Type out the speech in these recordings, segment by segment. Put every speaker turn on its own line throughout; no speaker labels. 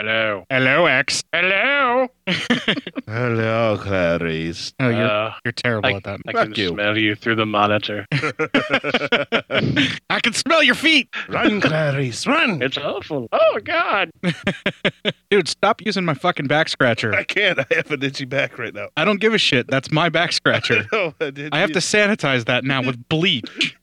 Hello. Hello, X. Hello.
Hello, Clarice.
Oh, you're,
Uh,
you're terrible
I-
at that.
I
Fuck
can
you.
smell you through the monitor.
I can smell your feet.
run, Clarice, run!
It's awful. Oh God.
Dude, stop using my fucking back
I
scratcher.
can't. I have an itchy back right now.
I don't give a shit. That's my back scratcher.
No, I, did
I have to sanitize that now with bleach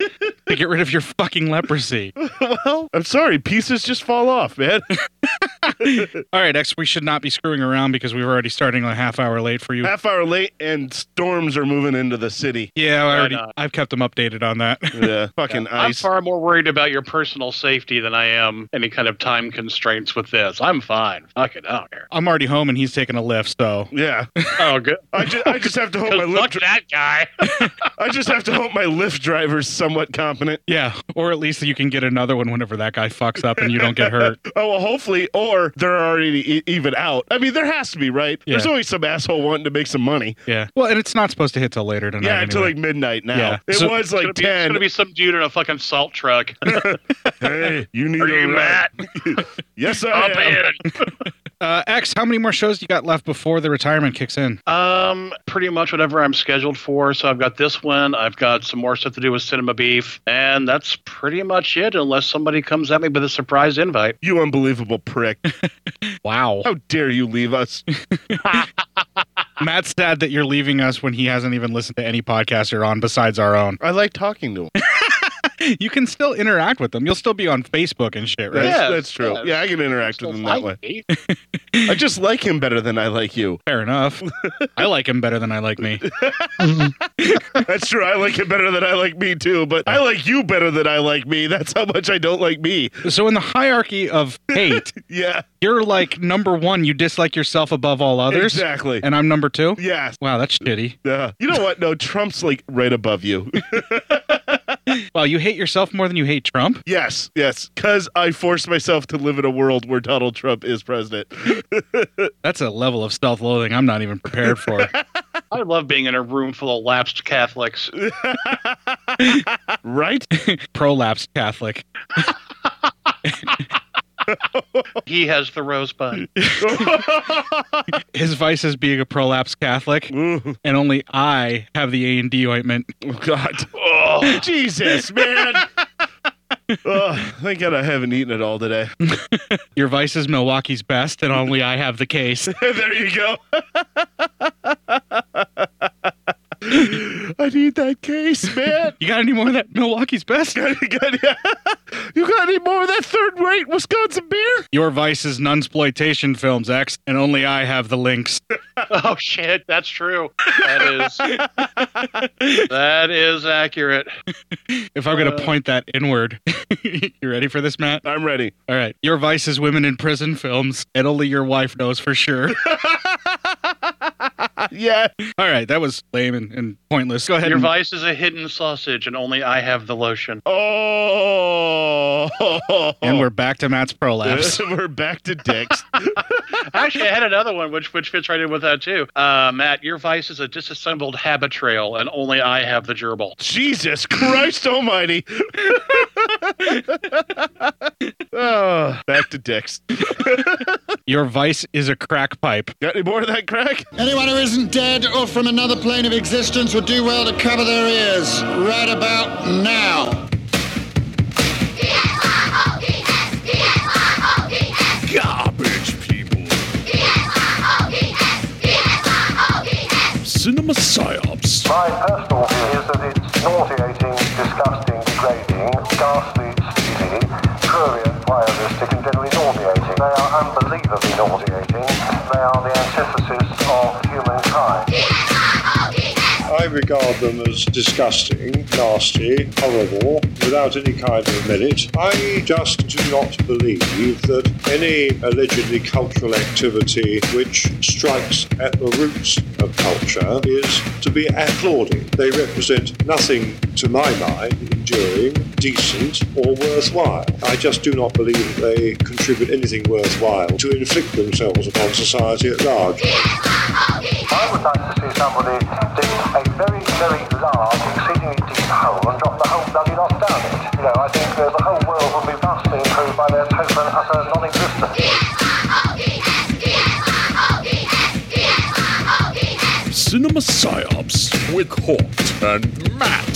to get rid of your fucking leprosy.
well, I'm sorry. Pieces just fall off, man.
All right, X, we should not be screwing around because we were already starting a half hour late for you.
Half hour late, and storms are moving into the city.
Yeah, I
Why
already,
not?
I've kept them updated on that.
Yeah, fucking
I'm
ice.
far more worried about your personal safety than I am any kind of time constraints with this. I'm fine. Fuck it out here.
I'm already home and he's taking a lift, so.
yeah,
Oh good.
I just, I just have to hope my
'Cause Fuck
lift.
that guy.
I just have to hope my lift driver's somewhat competent.
Yeah, or at least you can get another one whenever that guy fucks up and you don't get hurt.
Oh well, hopefully, or they're already e- even out. I mean, there has to be, right? There's
Yeah.
always some asshole wanting to make some money.
Yeah. Well, and it's not supposed to hit till later tonight.
Yeah, until
anyway.
like midnight now.
Yeah.
It
So-
was
It's
like
gonna be- It's
ten.
gonna be some dude in a fucking salt truck.
hey, you need
Are
a
you
ride.
mad?
Yes, I
Up
am.
in.
Uh, X, how many more shows you got left before the retirement kicks in?
Um, pretty much whatever I'm scheduled for. So I've got this one. I've got some more stuff to do with Cinema Beef, and that's pretty much it. Unless somebody comes at me with a surprise invite.
You unbelievable prick!
Wow.
How dare you leave us?
Matt's sad that you're leaving us when he hasn't even listened to any podcast you're on besides our own.
I like talking to him.
You can still interact with them. You'll still be on Facebook and shit,
That's,
right?
Yeah,
that's true.
yeah.
Yeah, I can interact with him that way.
Hey,
I just like him better than I like you.
Fair enough. I like him better than I like me.
That's true. I like him better than I like me too. But I like you better than I like me. That's how much I don't like me.
So in the hierarchy of hate,
Yeah,
you're like number one. You dislike yourself above all others,
exactly.
and I'm number two.
Yes.
Wow, that's shitty.
Uh, you know what? No, Trump's like right above you.
Wow, you hate yourself more than you hate Trump.
yes, yes. Because I forced myself to live in a world where Donald Trump is president.
That's a level of self-loathing I'm not even prepared for.
I love being in a room full of lapsed Catholics.
Right?
Prolapsed Catholic.
He has the rosebud.
His vice is being a prolapsed Catholic,
Ooh,
and only I have the A and D ointment.
God.
Oh,
Jesus, man. oh, thank God I haven't eaten it all today.
Your vice is Milwaukee's best, and only I have the case.
there you go. I need that case, man.
You got any more of that Milwaukee's best?
you got any more of that third rate Wisconsin beer?
Your vice is nunsploitation films X, and only I have the links.
oh shit, that's true. That is that is accurate.
If I'm gonna
Uh.
point that inward, you ready for this, Matt?
I'm ready.
All right. Your vice is women in prison films, and only your wife knows for sure.
Yeah.
All right, that was lame and, and pointless. Go ahead.
Your
and-
vice is a hidden sausage, and only I have the lotion.
Oh.
and we're back to Matt's prolapse.
we're back to dicks.
Actually, I had another one which which fits right in with that too. Uh, Matt, your vice is a disassembled habit trail, and only I have the gerbil.
Jesus Christ Almighty. oh, back to dicks.
Your vice is a crack pipe.
Got any more of that crack?
Anyone who isn't dead or from another plane of existence would do well to cover their ears right about now.
Garbage people. Cinema Psyops.
My personal view is that it's nauseating, disgusting, degrading, ghastly, sleazy, prurient, voyeuristic, and generally nauseating. They are unbelievably nauseating. They are the antithesis of humankind.
I regard them as disgusting, nasty, horrible, without any kind of merit. I just do not believe that any allegedly cultural activity which strikes at the roots of culture is to be applauded. They represent nothing, to my mind, enduring, decent, or worthwhile. I just do not believe they contribute anything worthwhile to inflict themselves upon society at large.
I would like to see somebody dig a very, very large, exceedingly deep hole and drop the whole bloody lot down it. You know, I think uh, the whole world would be vastly improved by their total and utter non-existence.
Cinema Psyops with Hort and Matt.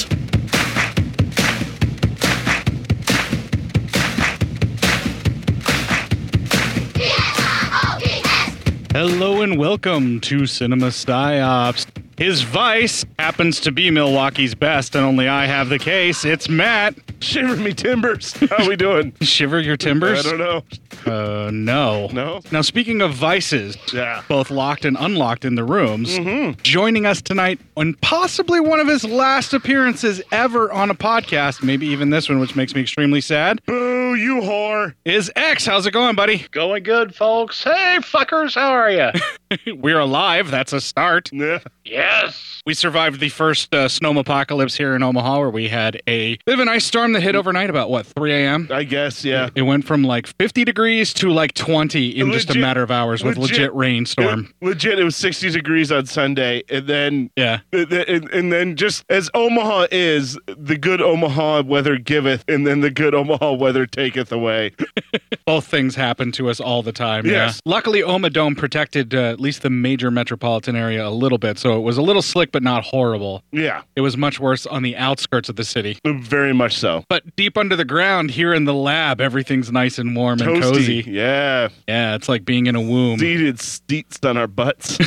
Hello and welcome to Cinema Psyops. His vice happens to be Milwaukee's best, and only I have the case. It's Matt.
Shiver me timbers. How we doing?
Shiver your timbers?
I don't know.
Uh, no.
No?
Now, speaking of vices,
Yeah.
both locked and unlocked in the rooms,
Mm-hmm.
joining us tonight on possibly one of his last appearances ever on a podcast, maybe even this one, which makes me extremely sad,
Boo, you whore.
is X. How's it going, buddy?
Going good, folks. Hey, fuckers, how are you?
We're alive. That's a start.
Yeah.
yes.
We survived the first uh, snow apocalypse here in Omaha, where we had a bit of an ice storm that hit overnight about what 3 a.m.
I guess, yeah.
It went from like 50 degrees to like 20 in just a
Legit-
matter of hours with legit,
legit-
rainstorm.
It- legit, it was 60 degrees on Sunday, and then
Yeah.
and, then- and- and then just as Omaha is, the good Omaha weather giveth, and then the good Omaha weather taketh away.
both things happen to us all the time.
Yes.
Yeah. Luckily, Omadome protected uh, at least the major metropolitan area a little bit, so it was a little slick but not horrible.
Yeah,
It was much worse on the outskirts of the city.
very much so.
But deep under the ground, here in the lab, everything's nice and warm and
Toasty,
cozy.
yeah.
Yeah, it's like being in a womb.
Seated seats on our butts.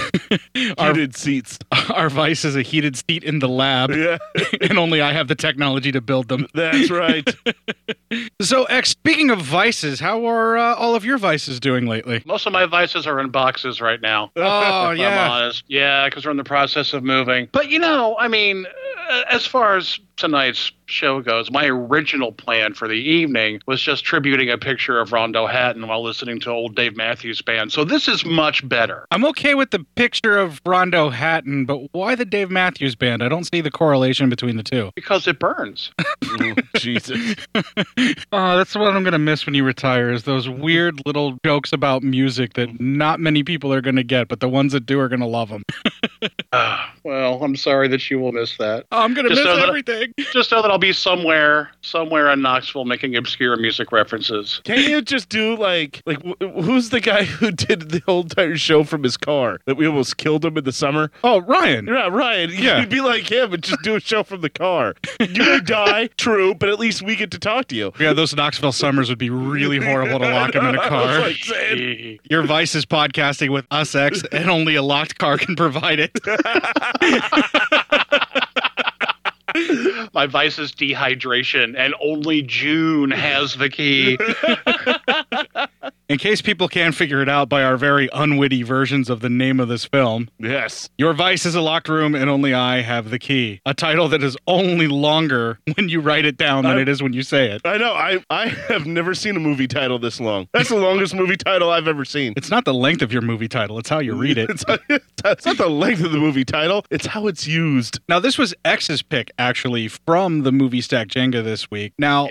Heated seats.
Our vice is a heated seat in the lab,
Yeah,
and only I have the technology to build them.
that's right.
So, X, speaking of vices, how are uh, all of your vices doing lately?
Most of my vices are in boxes right now.
Oh,
if I'm
yeah.
honest. Yeah, because we're in the process of moving. But you know, I mean, uh, as far as tonight's show goes, my original plan for the evening was just tributing a picture of Rondo Hatton while listening to old Dave Matthews Band. So this is much better.
I'm okay with the picture of Rondo Hatton, but why the Dave Matthews Band? I don't see the correlation between the two.
Because it burns.
Ooh, Jesus.
Oh, that's what I'm going to miss when you retire is those weird little jokes about music that not many people are going to get, but the ones that do are going to love them.
Ah, well, I'm sorry that you will miss that.
Oh, I'm going to
Just
miss
so that-
everything.
Just know that I'll be somewhere, somewhere in Knoxville making obscure music references.
Can you just do like like wh- who's the guy who did the whole entire show from his car that we almost killed him in the summer?
Oh, Ryan.
Yeah, Ryan.
Yeah.
You'd be like him and just do a show from the car. You may die, true, but at least we get to talk to you.
Yeah, those Knoxville summers would be really horrible to lock him in a
I
car.
was like, saying,
Your vice is podcasting with us, X, and only a locked car can provide it.
My vice is dehydration, and only June has the key.
In case people can't figure it out by our very unwitty versions of the name of this film,
yes.
Your Vice is a Locked Room and Only I Have the Key. A title that is only longer when you write it down than
I'm-
it is when you say it.
I know. I, I have never seen a movie title this long. That's the longest movie title I've ever seen.
It's not the length of your movie title, it's how you read it.
It's, it's not the length of the movie title, it's how it's used.
Now, this was X's pick, actually, from the movie Stack Jenga this week. Now,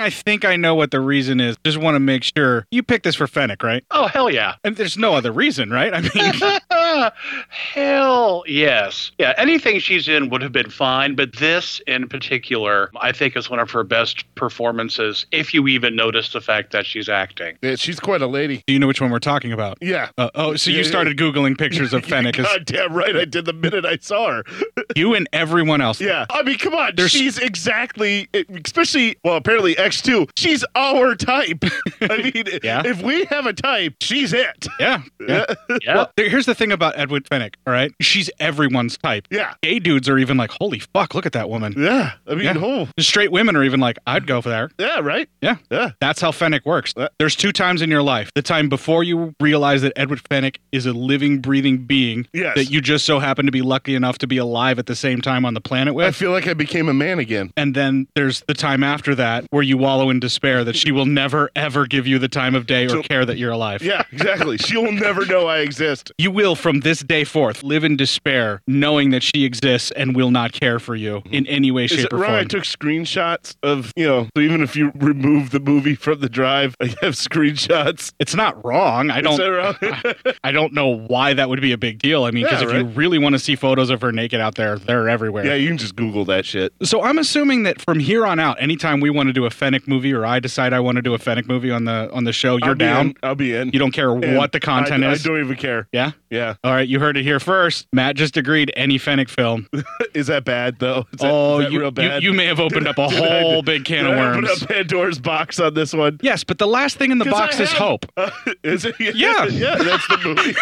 I think I know what the reason is. Just want to make sure. You picked this for Fennec, right?
Oh, hell yeah.
And there's no other reason, right? I mean,
Hell yes. Yeah, anything she's in would have been fine, but this in particular, I think, is one of her best performances, if you even notice the fact that she's acting.
Yeah, she's quite a lady.
do you know which one we're talking about?
Yeah.
Uh, oh, so you
Yeah,
started Googling pictures of Fennec. Is
God damn right I did the minute I saw her.
you and everyone else.
Yeah. I mean, come on.
There's-
she's exactly, especially, well, apparently X2, she's our type. I mean,
Yeah.
if we have a type, she's it.
Yeah. yeah.
Yeah.
Well, there- here's the thing about Edward Fennec, all right? She's everyone's type.
Yeah.
Gay dudes are even like, holy fuck, look at that woman.
Yeah. I mean,
Yeah.
oh,
Straight women are even like, I'd go for that.
yeah, right?
Yeah.
Yeah.
That's how Fennec works.
Uh,
There's two times in your life the time before you realize that Edward Fennec is a living, breathing being
Yes.
that you just so happen to be lucky enough to be alive at the same time on the planet
I
with.
feel like I became a man again.
And then there's the time after that where you wallow in despair that she will never, ever give you the time of day or
So-
care that you're alive.
Yeah, exactly. She'll never know I exist.
You will, from this day forth, live in despair, knowing that she exists and will not care for you in any way,
Mm-hmm. Is
shape,
it
or
wrong? I
form.
took screenshots of you know. So even if you remove the movie from the drive, I have screenshots.
it's not wrong. I
Is
don't.
that wrong?
I don't know why that would be a big deal. I mean, because
Yeah,
if you
right.
really want to see photos of her naked out there, they're everywhere.
yeah, you can just Google that shit.
So I'm assuming that from here on out, anytime we want to do a Fennec movie, or I decide I want to do a Fennec movie on the on the show, Oh, you're
I'll be
down.
in. I'll be in.
You don't care
And
what the content
I,
is.
I don't even care.
yeah.
Yeah.
All right, you heard it here first. Matt just agreed any Fennec film.
Is that bad though? Is that,
oh,
is that
you,
real
you-
bad?
you may have opened up a
Did I-
whole big can of
Did I Open
worms.
up Pandora's box on this one.
Yes, but the last thing in the
'Cause I
box is
have-
hope.
Uh, is it?
Yeah.
yeah. That's the movie.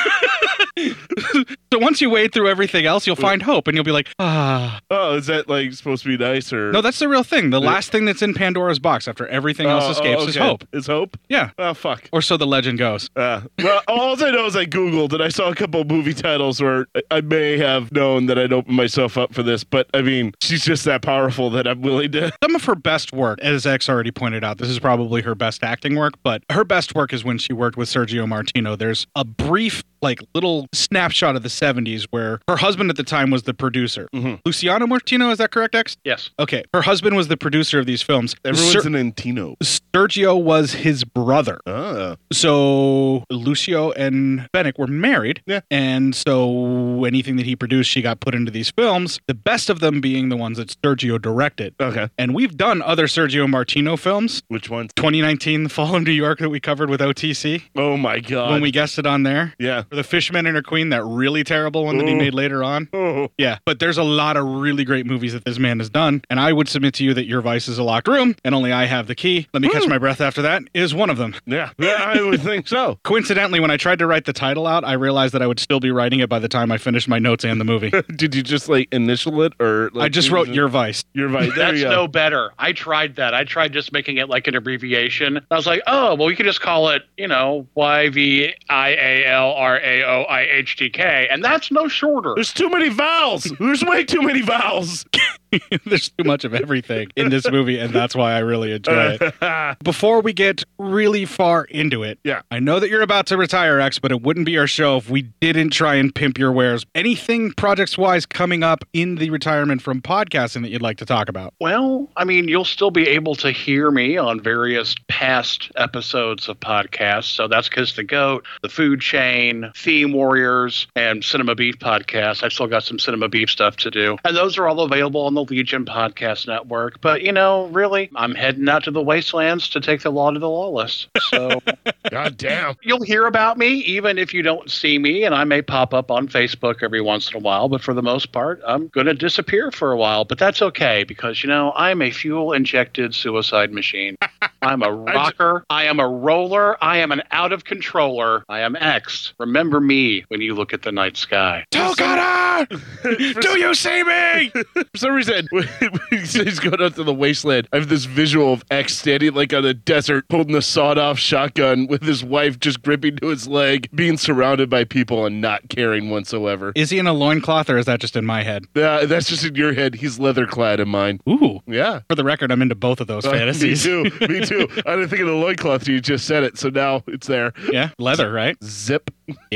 So once you wade through everything else, you'll find hope and you'll be like, ah.
oh, is that like supposed to be nice or?
No, that's the real thing. The last thing that's in Pandora's box after everything else
Oh,
escapes
oh,
is
okay.
hope.
Is hope?
Yeah.
Oh fuck.
Or so the legend goes.
Uh, well, all I know is I Googled and I saw a couple movie titles where I- I may have known that I'd open myself up for this, but I mean, she's just that powerful that I'm willing to.
Some of her best work, as X already pointed out, this is probably her best acting work, but her best work is when she worked with Sergio Martino. There's a brief, like, little snapshot of the 70s where her husband at the time was the producer. Luciano Martino, is that correct, X?
Yes.
Okay. Her husband was the producer of these films.
Everyone's
Ser-
an Antino.
Sergio was his brother.
Ah.
So Lucio and Fennec were married.
Yeah.
And so anything that he produced, she got put into these films, the best of them being the ones that Sergio directed.
Okay.
And we've done other Sergio Martino films.
Which ones?
2019, The Fall of New York that we covered with OTC
Oh my God.
when we guessed it on there.
yeah.
Or The Fishman and Her Queen, that really terrible one that he
Ooh.
made later on.
Oh.
Yeah, but there's a lot of really great movies that this man has done, and I would submit to you that Your Vice is a locked room, and only I have the key. Let me
Hmm.
catch my breath after that. Is one of them.
Yeah. yeah. I would think so.
Coincidentally, when I tried to write the title out, I realized that I would still be writing it by the time I finished my notes and the movie.
Did you just like initial it or? Like,
I just wrote Your Vice.
Your vice. There
That's
you go.
no better. I tried that. I tried just making it like an abbreviation. I was like, oh, well, you could just call it, you know, Y V I A L R A O I H T K, and that's no shorter.
There's too many vowels. There's way too many vowels.
There's too much of everything in this movie, and that's why I really enjoy it.
yeah.
Before we get really far into it,
Yeah.
I know that you're about to retire, X, but it wouldn't be our show if we didn't try and pimp your wares. Anything projects wise coming up in the retirement from podcasting that you'd like to talk about?
Well, I mean, you'll still be able to hear me on various past episodes of podcasts. So that's Kiss the Goat, The Food Chain, Theme Warriors, and Cinema Beef Podcast. I've still got some Cinema Beef stuff to do. And those are all available on the Legion Podcast Network. But, you know, really, I'm heading out to the wastelands to take the law to the lawless. So
God damn.
you'll hear about me even if you don't see me and i may pop up on facebook every once in a while but for the most part i'm going to disappear for a while but that's okay because you know i'm a fuel injected suicide machine i'm a rocker i am a roller i am an out of controller i am x remember me when you look at the night sky
Tokada! Oh, ah! Do you see me? For some reason, when he said he's going out to the wasteland. I have this visual of X standing like on a desert, holding a sawed-off shotgun with his wife just gripping to his leg, being surrounded by people and not caring whatsoever.
Is he in a loincloth or is that just in my head?
Uh, that's just in your head. He's leather-clad in mine.
Ooh.
Yeah.
For the record, I'm into both of those
Uh,
fantasies.
Me too. Me too. I didn't think of the loincloth. till You just said it, so now it's there.
Yeah, leather, right?
Zip.
Yeah.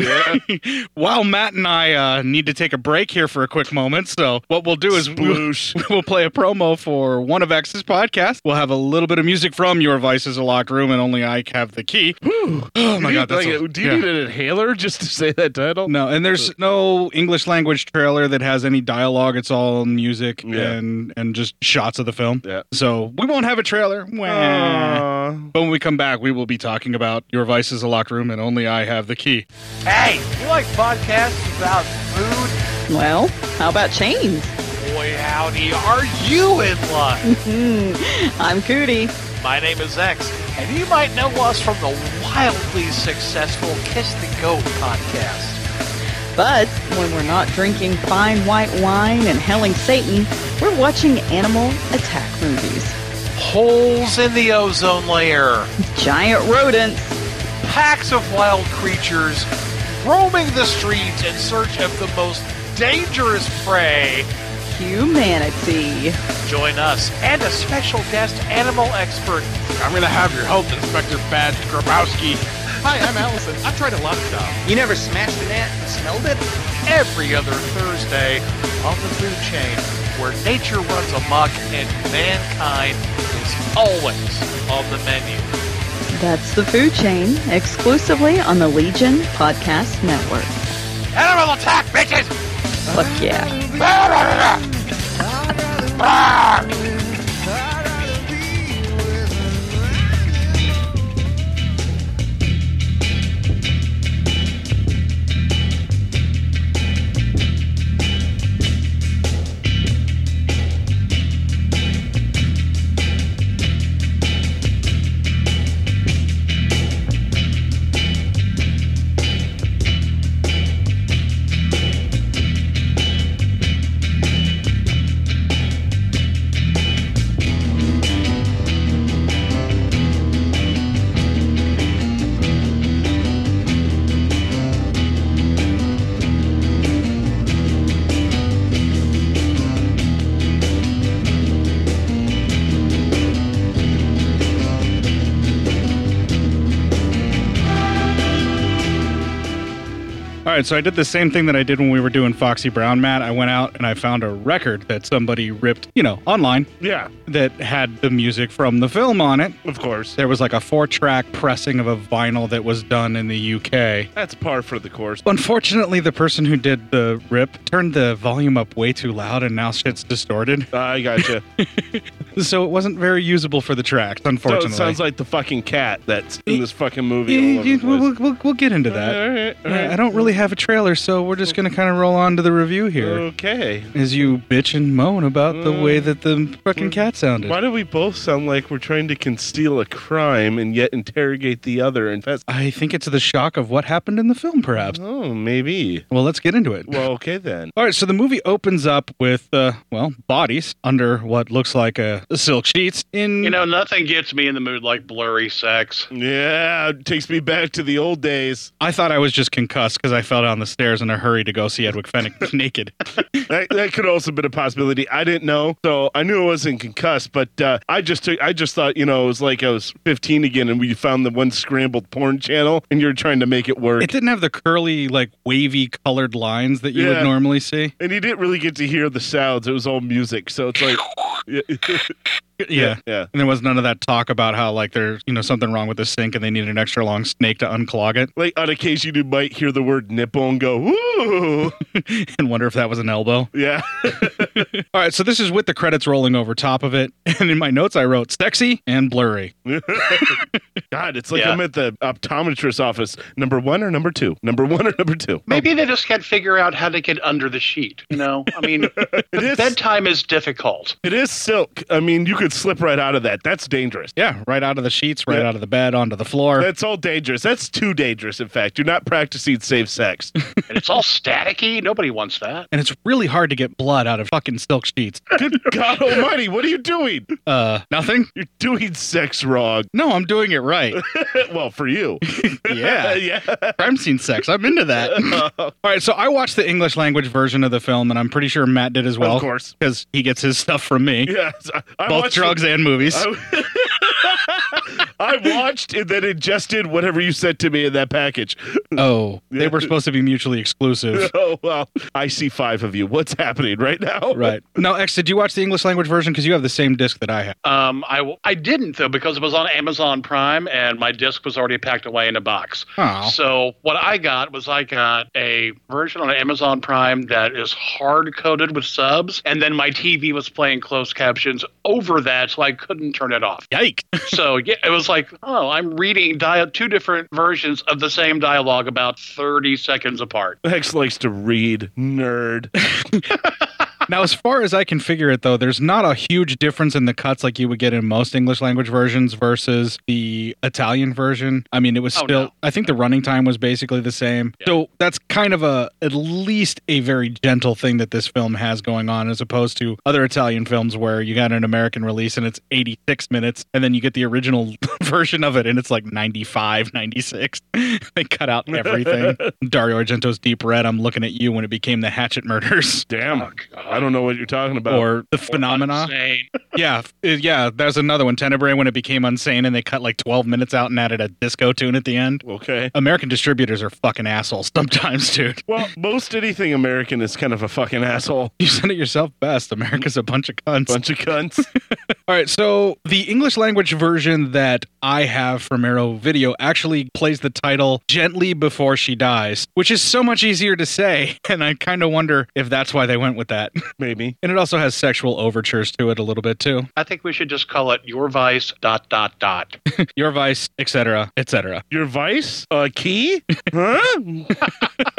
Yeah.
While Matt and I uh, need to take a break here for a quick moment, so what we'll do is we'll,
Sploosh.
we'll play a promo for one of X's podcast. We'll have a little bit of music from Your Vice is a Locked Room and Only I Have the Key. Oh my
Do you-
God, that's
like,
a-
do you
yeah.
need an inhaler just to say that title?
No, and there's no English language trailer that has any dialogue. It's all music
Yeah.
and and just shots of the film.
Yeah.
So we won't have a trailer. Wah.
Aw.
But when we come back, we will be talking about Your Vice is a Locked Room and Only I Have the Key.
Hey, you like podcasts about food?
Well, how about chains?
Boy, howdy, are you in luck?
I'm Cootie.
My name is X, and you might know us from the wildly successful Kiss the Goat podcast.
But when we're not drinking fine white wine and helling Satan, we're watching animal attack movies.
Holes in the ozone layer,
Giant rodents,
packs of wild creatures roaming the streets in search of the most dangerous prey.
humanity.
Join us and a special guest animal expert. I'm going to have your help, Inspector Bad Grabowski. Hi, I'm Allison. I tried a lot of stuff. You never smashed an ant and smelled it? Every other Thursday on the food chain, where nature runs amok and mankind is always on the menu.
That's the food chain, exclusively on the Legion Podcast Network.
Animal attack, bitches!
Fuck yeah.
All right, so I did the same thing that I did when we were doing Foxy Brown, Matt. I went out and I found a record that somebody ripped, you know, online.
Yeah.
That had the music from the film on it.
Of course.
There was like a four track pressing of a vinyl that was done in the UK.
That's par for the course.
Unfortunately, the person who did the rip turned the volume up way too loud and now shit's distorted.
I gotcha.
so it wasn't very usable for the tracks, unfortunately.
So it sounds like the fucking cat that's in this fucking movie. all over the place.
we'll, we'll, we'll get into that.
All right, all
Yeah,
right.
I don't really have a trailer, so we're just going to kind of roll on to the review here.
Okay. Uh,
As you bitch and moan about the way that the fucking cat sounded.
Why do we both sound like we're trying to conceal a crime and yet interrogate the other and fest?
I think it's the shock of what happened in the film, perhaps.
Oh, maybe.
Well, let's get into it.
Well, okay then.
All right, so the movie opens up with, uh, well, bodies under what looks like a silk sheets in.
You know, nothing gets me in the mood like blurry sex.
Yeah, it takes me back to the old days.
I thought I was just concussed because I fell down the stairs in a hurry to go see Edward Fennick naked.
that, that could also been a possibility. I didn't know, so I knew I wasn't concussed. But uh, I just took, I just thought, you know, it was like I was 15 again, and we found the one scrambled porn channel, and you're trying to make it work.
It didn't have the curly, like wavy colored lines that you
Yeah.
would normally see.
and you didn't really get to hear the sounds. It was all music, so it's like, yeah,
Yeah.
yeah.
And there was none of that talk about how like there's you know something wrong with the sink and they need an extra long snake to unclog it
Like on occasion, you might hear the word nipple and go, ooh,
and wonder if that was an elbow.
yeah.
All right, so this is with the credits rolling over top of it. And in my notes I wrote sexy and blurry.
God, it's like
Yeah.
I'm at the optometrist's office. Number one or number two? Number one or number two?
Maybe they just can't figure out how to get under the sheet. You know, I mean, bedtime is difficult.
It is silk. I mean, you could slip right out of that. That's dangerous.
Yeah, right out of the sheets, right out of the bed, onto the floor.
That's all dangerous. That's too dangerous, in fact. You're not practicing safe sex.
And it's all staticky. Nobody wants that.
And it's really hard to get blood out of fucking silk sheets.
Good God Almighty, what are you doing?
Uh, nothing?
You're doing sex wrong.
No, I'm doing it right.
well, for you.
Yeah.
yeah.
Crime scene sex. I'm into that. All right, so I watched the English language version of the film, and I'm pretty sure Matt did as well.
Of course.
Because he gets his stuff from me.
Yeah. I- I
Both
watched
drugs
it-
and movies.
I watched and then ingested whatever you sent to me in that package.
oh, they were supposed to be mutually exclusive.
Oh, well, I see five of you. What's happening right now?
right. Now, X, did you watch the English language version? Because you have the same disc that I have.
Um, I, w- I didn't though because it was on Amazon Prime and my disc was already packed away in a box.
Oh.
So what I got was I got a version on Amazon Prime that is hard coded with subs, and then my TV was playing closed captions over that, so I couldn't turn it off.
Yikes!
so yeah, it was like, oh, I'm reading dia- two different versions of the same dialogue about 30 seconds apart.
Hex likes to read, nerd.
now, as far as I can figure it, though, there's not a huge difference in the cuts like you would get in most English language versions versus the Italian version. I mean, it was
Oh,
still, I think the running time was basically the same. So that's kind of a, at least a very gentle thing that this film has going on as opposed to other Italian films where you got an American release and it's 86 minutes and then you get the original version of it and it's like 95, 96. they cut out everything. Dario Argento's Deep Red, I'm looking at you when it became the Hatchet Murders.
Damn. I don't know what you're talking about.
Or the phenomena. yeah, f- uh, yeah. There's another one, Tenebrae, when it became Unsane, and they cut like 12 minutes out and added a disco tune at the end.
Okay.
American distributors are fucking assholes sometimes, dude.
Well, most anything American is kind of a fucking asshole.
You said it yourself best. America's a bunch of cunts.
Bunch of cunts.
All right, so the English language version that I have from Arrow Video actually plays the title Gently Before She Dies, which is so much easier to say, and I kind of wonder if that's why they went with that.
Maybe.
And it also has sexual overtures to it a little bit too.
I think we should just call it Your Vice dot dot dot.
Your vice, etc., etc.
Your vice? A key? Huh?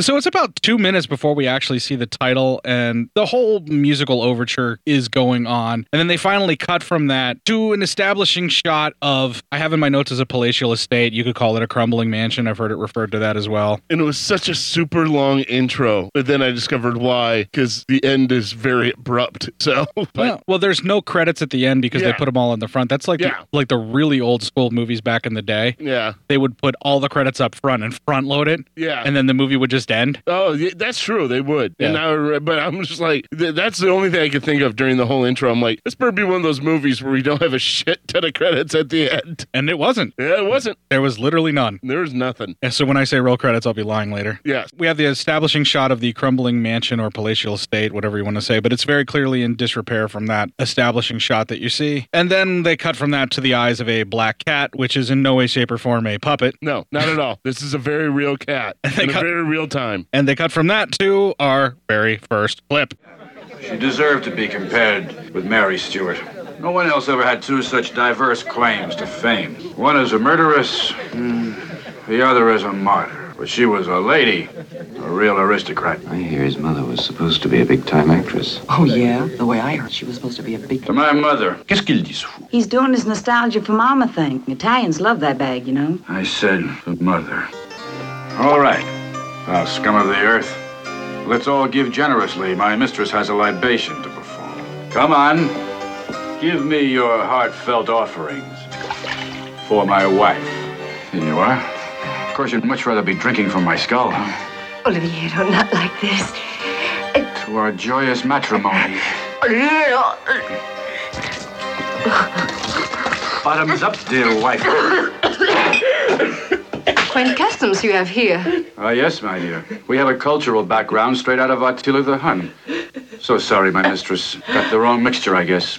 So it's about two minutes before we actually see the title, and the whole musical overture is going on. And then they finally cut from that to an establishing shot of, I have in my notes as a palatial estate. You could call it a crumbling mansion. I've heard it referred to that as well.
And it was such a super long intro. But then I discovered why. Because is the end is very abrupt. So,
Yeah. Well, there's no credits at the end because they
Yeah.
put them all in the front. That's like
Yeah.
the, like the really old school movies back in the day.
Yeah.
They would put all the credits up front and front load it.
Yeah.
And then the movie would just end.
Oh, yeah, that's true. They would. And
Yeah.
I, re- but I'm just like, th- that's the only thing I could think of during the whole intro. I'm like, this better be one of those movies where we don't have a shit ton of credits at the end.
And it wasn't.
Yeah, it wasn't.
There was literally none.
There was nothing.
And so when I say roll credits, I'll be lying later.
Yes.
We have the establishing shot of the crumbling mansion or palatial estate, whatever you want to say, but it's very clearly in disrepair from that establishing shot that you see. And then they cut from that to the eyes of a black cat, which is in no way, shape, or form a puppet.
No, not at all. This is a very real cat. in a very real time.
And they cut from that to our very first clip.
She deserved to be compared with Mary Stuart. No one else ever had two such diverse claims to fame. One as a murderess, hmm, the other as a martyr. But she was a lady, a real aristocrat.
I hear his mother was supposed to be a big time actress.
Oh, yeah?
The way I heard, she was supposed to be a big.
To my mother. Qu'est-ce qu'il dit, ce fou?
He's doing his nostalgia for mama thing. Italians love that bag, you know.
I said, the mother. All right, thou scum of the earth. Let's all give generously. My mistress has a libation to perform. Come on. Give me your heartfelt offerings for my wife. Here you are. Of course, you'd much rather be drinking from my skull. huh?
Olivier, not like this.
To our joyous matrimony. Bottoms up, dear wife.
Quaint customs you have here.
Ah, yes, my dear. We have a cultural background straight out of Attila the Hun. So sorry, my mistress. Got the wrong mixture, I guess.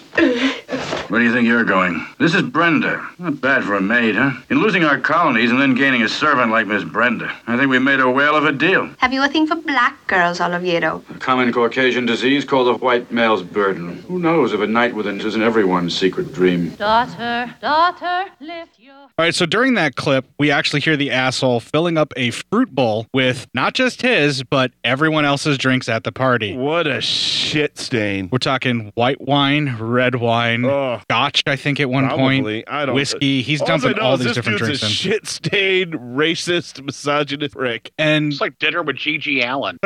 Where do you think you're going? This is Brenda. Not bad for a maid, huh? In losing our colonies and then gaining a servant like Miss Brenda, I think we made a whale of a deal.
Have you a thing for black girls, Oliviero?
A common Caucasian disease called the white male's burden. Who knows if a night with it isn't everyone's secret dream?
Daughter, daughter, lift your
All right, so during that clip, we actually hear the asshole filling up a fruit bowl with not just his, but everyone else's drinks at the party.
What a shit stain.
We're talking white wine, red wine, scotch, I think, at one
Probably.
point.
I don't
Whiskey. He's
Alls I
dumping
know
all
is
these
this
different
dude's
drinks
a
in.
Shit stained, racist, misogynist prick.
And
It's like dinner with Gigi Allen.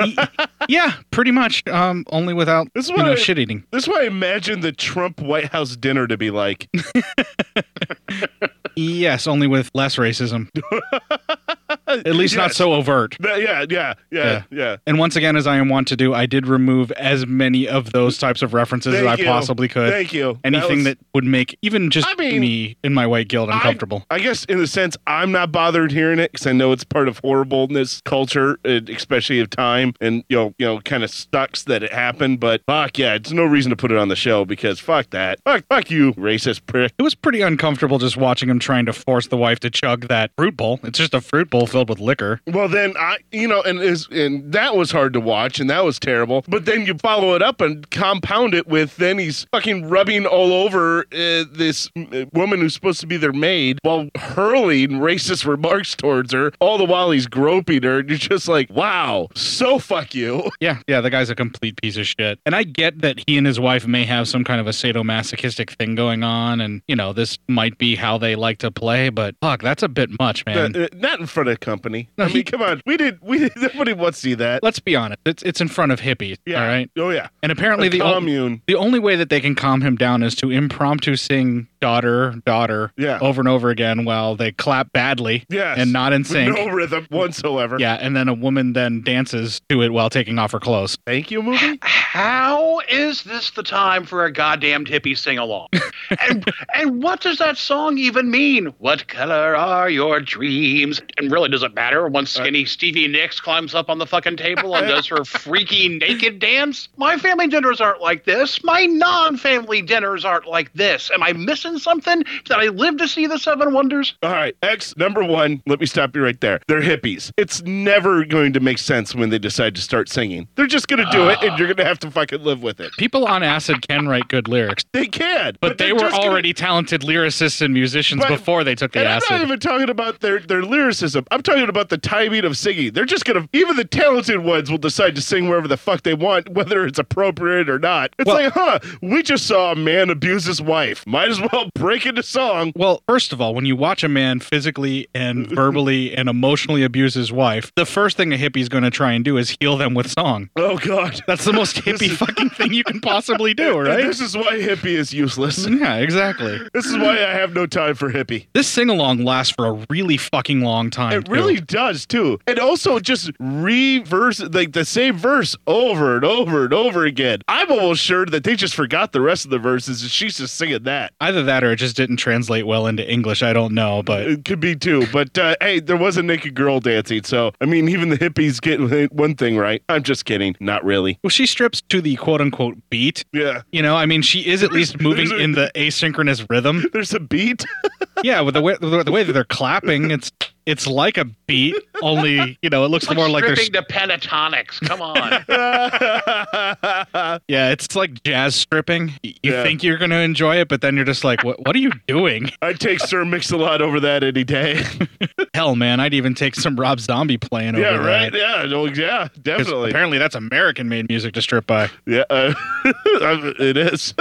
yeah, pretty much. Um, only without
This is
you
what
know,
I-
shit eating.
This is what I imagine the Trump White House dinner to be like.
Yes, only with less racism. At least not
Yes.
so overt.
That- yeah, yeah, yeah, yeah.
And once again, as I am wont to do, I did remove as many of those types of references
Thank
as I
you.
possibly could.
Thank you. That
Anything
was-
that, would make even just
I mean,
me in my white guild uncomfortable.
I guess in the sense I'm not bothered hearing it because I know it's part of horribleness culture, and especially of time, and you know, you know, kind of sucks that it happened. But fuck yeah, it's no reason to put it on the show because fuck that, fuck, fuck you, racist prick.
it was pretty uncomfortable just watching him trying to force the wife to chug that fruit bowl. It's just a fruit bowl filled with liquor.
Well, then I, you know, and is and that was hard to watch, and that was terrible. But then you follow it up and compound it with then he's fucking rubbing all over uh, this uh, woman who's supposed to be their maid while hurling racist remarks towards her, all the while he's groping her. And you're just like, wow, so fuck you.
Yeah, yeah, the guy's a complete piece of shit. And I get that he and his wife may have some kind of a sadomasochistic thing going on, and, you know, this might be how they like to play, but fuck, that's a bit much, man.
Uh, uh, not in front of company. I mean, come on, we did. We nobody wants to see that.
Let's be honest. It's it's in front of hippies.
Yeah.
All right.
Oh yeah.
And apparently
A
the ol-
commune.
the only way that they can calm him down is to impromptu sing daughter, daughter
Yeah.
over and over again while they clap badly
Yes.
and not in
With
sync.
No rhythm whatsoever.
Yeah, and then a woman then dances to it while taking off her clothes.
Thank you, movie.
How is this the time for a goddamned hippie sing along? and and what does that song even mean? What color are your dreams? And really, does it matter once skinny Stevie Nicks climbs up on the fucking table and does her freaky naked dance? My family dinners aren't like this. My non-family dinners aren't like this. Am I missing something? Did I live to see the Seven Wonders?
All right, X number one. Let me stop you right there. They're hippies. It's never going to make sense when they decide to start singing. They're just going to do it, and you're going to have to fucking live with it.
Ah. People on acid can write good lyrics.
They can, but,
But, they
they're
were
just gonna-
already talented lyricists and musicians
But-
before they took the
and I'm
acid.
not even talking about their, their lyricism. I'm talking about the timing of singing. They're just gonna even the talented ones will decide to sing wherever the fuck they want, whether it's appropriate or not. It's like, huh? We just saw a man abuse his wife. Might as well break into song.
Well, first of all, when you watch a man physically and verbally and emotionally abuse his wife, the first thing a hippie's going to try and do is heal them with song.
Oh God,
that's the most hippie hippie fucking thing you can possibly do, right?
This is why hippie is useless.
Yeah, exactly.
This is why I have no time for hippie.
This sing along lasts for a really fucking long time.
It really does too, and also just reverse like the same verse over and over and over again. I'm almost sure that they just forgot the rest of the verses, and she's just singing that.
Either that or it just didn't translate well into English. I don't know, but
It could be too, but uh, hey, there was a naked girl dancing, so I mean, even the hippies getting one thing right. I'm just kidding, not really.
well, she strips to the quote unquote beat.
Yeah.
You know, I mean, she is at least moving in the asynchronous rhythm.
There's a beat.
yeah, with the way the way that they're clapping, it's it's like a beat. Only you know, it looks
It's like
more like they're
stripping to pentatonics. Come on.
Yeah, it's like jazz stripping. Y- You think you're going to enjoy it, but then you're just like, what, what are you doing?
I'd take Sir Mix-a-Lot over that any day.
Hell, man, I'd even take some Rob Zombie playing
yeah,
over
right.
that.
Yeah, no, yeah,
'Cause
definitely.
Apparently, that's American-made music to strip by.
Yeah, uh, it is.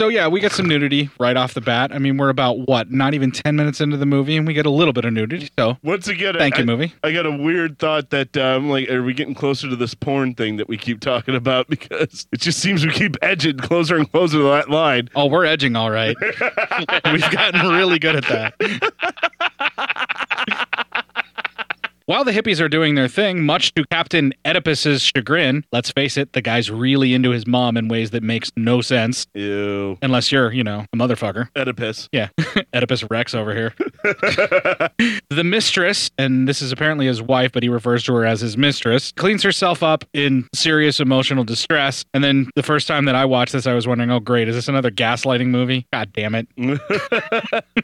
so yeah, we get some nudity right off the bat. I mean, we're about what, not even ten minutes into the movie, and we get a little bit of nudity. So
Once again, I-
thank
I,
you, movie.
I got a weird thought that uh, I'm like, are we getting closer to this porn thing that we keep talking about? Because it just seems we keep edging closer and closer to that line.
Oh, we're edging all right. We've gotten really good at that. While the hippies are doing their thing, much to Captain Oedipus's chagrin, let's face it, the guy's really into his mom in ways that makes no sense.
Ew.
Unless you're, you know, a motherfucker.
Oedipus.
Yeah. Oedipus Rex over here. the mistress, and this is apparently his wife, but he refers to her as his mistress, cleans herself up in serious emotional distress. And then the first time that I watched this, I was wondering, oh, great, is this another gaslighting movie? God damn it.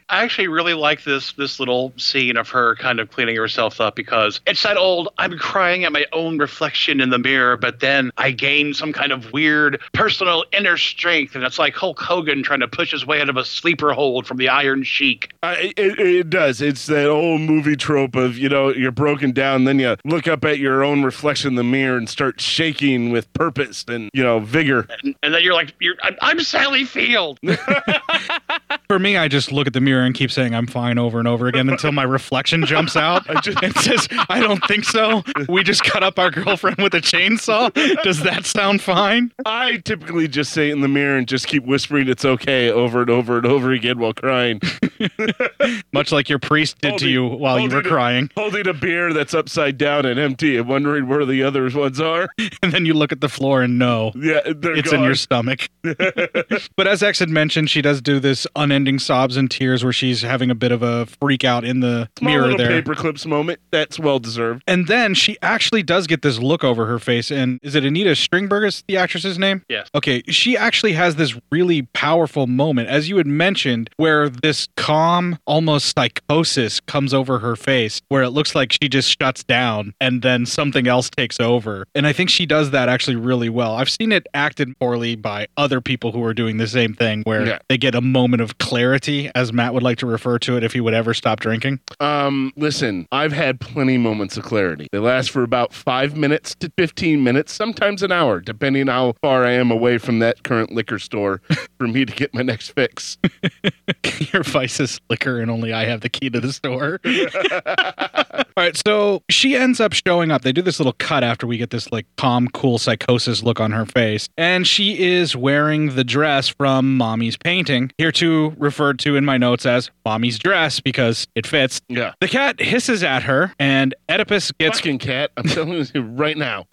I actually really like this this little scene of her kind of cleaning herself up because it's that old I'm crying at my own reflection in the mirror, but then I gain some kind of weird personal inner strength, and it's like Hulk Hogan trying to push his way out of a sleeper hold from the Iron Sheik.
I, it, it does. It's that old movie trope of, you know, you're broken down, then you look up at your own reflection in the mirror and start shaking with purpose and, you know, vigor.
And, and then you're like, you're, I'm, I'm Sally Field.
For me, I just look at the mirror and keep saying I'm fine over and over again until my reflection jumps out and says, I don't think so. We just cut up our girlfriend with a chainsaw. Does that sound fine?
I typically just say it in the mirror and just keep whispering it's okay over and over and over again while crying.
Much like your priest did to
Holding-
you while you were
holding a-
crying.
Holding a beer that's upside down and empty and wondering where the other ones are.
And then you look at the floor and no.
Yeah, they're
it's in your
gone.
stomach. but as X had mentioned, she does do this unending sobs and tears where she's having a bit of a freak out in the
Small
mirror
little
there.
paperclips moment. That's well deserved.
And then she actually does get this look over her face. And is it Anita Stringberg is the actress's name?
Yes.
Okay. She actually has this really powerful moment, as you had mentioned, where this calm, almost psychosis comes over her face, where it looks like she just shuts down and then something else takes over. And I think she does that actually really well. I've seen it acted poorly by other people who are doing the same thing, where
Yeah.
they get a moment of clarity, as Matt would like to refer to it if he would ever stop drinking.
Um, listen, I've had plenty moments of clarity. They last for about five minutes to 15 minutes, sometimes an hour, depending how far I am away from that current liquor store for me to get my next fix.
Your vice is liquor, and only I have the key to the store. All right, so she ends up showing up. They do this little cut after we get this like calm, cool psychosis look on her face, and she is wearing the dress from Mommy's painting, hereto referred to in my notes as Mommy's dress because it fits.
Yeah.
The cat hisses at her, and Oedipus gets
Fucking cat! I'm telling you right now.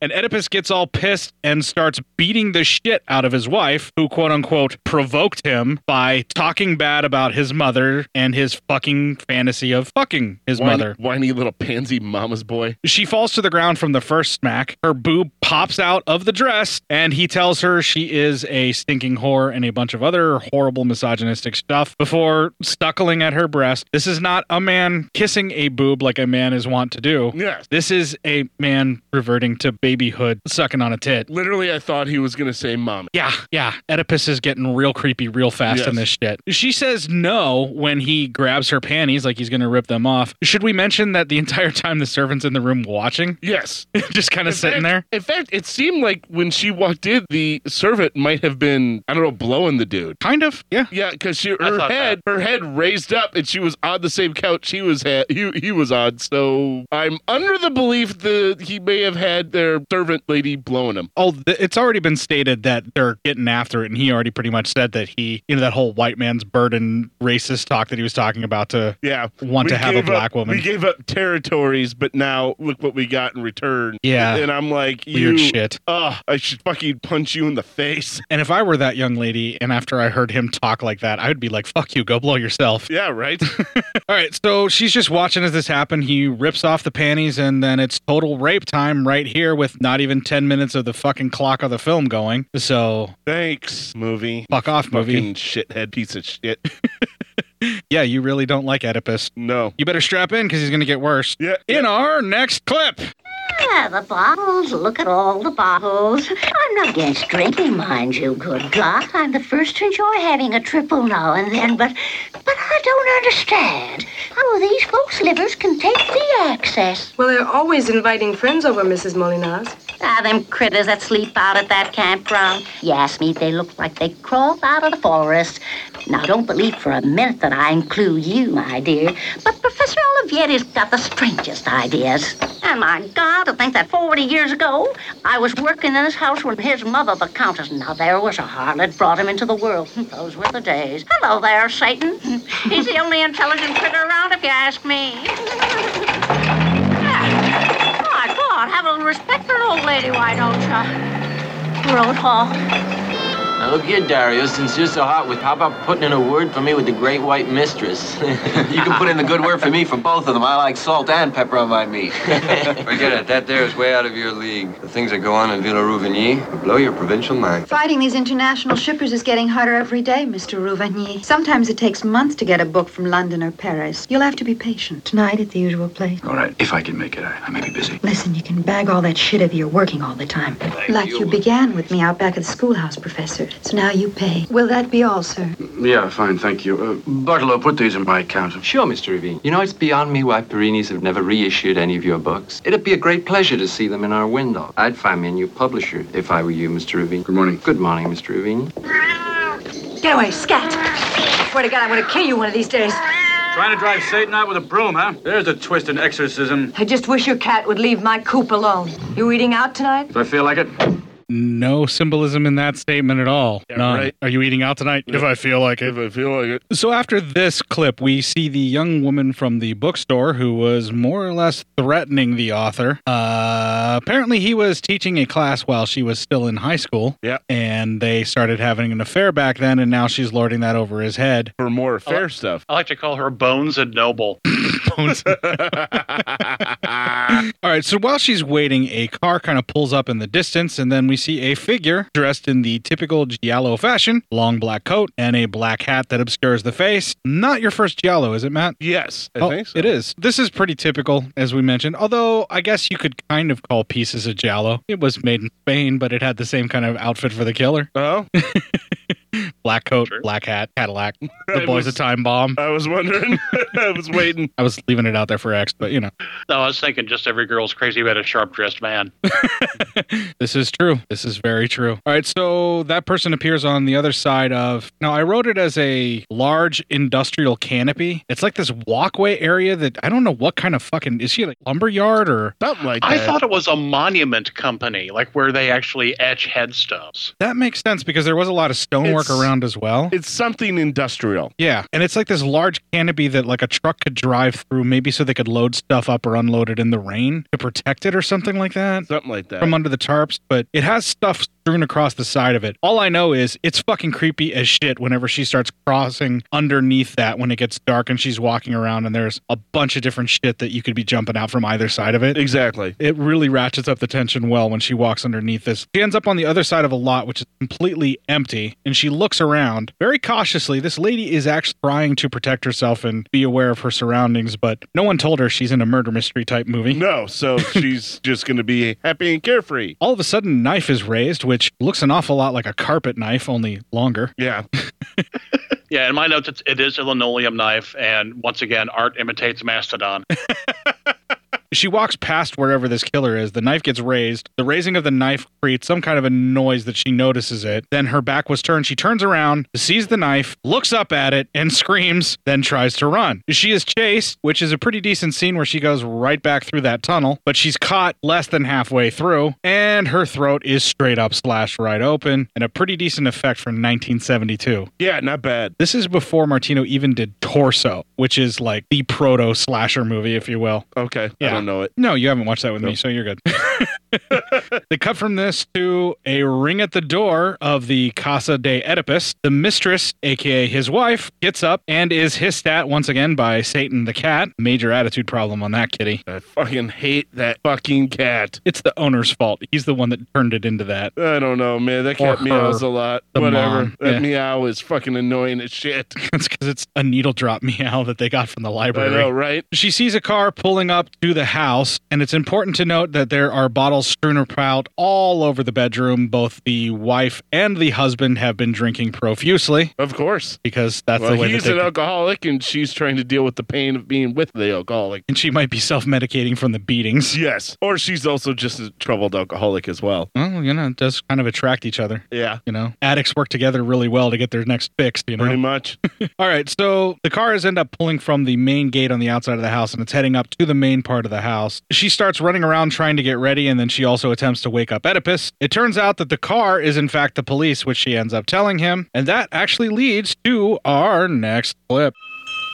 and Oedipus gets all pissed and starts beating the shit out of his wife, who quote unquote provoked him by talking bad about his mother and his fucking fantasy of fucking his
Whiny-
mother.
Whiny little pansy mama's boy.
She falls to the ground from the first smack. Her boob pops out of the dress, and he tells her she is a stinking whore and a bunch of other horrible misogynistic stuff before suckling at her breast. This is not a man kissing a boob like a man is wont to do.
Yes.
This is a man reverting to babyhood, sucking on a tit.
Literally, I thought he was going to say mama.
Yeah, yeah. Oedipus is getting real creepy real fast
Yes.
in this shit. She says no when he grabs her panties like he's going to rip them off. Should we mention that the entire time the servant's in the room watching?
Yes.
Just kind of sitting there?
In fact, it seemed like when she walked in, the servant might have been, I don't know, blowing the dude.
Kind of, yeah.
Yeah, because she her head her head raised up and she was on the same couch he was ha- he, he was on. So I'm under the belief that he may have had their servant lady blowing him.
Oh, th- it's already been stated that they're getting after it, and he already pretty much said that he, you know, that whole white man's burden racist talk that he was talking about to
Yeah.
want
We
to have a
gave
black
up-
woman.
We gave up territories, but now look what we got in return.
Yeah.
And I'm like, you,
Weird shit.
Ugh, I should fucking punch you in the face.
and if I were that young lady, and after I heard him talk like that, I would be like, "Fuck you, go blow yourself."
Yeah, right.
All right, so she's just watching as this happen. He rips off the panties, and then it's total rape time right here with not even 10 minutes of the fucking clock of the film going. So,
Thanks, movie.
Fuck off, movie.
Fucking shithead piece of shit.
yeah, you really don't like Oedipus.
No.
You better strap in because he's going to get worse.
Yeah.
In our next clip.
Ah, the bottles. Look at all the bottles. I'm not against drinking, mind you, good God. I'm the first to enjoy having a triple now and then, but but I don't understand how these folks' livers can take the access.
Well, they're always inviting friends over, Mrs. Molinas.
Ah, them critters that sleep out at that campground. Yes, me, they look like they crawled out of the forest. Now, don't believe for a minute that I include you, my dear, but Professor Olivier's got the strangest ideas. And my God, to think that 40 years ago, I was working in his house when his mother, the Countess, now there was a harlot, brought him into the world. Those were the days. Hello there, Satan. He's the only intelligent critter around, if you ask me. My God, have a little respect for an old lady, why don't you? Road hall.
Now look here, Dario. Since you're so hot with, how about putting in a word for me with the Great White Mistress? you
can put in a good word for me for both of them. I like salt and pepper on my meat. Forget it. That there is way out of your league. The things that go on in Villa Rouvigny will blow your provincial mind.
Fighting these international shippers is getting harder every day, Mr. Rouvigny. Sometimes it takes months to get a book from London or Paris. You'll have to be patient. Tonight at the usual place.
All right, if I can make it, I, I may be busy.
Listen, you can bag all that shit if you're working all the time. like you began with me out back at the schoolhouse, Professor. So now you pay. Will that be all, sir?
Yeah, fine, thank you. Uh, Bartolo, put these in my account.
Sure, Mr. Levine. You know, it's beyond me why Perinis have never reissued any of your books. It'd be a great pleasure to see them in our window. I'd find me a new publisher if I were you, Mr. Levine. Good morning. Good morning, Mr. Levine.
Get away, scat! Swear to God, I'm gonna kill you one of these days.
Trying to drive Satan out with a broom, huh? There's a twist in exorcism.
I just wish your cat would leave my coop alone. You eating out tonight?
Do I feel like it?
No symbolism in that statement at all. None.
right.
Are you eating out tonight? If I feel like it.
If I feel like it.
So after this clip, we see the young woman from the bookstore who was more or less threatening the author. Uh, apparently, he was teaching a class while she was still in high school.
Yeah.
And they started having an affair back then, and now she's lording that over his head.
For more affair stuff.
I like to call her Bones and Noble.
Bones. All right, so while she's waiting, a car kind of pulls up in the distance, and then we see a figure dressed in the typical Giallo fashion long black coat and a black hat that obscures the face. Not your first Giallo, is it, Matt? Oh,
Yes, I think so.
It is. This is pretty typical, as we mentioned, although I guess you could kind of call pieces a Giallo. It was made in Spain, but it had the same kind of outfit for the killer
Oh,
black coat, black hat, Cadillac. The
I
boy's
was-
a time bomb.
I was wondering. I was waiting.
I was leaving it out there for X, but you know.
No, I was thinking just every girl's crazy about a sharp dressed man.
This is true. This is very true. All right, so that person appears on the other side of. Now, I wrote it as a large industrial canopy. It's like this walkway area that I don't know what kind of fucking is she like lumber yard or
something like
I thought it was a monument company, like where they actually etch headstones.
that makes sense because there was a lot of stonework
It's-
around as well.
It's something industrial.
Yeah, and it's like this large canopy that like a truck could drive through, maybe so they could load stuff up or unload it in the rain to protect it or something like that.
Something like that.
From under the tarps, but it has stuff strewn across the side of it. All I know is it's fucking creepy as shit whenever she starts crossing underneath that when it gets dark and she's walking around and there's a bunch of different shit that you could be jumping out from either side of it.
Exactly.
It really ratchets up the tension well when she walks underneath this. She ends up on the other side of a lot, which is completely empty, and she looks around very cautiously. This lady is actually trying to protect herself and be aware of her surroundings, but no one told her she's in a murder mystery type movie.
No, so she's just going to be happy and carefree.
All of a sudden, knife is raised, which looks an awful lot like a carpet knife, only longer.
Yeah.
Yeah, in my notes, it's, it is a linoleum knife, and once again, art imitates mastodon.
She walks past wherever this killer is. The knife gets raised. The raising of the knife creates some kind of a noise that she notices it. Then her back was turned. She turns around, sees the knife, looks up at it, and screams, then tries to run. She is chased, which is a pretty decent scene where she goes right back through that tunnel, but she's caught less than halfway through, and her throat is straight up slashed right open, and a pretty decent effect from 1972.
Yeah, not bad.
This is before Martino E- even did Torso, which is like the proto slasher movie, if you will.
Okay. I don't know it.
No, you haven't watched that with me, so you're good. they cut from this to a ring at the door of the Casa de Oedipus. The mistress, aka his wife, gets up and is hissed at once again by Satan the cat. Major attitude problem on that kitty.
I fucking hate that fucking cat.
It's the owner's fault. He's the one that turned it into that.
I don't know, man. That
Or
cat meows
her,
a lot.
the
Whatever.
mom.
That
Yeah.
meow is fucking annoying as shit.
That's because it's a needle drop meow that they got from the
I
library.
know, right?
She sees a car pulling up to the house, and it's important to note that there are bottles strewn about all over the bedroom. Both the wife and the husband have been drinking profusely.
Of course.
Because that's
well,
the way that
he's
they
an alcoholic, and she's trying to deal with the pain of being with the alcoholic.
And she might be self medicating from the beatings.
Yes. Or she's also just a troubled alcoholic as well.
Well, you know, it does kind of attract each other.
Yeah.
You know, addicts work together really well to get their next fix, you know.
Pretty much.
All right, so the cars end up pulling from the main gate on the outside of the house and it's heading up to the main part of the house. She starts running around trying to get ready and then she also attempts to wake up Oedipus. It turns out that the car is in fact the police, which she ends up telling him, and that actually leads to our next clip.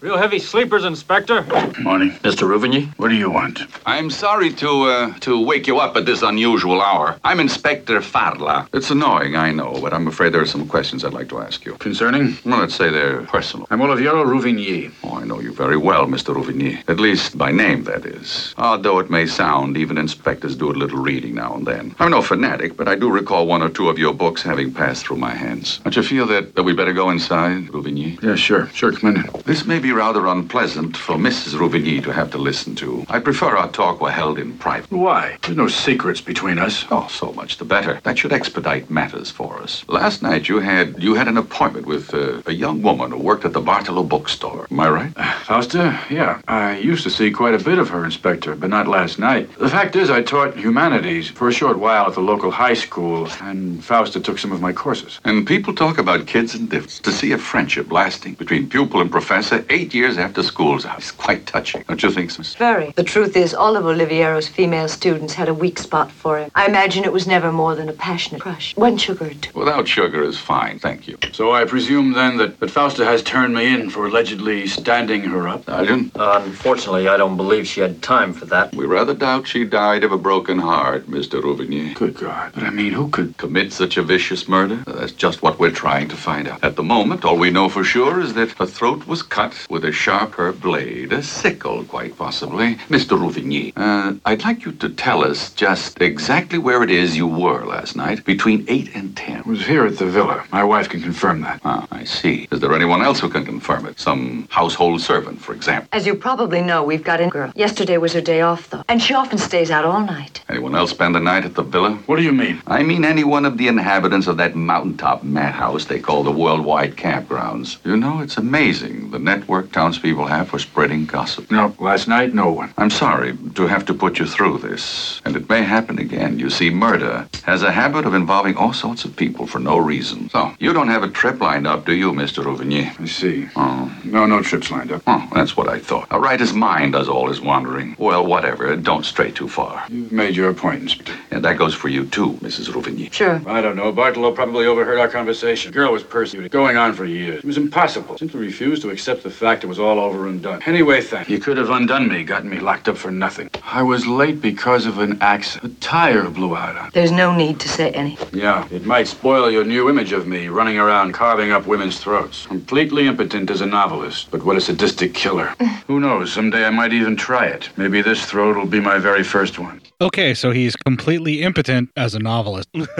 Real heavy sleepers, Inspector.
Morning. Mr. Ruvigny, what do you want? I'm sorry to, uh, to wake you up at this unusual hour. I'm Inspector Farla. It's annoying, I know, but I'm afraid there are some questions I'd like to ask you. Concerning? Well, let's say they're personal. I'm Oliviero Ruvigny. Oh, I know you very well, Mr. Ruvigny. At least by name, that is. Odd though it may sound, even inspectors do a little reading now and then. I'm no fanatic, but I do recall one or two of your books having passed through my hands. Don't you feel that, that we better go inside, Ruvigny? Yeah, sure. Sure, come in. This may be rather unpleasant for Mrs. Ruvigny to have to listen to. I prefer our talk were held in private. Why? There's no secrets between us. Oh, so much the better. That should expedite matters for us. Last night you had you had an appointment with uh, a young woman who worked at the Bartolo bookstore. Am I right?
Fausta? Yeah. Uh, I used to see quite a bit of her, Inspector, but not last night. The fact is, I taught humanities for a short while at the local high school, and Fausta took some of my courses.
And people talk about kids and diffs. To see a friendship lasting between pupil and professor eight years after school's out is quite touching. Don't you think so? miss?
Very. The truth is, all of Oliviero's female students had a weak spot for him. I imagine it was never more than a passionate crush. One sugar or two.
Without sugar is fine, thank you.
So I presume then that, that Fausta has turned me in for allegedly standing her up.
Sergeant? Unfortunately, I don't believe she had time for that. We rather doubt she died of a broken heart, Mr. Rouvigny. Good God. But I mean, who could commit such a vicious murder? Uh, That's just what we're trying to find out. At the moment, all we know for sure is that her throat was cut with a sharp curved blade, a sickle, quite possibly. Mr. Rouvigny, uh, I'd like you to tell us just exactly where it is you were last night, between 8 and 10. It was here at the villa. My wife can confirm that.
Ah,
I see. Is there anyone else who can confirm it? Some household servant, for example.
As you probably know, we've got a girl. Yesterday was her day off, though, and she often stays out all night.
Anyone else spend the night at the villa? What do you mean? I mean any one of the inhabitants of that mountaintop madhouse they call the worldwide campgrounds. You know, it's amazing the network townspeople have for spreading gossip. No, last night, no one. I'm sorry to have to put you through this, and it may happen again. You see, murder has a habit of involving all sorts of people for no reason. So, you don't have a trip lined up, do you, Mr. Rouvigny? I see. Oh. No, no trips lined up. Oh, that's what I thought. A writer's mind does all his wandering. Well, whatever. Don't stray too far.
You've made your point, Inspector.
And that goes for you too, Mrs. Rouvigny.
Sure.
I don't know. Bartolo probably overheard our conversation. The girl was persecuted, going on for years. It was impossible. Simply refused to accept the fact it was all over and done. Anyway, thank you. You could have undone me, gotten me locked up for nothing. I was late because of an accident. A tire blew out on
There's no need to say any.
Yeah, it might spoil your new image of me running around carving up women's throats. Completely impotent as a novelist, but what a sadistic killer. Who knows? Someday I might even try it. Maybe this throat will be my very first one.
Okay, Okay, so he's completely impotent as a novelist.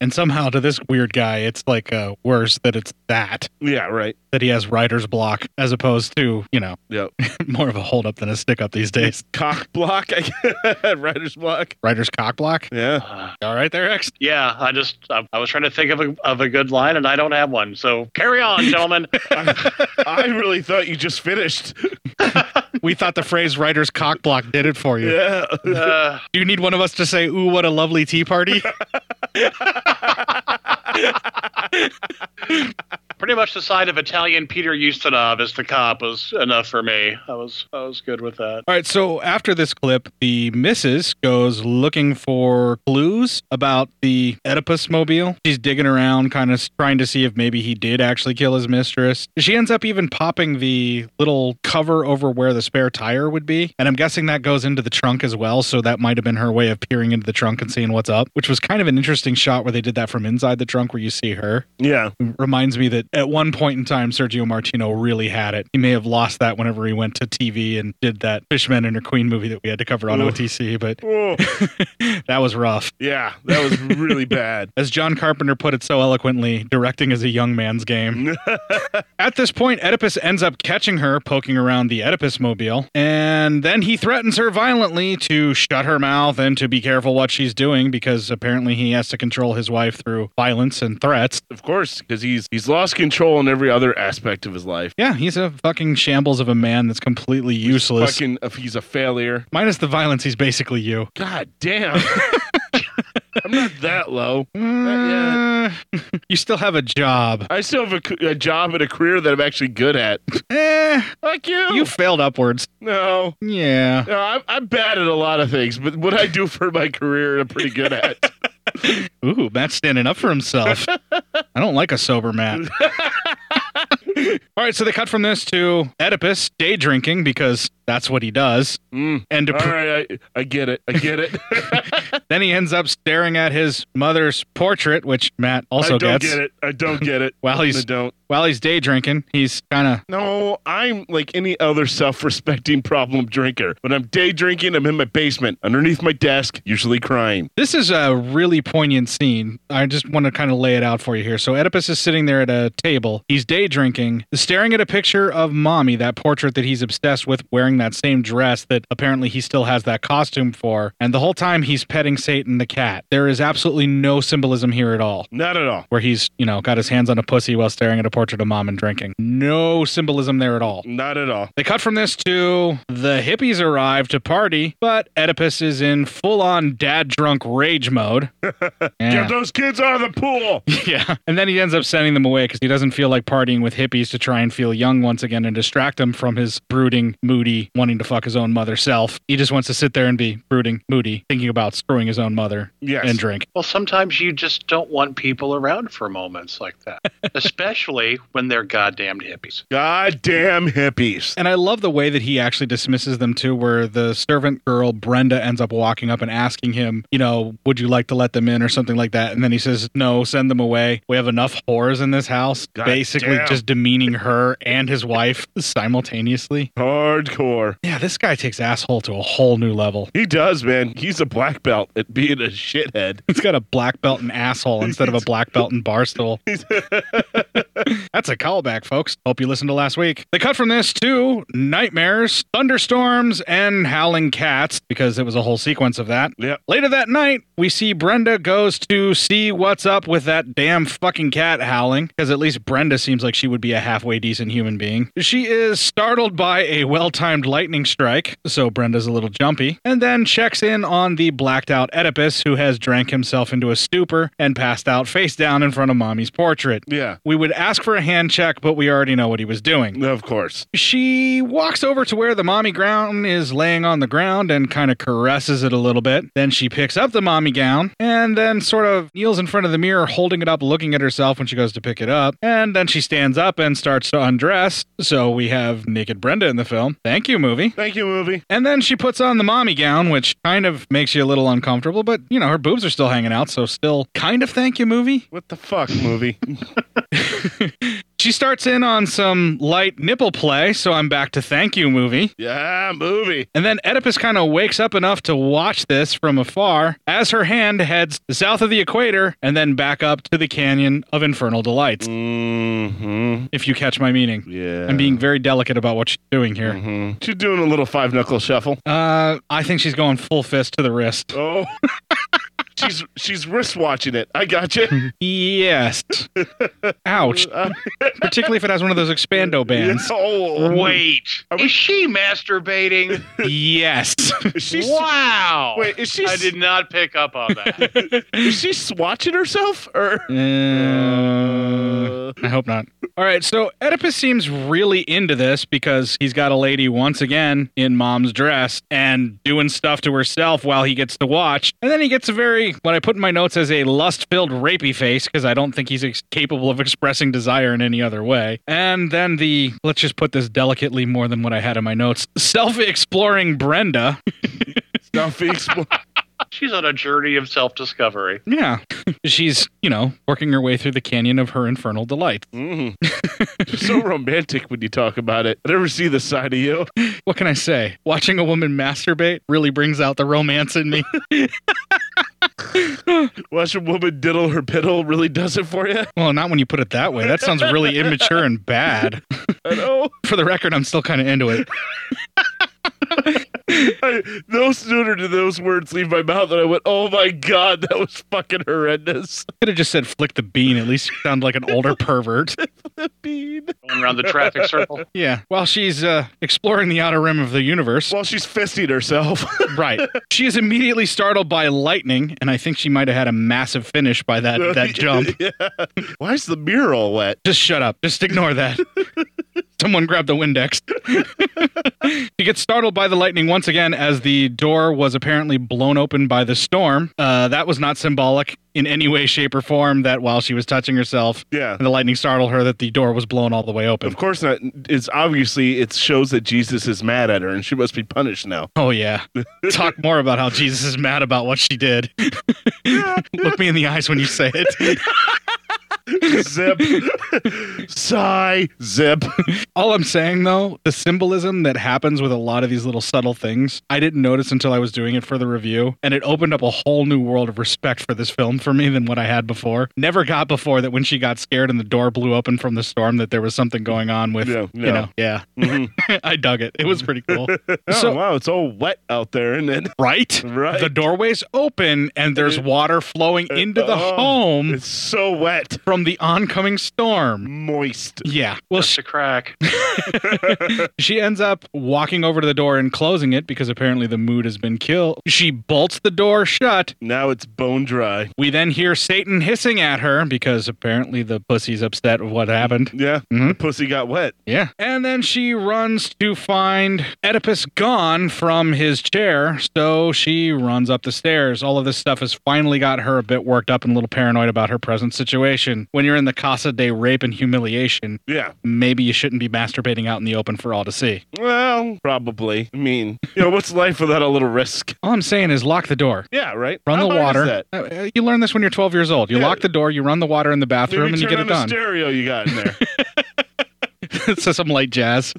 and somehow to this weird guy, it's like uh, worse that it's that.
Yeah, right.
That he has writer's block as opposed to, you know,
Yep.
more of a hold up than a stick up these days.
Cock block, writer's block. Ah.
Writer's cock block?
Yeah.
All right there, X.
Yeah, I just I, I was trying to think of a of a good line, and I don't have one. So carry on, gentlemen.
I really thought you just finished.
We thought the phrase writer's cock block did it for you.
Yeah.
Uh,
Do you need one of us to say, ooh, what a lovely tea party?
Pretty much the side of Italian Peter Ustinov as the cop was enough for me. I was I was good with that.
All right, so after this clip, the missus goes looking for clues about the Oedipus mobile. She's digging around, kind of trying to see if maybe he did actually kill his mistress. She ends up even popping the little cover over where the spare tire would be. And I'm guessing that goes into the trunk as well. So that might have been her way of peering into the trunk and seeing what's up, which was kind of an interesting shot where they did that from inside the trunk where you see her.
Yeah.
Reminds me that at one point in time, Sergio Martino really had it. He may have lost that whenever he went to TV and did that Fishman and Her Queen movie that we had to cover on
Ooh.
OTC, but
Oh,
that was rough.
yeah, that was really bad.
As John Carpenter put it so eloquently, directing is a young man's game. At this point, Oedipus ends up catching her poking around the Oedipus mobile, and then he threatens her violently to shut her mouth and to be careful what she's doing because apparently he has to control his wife through violence and threats.
Of course, because he's he's lost control in every other aspect of his life.
Yeah, he's a fucking shambles of a man that's completely useless.
Fucking, if he's a failure.
Minus the violence, he's basically you.
God damn. I'm not that low.
you still have a job.
I still have a, c- a job and a career that I'm actually good at.
Eh,
Fuck you.
you failed upwards.
No.
Yeah.
No, I'm, I'm bad at a lot of things, but what I do for my career, I'm pretty good at.
Ooh, Matt's standing up for himself. I don't like a sober Matt. All right, so they cut from this to Oedipus day drinking because that's what he does. And to
Mm. All right, I, I get it. I get it.
then he ends up staring at his mother's portrait, which Matt also
I don't
gets.
get it. I don't get it.
While he's
I don't.
while he's day drinking, he's kind of
No, I'm like any other self-respecting problem drinker. When I'm day drinking, I'm in my basement, underneath my desk, usually crying.
This is a really poignant scene. I just want to kind of lay it out for you here. So Oedipus is sitting there at a table. He's day drinking, staring at a picture of mommy, that portrait that he's obsessed with, wearing that same dress that apparently he still has that costume for. And the whole time he's petting Satan the cat. There is absolutely no symbolism here at all.
Not at all.
Where he's, you know, got his hands on a pussy while staring at a portrait of mom and drinking. No symbolism there at all.
Not at all.
They cut from this to the hippies arrive to party, but Oedipus is in full on dad drunk rage mode. Yeah.
Get those kids out of the pool.
yeah. And then he ends up sending them away because he doesn't feel like partying with hippies to try and feel young once again and distract him from his brooding, moody, wanting to fuck his own mother self. He just wants to sit there and be brooding, moody, thinking about screwing his own mother
Yes.
and drink.
Well, sometimes you just don't want people around for moments like that, especially when they're goddamn hippies.
Goddamn hippies.
And I love the way that he actually dismisses them too, where the servant girl Brenda ends up walking up and asking him, you know, would you like to let them in or something like that? And then he says, no, send them away. We have enough whores in this house. Basically,
damn.
just demeaning her and his wife simultaneously.
Hardcore.
Yeah, this guy takes asshole to a whole new level.
He does, man. He's a black belt at being a shithead.
He's got a black belt and asshole instead of a black belt and bar stool. That's a callback, folks. Hope you listened to last week. They cut from this to nightmares, thunderstorms, and howling cats because it was a whole sequence of that.
Yeah.
Later that night, we see Brenda goes to see what's up with that damn fucking cat howling because at least Brenda seems like she would be a halfway decent human being. She is startled by a well timed lightning strike, so Brenda's a little jumpy, and then checks in on the blacked out Oedipus who has drank himself into a stupor and passed out face down in front of mommy's portrait.
Yeah.
We would ask for a hand check, but we already know what he was doing.
Of course.
She walks over to where the mommy gown is laying on the ground and kind of caresses it a little bit. Then she picks up the mommy gown and then sort of kneels in front of the mirror, holding it up, looking at herself when she goes to pick it up. And then she stands up and starts to undress. So we have naked Brenda in the film. Thank you, movie.
Thank you, movie.
And then she puts on the mommy gown, which kind of makes you a little uncomfortable, but you know, her boobs are still hanging out, so still kind of thank you, movie.
What the fuck, movie?
She starts in on some light nipple play, so I'm back to thank you movie.
Yeah, movie.
And then Oedipus kind of wakes up enough to watch this from afar as her hand heads south of the equator and then back up to the canyon of infernal delights. Mm-hmm. If you catch my meaning.
Yeah. Mm-hmm.
I'm being very delicate about what she's doing here.
She's doing a little five knuckle shuffle.
Uh, I think she's going full fist to the wrist.
Oh. she's she's wrist watching it. I got gotcha. you.
Yes. Ouch. Particularly if it has one of those expando bands.
Oh, wait. Is she masturbating?
Yes.
wow.
Wait, is she-
I did not pick up on that.
Is she swatching herself or
Uh, I hope not. All right, so Oedipus seems really into this because he's got a lady once again in mom's dress and doing stuff to herself while he gets to watch. And then he gets a very, what I put in my notes as a lust filled rapey face because I don't think he's ex- capable of expressing desire in any other way. And then the, let's just put this delicately more than what I had in my notes, self exploring Brenda.
self exploring.
She's on a journey of self discovery.
Yeah. She's, you know, working her way through the canyon of her infernal delight.
Mm. so romantic when you talk about it. I never see the side of you.
What can I say? Watching a woman masturbate really brings out the romance in me.
Watch a woman diddle her piddle really does it for you.
well, not when you put it that way. That sounds really immature and bad.
I know.
For the record, I'm still kind of into it.
I, no sooner did those words leave my mouth than I went, "Oh my god, that was fucking horrendous."
Could have just said flick the bean. At least you sound like an older pervert.
Going around the traffic circle.
Yeah. While she's uh, exploring the outer rim of the universe.
While she's fisting herself.
right. She is immediately startled by lightning, and I think she might have had a massive finish by that, that jump.
Why is the mirror all wet?
Just shut up. Just ignore that. Someone grab the Windex. she gets startled by the lightning once again as the door was apparently blown open by the storm. Uh, that was not symbolic in any way, shape, or form that while she was touching herself,
Yeah.
the lightning startled her that the door was blown all the way open.
Of course not. It's obviously it shows that Jesus is mad at her and she must be punished now.
Oh, yeah. Talk more about how Jesus is mad about what she did. Look me in the eyes when you say it.
Zip. Sigh. Zip.
All I'm saying though, the symbolism that happens with a lot of these little subtle things, I didn't notice until I was doing it for the review, and it opened up a whole new world of respect for this film for me than what I had before. Never got before that when she got scared and the door blew open from the storm that there was something going on with you
no.
know, yeah. I dug it. It was pretty cool.
Mm-hmm. Oh wow, it's all wet out there, isn't it?
Right?
Right.
The doorway's open and there's water flowing into the
oh,
home. It's
so wet
from the oncoming storm.
Moist.
Yeah. Well,
Just a crack.
she ends up walking over to the door and closing it because apparently the mood has been killed. She bolts the door shut.
Now it's bone dry.
We then hear Satan hissing at her because apparently the pussy's upset with what happened. Mm-hmm.
Yeah. The pussy got wet.
Yeah. And then she runs to find Oedipus gone from his chair. So she runs up the stairs. All of this stuff has finally got her a bit worked up and a little paranoid about her present situation. When you're in the Casa de Rape and Humiliation,
Yeah.
maybe you shouldn't be masturbating out in the open for all to see.
Well, probably. I mean, you know, what's life without a little risk?
All I'm saying is lock the door.
Yeah, right.
Run
How
the
hard is
water.
that?
Uh, You learn this when you're 12 years old. You lock the door, you run the water in the bathroom,
Maybe
and you
turn
get it
on the
done.
stereo you got in there.
so some light jazz.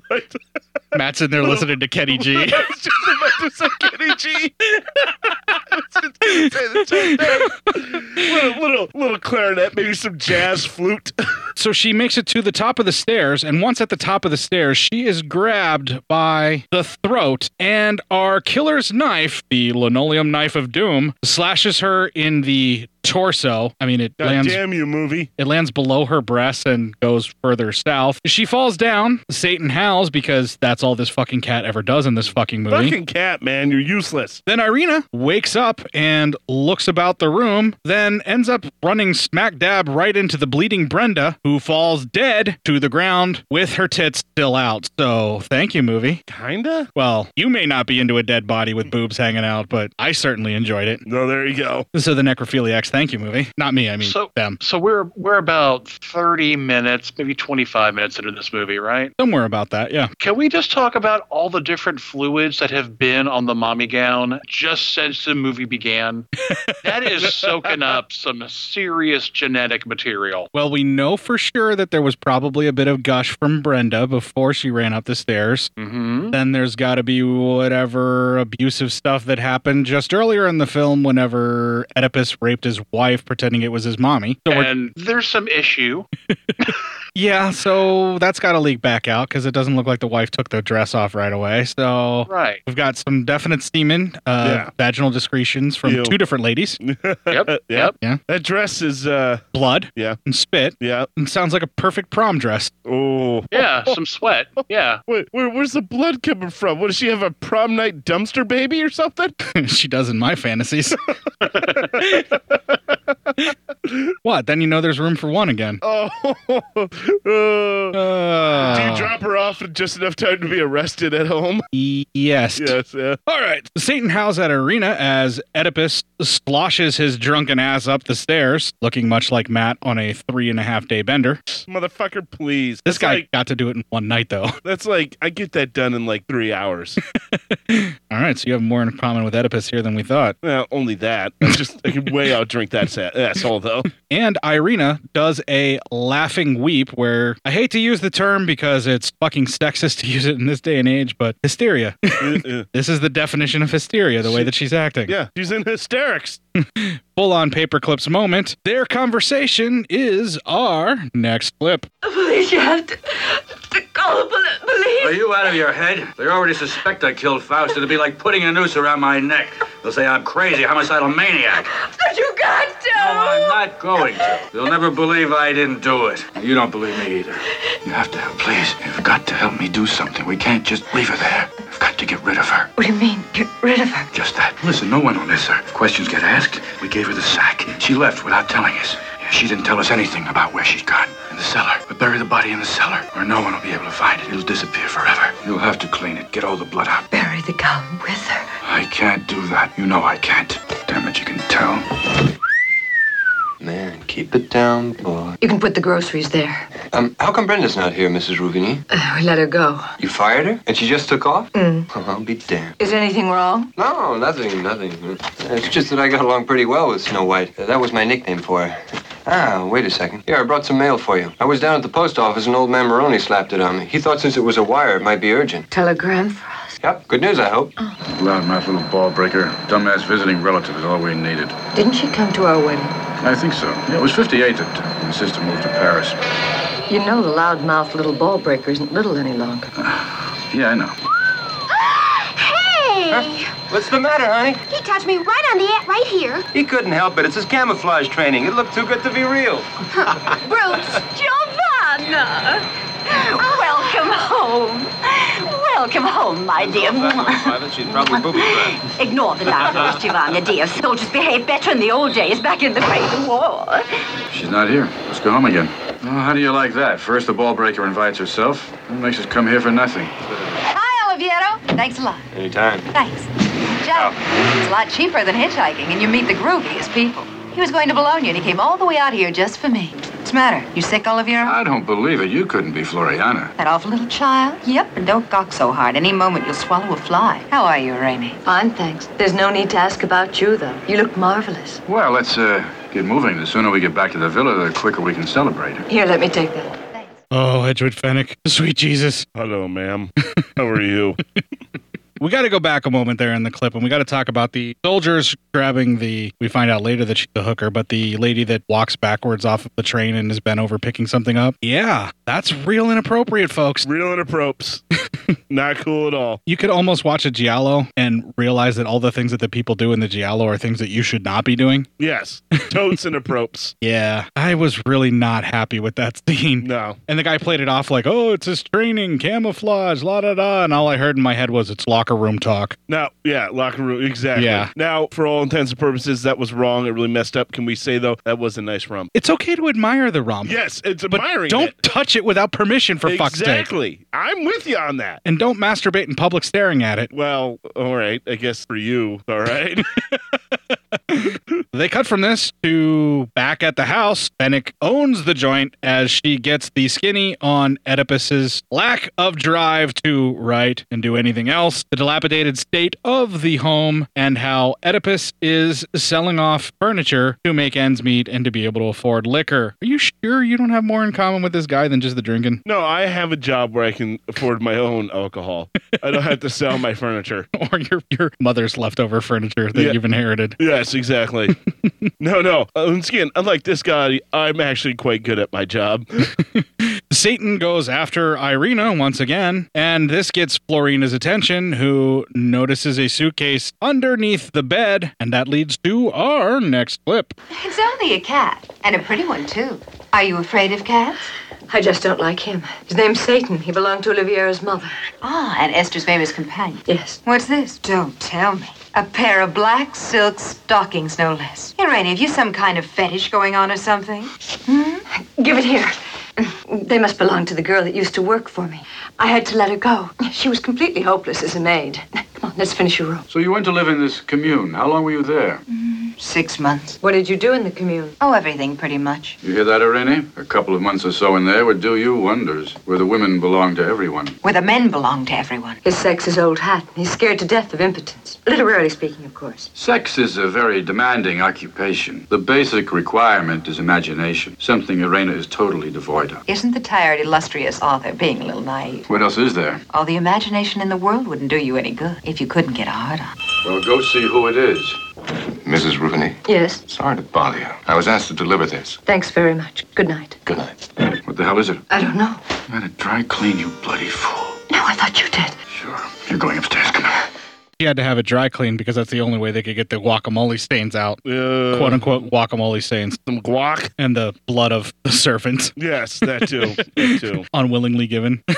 Matt's in there listening to Kenny G.
I was just about to say Kenny G. I was just gonna say the same thing. little, little, little clarinet, maybe some jazz flute.
so she makes it to the top of the stairs, and once at the top of the stairs, she is grabbed by the throat, and our killer's knife, the linoleum knife of doom, slashes her in the torso. I mean, it
God
lands
damn you, movie.
It lands below her breast and goes further south. She falls down. Satan howls because that's all this fucking cat ever does in this fucking movie.
Fucking cat, man, you're useless.
Then Irina wakes up and looks about the room, then ends up running smack dab right into the bleeding Brenda, who falls dead to the ground with her tits still out. So, thank you, movie.
Kinda?
Well, you may not be into a dead body with boobs hanging out, but I certainly enjoyed it.
No, there you go.
So, the necrophiliacs thank you movie. Not me, I mean
So-
them.
So we're we're about thirty minutes, maybe twenty five minutes into this movie, right?
Somewhere about that, yeah.
Can we just talk about all the different fluids that have been on the mommy gown just since the movie began? that is soaking up some serious genetic material.
Well, we know for sure that there was probably a bit of gush from Brenda before she ran up the stairs.
Mm-hmm.
Then there's got to be whatever abusive stuff that happened just earlier in the film whenever Oedipus raped his wife pretending it was his mommy. So we're,
and there's some issue.
yeah, so that's got to leak back out because it doesn't look like the wife took the dress off right away. So
Right.
we've got some definite semen, uh,
Yeah.
vaginal discretions from
Ew.
two different ladies.
Yep. Yep.
Yeah.
That dress is uh
blood.
Yeah.
And spit.
Yeah.
And sounds like a perfect prom dress.
Oh.
Yeah, some sweat. Yeah.
Wait, where, where's the blood coming from? What does she have a prom night dumpster baby or something?
she does in my fantasies. what? Then you know there's room for one again.
Oh. Uh,
Uh.
Do you drop her off in just enough time to be arrested at home?
E- Yes.
Yes. Yeah.
All right. Satan howls at Arena as Oedipus sloshes his drunken ass up the stairs, looking much like Matt on a three and a half day bender.
Motherfucker, please.
This
That's
guy
like-
got to do it in one night, though.
that's like I get that done in like three hours.
All right, so you have more in common with Oedipus here than we thought.
well, only that. I just I can way outdrink that sa- asshole though.
And Irina does a laughing weep where I hate to use the term because it's fucking sexist to use it in this day and age, but hysteria. this is the definition of hysteria, the way that she's acting.
Yeah, she's in hysterics.
Full on paperclips moment. Their conversation is our next clip.
Please, you have to, to call the police.
Are you out of your head? They already suspect I killed Faust. It'd be like putting a noose around my neck. They'll say I'm crazy, homicidal maniac.
But you got to.
I'm not going to. They'll never believe I didn't do it. You don't believe me either. You have to help, please. You've got to help me do something. We can't just leave her there. I've got to get rid of her.
What do you mean? Get rid of her.
Just that. Listen, no one will miss her. If questions get asked, we gave her the sack. She left without telling us. Yeah, She didn't tell us anything about where she's gone. In the cellar. We bury the body in the cellar, or no one will be able to find it. It'll disappear forever. You'll have to clean it. Get all the blood out.
Bury the gown with her.
I can't do that. You know I can't. Damn it, you can tell.
Man, keep it down, boy.
You can put the groceries there.
Um, how come Brenda's not here, Mrs. Ruvigny?
Uh, we let her go.
You fired her? And she just took off?
Mm.
Oh, I'll be damned.
Is anything wrong?
No, nothing, nothing. It's just that I got along pretty well with Snow White. That was my nickname for her. Ah, wait a second. Here, I brought some mail for you. I was down at the post office and old man Maroney slapped it on me. He thought since it was a wire, it might be urgent.
Telegram?
Yep, good news, I hope.
Loudmouth little ball breaker. Dumbass visiting relative is all we needed.
Didn't she come to our wedding?
I think so. Yeah, it was 58 that my sister moved to Paris.
You know the loudmouth little ball breaker isn't little any longer.
Yeah, I know.
Hey!
What's the matter, honey?
He touched me right on the air, right here.
He couldn't help it. It's his camouflage training. It looked too good to be real.
Brutes! Giovanna! Welcome home. Welcome home, my dear.
She's probably booby-trapped.
Ignore the loudness, Giovanna, dear. Soldiers behaved better in the old days back in the Great War.
She's not here. Let's go home again. Well, how do you like that? First, the ball breaker invites herself, then makes us come here for nothing.
Hi, Oliviero. Thanks a lot.
Anytime.
Thanks. Jack, it's a lot cheaper than hitchhiking, and you meet the grooviest people. He was going to Bologna, and he came all the way out here just for me. What's the matter? You sick, Oliviero?
Oh. I don't believe it. You couldn't be Floriana.
That awful little child? Yep, and don't gawk so hard. Any moment you'll swallow a fly. How are you, Raimi?
Fine, thanks. There's no need to ask about you, though. You look marvelous.
Well, let's uh, get moving. The sooner we get back to the villa, the quicker we can celebrate.
Here, let me take that.
Oh, Edgewood Fennec. Sweet Jesus.
Hello, ma'am. How are you?
We got to go back a moment there in the clip, and we got to talk about the soldiers grabbing the. We find out later that she's a hooker, but the lady that walks backwards off of the train and is bent over picking something up. Yeah, that's real inappropriate, folks.
Real inappropriate. Not cool at all.
You could almost watch a Giallo and realize that all the things that the people do in the Giallo are things that you should not be doing.
Yes. Totes and approps.
Yeah, I was really not happy with that scene.
No.
And the guy played it off like, oh, it's his training, camouflage, la da da. And all I heard in my head was, it's locker room talk.
Now, yeah, locker room. Exactly.
Yeah.
Now, for all intents and purposes, that was wrong. It really messed up. Can we say, though, that was a nice rum?
It's okay to admire the romp.
Yes, it's
But
admiring.
don't
it.
touch it without permission, for fuck's sake.
Exactly. I'm with you on that.
And don't masturbate in public staring at it.
Well, all right. I guess for you, all right.
They cut from this to back at the house. Fennec owns the joint as she gets the skinny on Oedipus's lack of drive to write and do anything else, the dilapidated state of the home, and how Oedipus is selling off furniture to make ends meet and to be able to afford liquor. Are you sure you don't have more in common with this guy than just the drinking?
No, I have a job where I can afford my own alcohol. I don't have to sell my furniture.
or your your mother's leftover furniture that
Yeah.
you've inherited.
Yes, exactly. no, no. Uh, Once again, unlike this guy, I'm actually quite good at my job.
Satan goes after Irina once again, and this gets Florina's attention, who notices a suitcase underneath the bed, and that leads to our next clip.
It's only a cat, and a pretty one, too. Are you afraid of cats?
I just don't like him. His name's Satan. He belonged to Oliviera's mother.
Ah, and Esther's baby's companion.
Yes.
What's this? Don't tell me. A pair of black silk stockings, no less. Here, Rainey, have you some kind of fetish going on or something?
Give it here. They must belong to the girl that used to work for me. I had to let her go. She was completely hopeless as a maid. Come on, let's finish your room.
So you went to live in this commune. How long were you there?
Six months.
What did you do in the commune?
Oh, everything, pretty much.
You hear that, Irene? A couple of months or so in there would do you wonders, where the women belong to everyone.
Where the men belong to everyone.
His sex is old hat. and He's scared to death of impotence. Literally speaking, of course.
Sex is a very demanding occupation. The basic requirement is imagination, something Irena is totally devoid of.
Isn't the tired, illustrious author being a little naive?
What else is there?
All the imagination in the world wouldn't do you any good if you couldn't get a hard on.
Well, go see who it is. Mrs. Rooney,
Yes.
sorry to bother you. I was asked to deliver this.
Thanks very much. Good night.
Good night. What the hell is it?
I don't know.
I had to dry clean, you bloody fool.
No, I thought you did.
You're going upstairs. Come on.
She had to have it dry cleaned because that's the only way they could get the guacamole stains out. Quote unquote guacamole stains.
Some guac.
And the blood of the servant.
Yes, that too. That too.
Unwillingly given.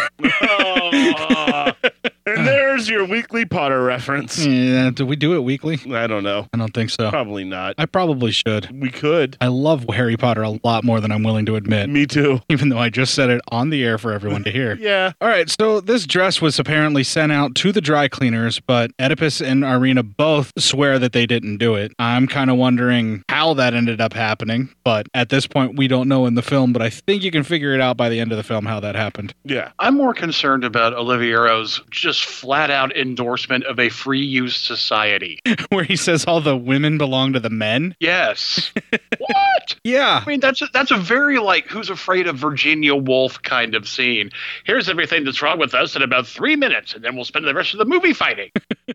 and there's your weekly Potter reference.
Uh. yeah, do we do it weekly?
I don't know.
I don't think so.
Probably not.
I probably should.
We could.
I love Harry Potter a lot more than I'm willing to admit.
Me too.
Even though I just said it on the air for everyone to hear.
Yeah.
All right, so this dress was apparently sent out to the dry cleaners, but Oedipus and Irina both swear that they didn't do it. I'm kind of wondering how that ended up happening, but at this point, we don't know in the film, but I think you can figure it out by the end of the film how that happened.
Yeah.
I'm more concerned about Oliviero's just flat out endorsement of a free use society.
Where he says all the women belong to the men.
Yes. what?
Yeah. I
mean, that's a, that's a very like who's afraid of Virginia Woolf kind of scene. Here's everything that's wrong with us in about three minutes, and then we'll spend the rest of the movie fighting.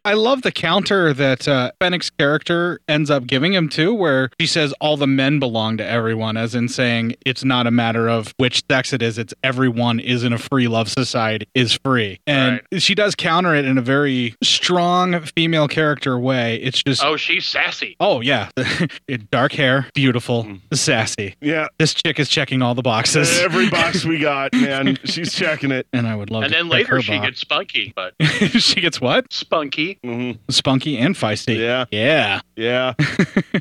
I love the counter that uh, Fennec's character ends up giving him too, where she says all the men belong to everyone, as in saying it's not a matter of which sex it is; it's everyone is in a free love society is free, and she does counter it in a very strong female character way. It's just
oh, she's sassy.
Oh yeah, dark hair, beautiful,
Hmm.
sassy.
Yeah,
this chick is checking all the boxes.
Every box we got, man, she's checking it.
And I would love.
and
to
then
check
later
her
she
box.
gets spunky, but
she gets what?
Spunky.
Mm-hmm.
Spunky and feisty.
Yeah.
Yeah.
Yeah.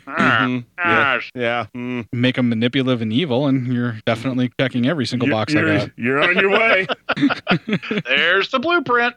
Mhm. Yeah. Yeah. Mm.
Make them manipulative and evil, and you're definitely checking every single box I
You're,
got.
you're on your way.
There's the blueprint.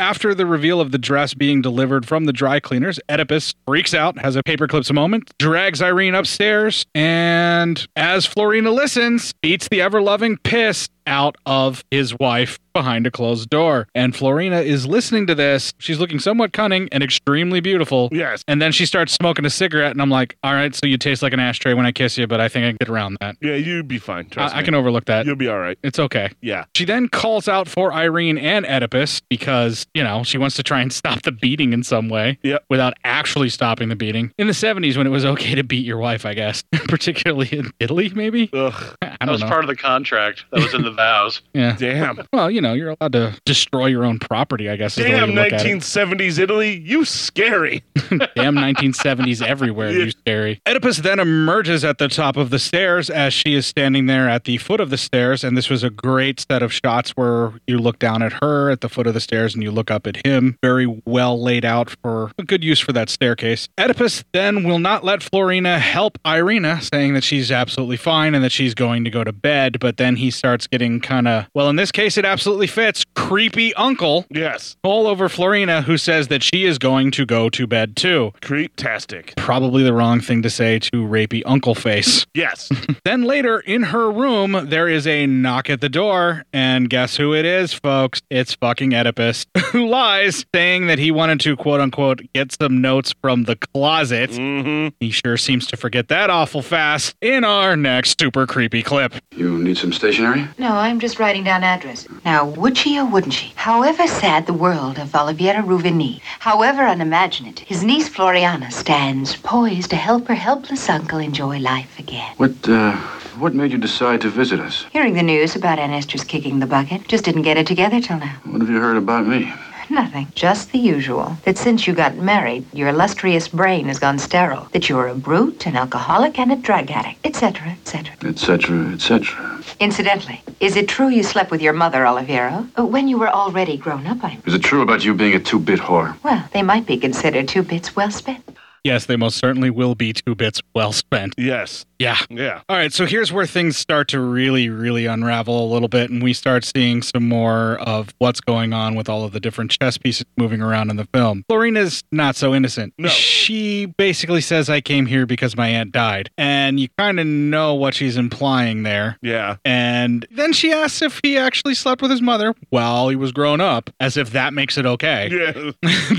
After the reveal of the dress being delivered from the dry cleaners, Oedipus freaks out, has a paperclips moment, drags Irene upstairs, and as Florina listens, beats the ever loving piss out of his wife behind a closed door. And Florina is listening to this. She's looking somewhat cunning and extremely beautiful.
Yes.
And then she starts smoking a cigarette, and I'm like, all right, so you taste like an ashtray when I kiss you, but I think I can get around that.
Yeah, you'd be fine. Trust
I, I
me.
can overlook that.
You'll be all right.
It's okay.
Yeah.
She then calls out for Irene and Oedipus because, you know, she wants to try and stop the beating in some way
yep.
without actually stopping the beating. In the 70s, when it was okay to beat your wife, I guess, particularly in Italy, maybe?
Ugh.
I
that
don't
was
know.
part of the contract. That was in the vows.
yeah.
Damn.
Well, you know, you're allowed to destroy your own property, I guess. Is
Damn,
the way you look at it.
1970s Italy, you scary.
Damn 1970s everywhere, you scary. Oedipus then emerges at the top of the stairs as she is standing there at the foot of the stairs. And this was a great set of shots where you look down at her at the foot of the stairs and you look up at him. Very well laid out for a good use for that staircase. Oedipus then will not let Florina help Irina, saying that she's absolutely fine and that she's going to go to bed. But then he starts getting kind of, well, in this case, it absolutely fits. Creepy uncle.
Yes.
All over Florina, who says that she is going to go to bed two.
Creeptastic.
Probably the wrong thing to say to rapey Uncle Face.
Yes.
then later in her room, there is a knock at the door, and guess who it is, folks? It's fucking Oedipus, who lies, saying that he wanted to quote unquote get some notes from the closet.
Mm-hmm.
He sure seems to forget that awful fast in our next super creepy clip.
You need some stationery?
No, I'm just writing down addresses. Now, would she or wouldn't she? However sad the world of Oliviera Ruvigny, however unimaginative, his niece Floriana stands poised to help her helpless uncle enjoy life again.
What, uh, what made you decide to visit us?
Hearing the news about Ann Esther's kicking the bucket, just didn't get it together till now.
What have you heard about me?
Nothing. Just the usual. That since you got married, your illustrious brain has gone sterile. That you're a brute, an alcoholic, and a drug addict, etc., etc.
Etc., etc.
Incidentally, is it true you slept with your mother, Oliviero? Uh, When you were already grown up, I
Is it true about you being a two-bit whore?
Well, they might be considered two bits well spent.
Yes, they most certainly will be two bits well spent.
Yes.
Yeah.
Yeah.
All right, so here's where things start to really, really unravel a little bit, and we start seeing some more of what's going on with all of the different chess pieces moving around in the film. Florina's not so innocent. No. She basically says, I came here because my aunt died. And you kind of know what she's implying there.
Yeah.
And then she asks if he actually slept with his mother while he was grown up, as if that makes it okay.
Yeah.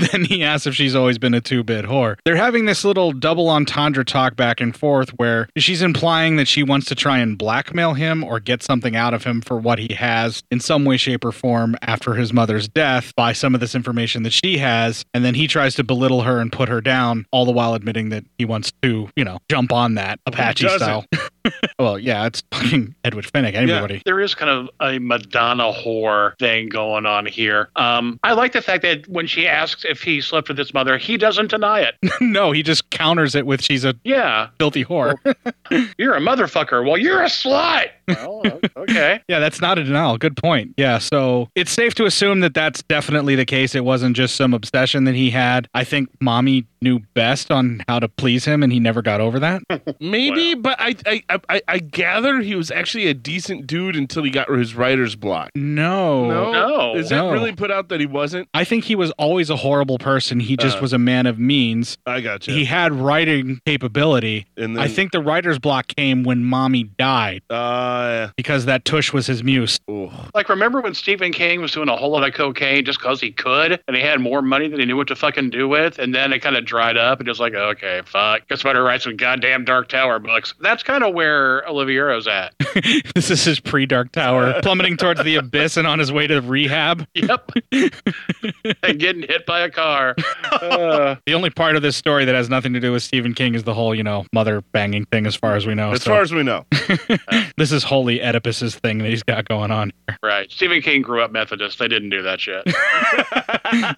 then he asks if she's always been a two bit whore. They're having this little double entendre talk back and forth where she's implying that she wants to try and blackmail him or get something out of him for what he has in some way, shape, or form after his mother's death by some of this information that she has. And then he tries to belittle her and put her down, all the while admitting that he wants to, you know, jump on that Apache
doesn't?
style. well, yeah, it's fucking Edward Finnick, anybody.
Yeah, there is kind of a Madonna whore thing going on here. Um, I like the fact that when she asks if he slept with his mother, he doesn't deny it.
no, he just counters it with she's a
yeah
filthy whore.
You're a motherfucker. Well, you're a slut. Well, okay.
Yeah, that's not a denial. Good point. Yeah, so it's safe to assume that that's definitely the case. It wasn't just some obsession that he had. I think mommy knew best on how to please him, and he never got over that.
Maybe, but I, I I- I I gather he was actually a decent dude until he got his writer's block.
No,
No, Is that
No.
really put out that he wasn't?
I think he was always a horrible person. He just
Uh,
was a man of means.
I got you.
He had writing capability.
And
I
then-
think the writer's block came when mommy died
uh,
because that tush was his muse.
Like, remember when Stephen King was doing a whole lot of cocaine just because he could and he had more money than he knew what to fucking do with? And then it kind of dried up and just like, okay, fuck. Guess I better write some goddamn Dark Tower books. That's kind of where Oliviero's at.
this is his pre Dark Tower, plummeting towards the abyss and on his way to rehab.
Yep. and getting hit by a car.
Uh.
the only part of this story that has nothing to do with Stephen King is the whole, you know, mother banging thing, as far as we know.
as
So
far as we know.
this is wholly Oedipus's thing that he's got going on.
Right. Stephen King grew up Methodist. They didn't do that shit.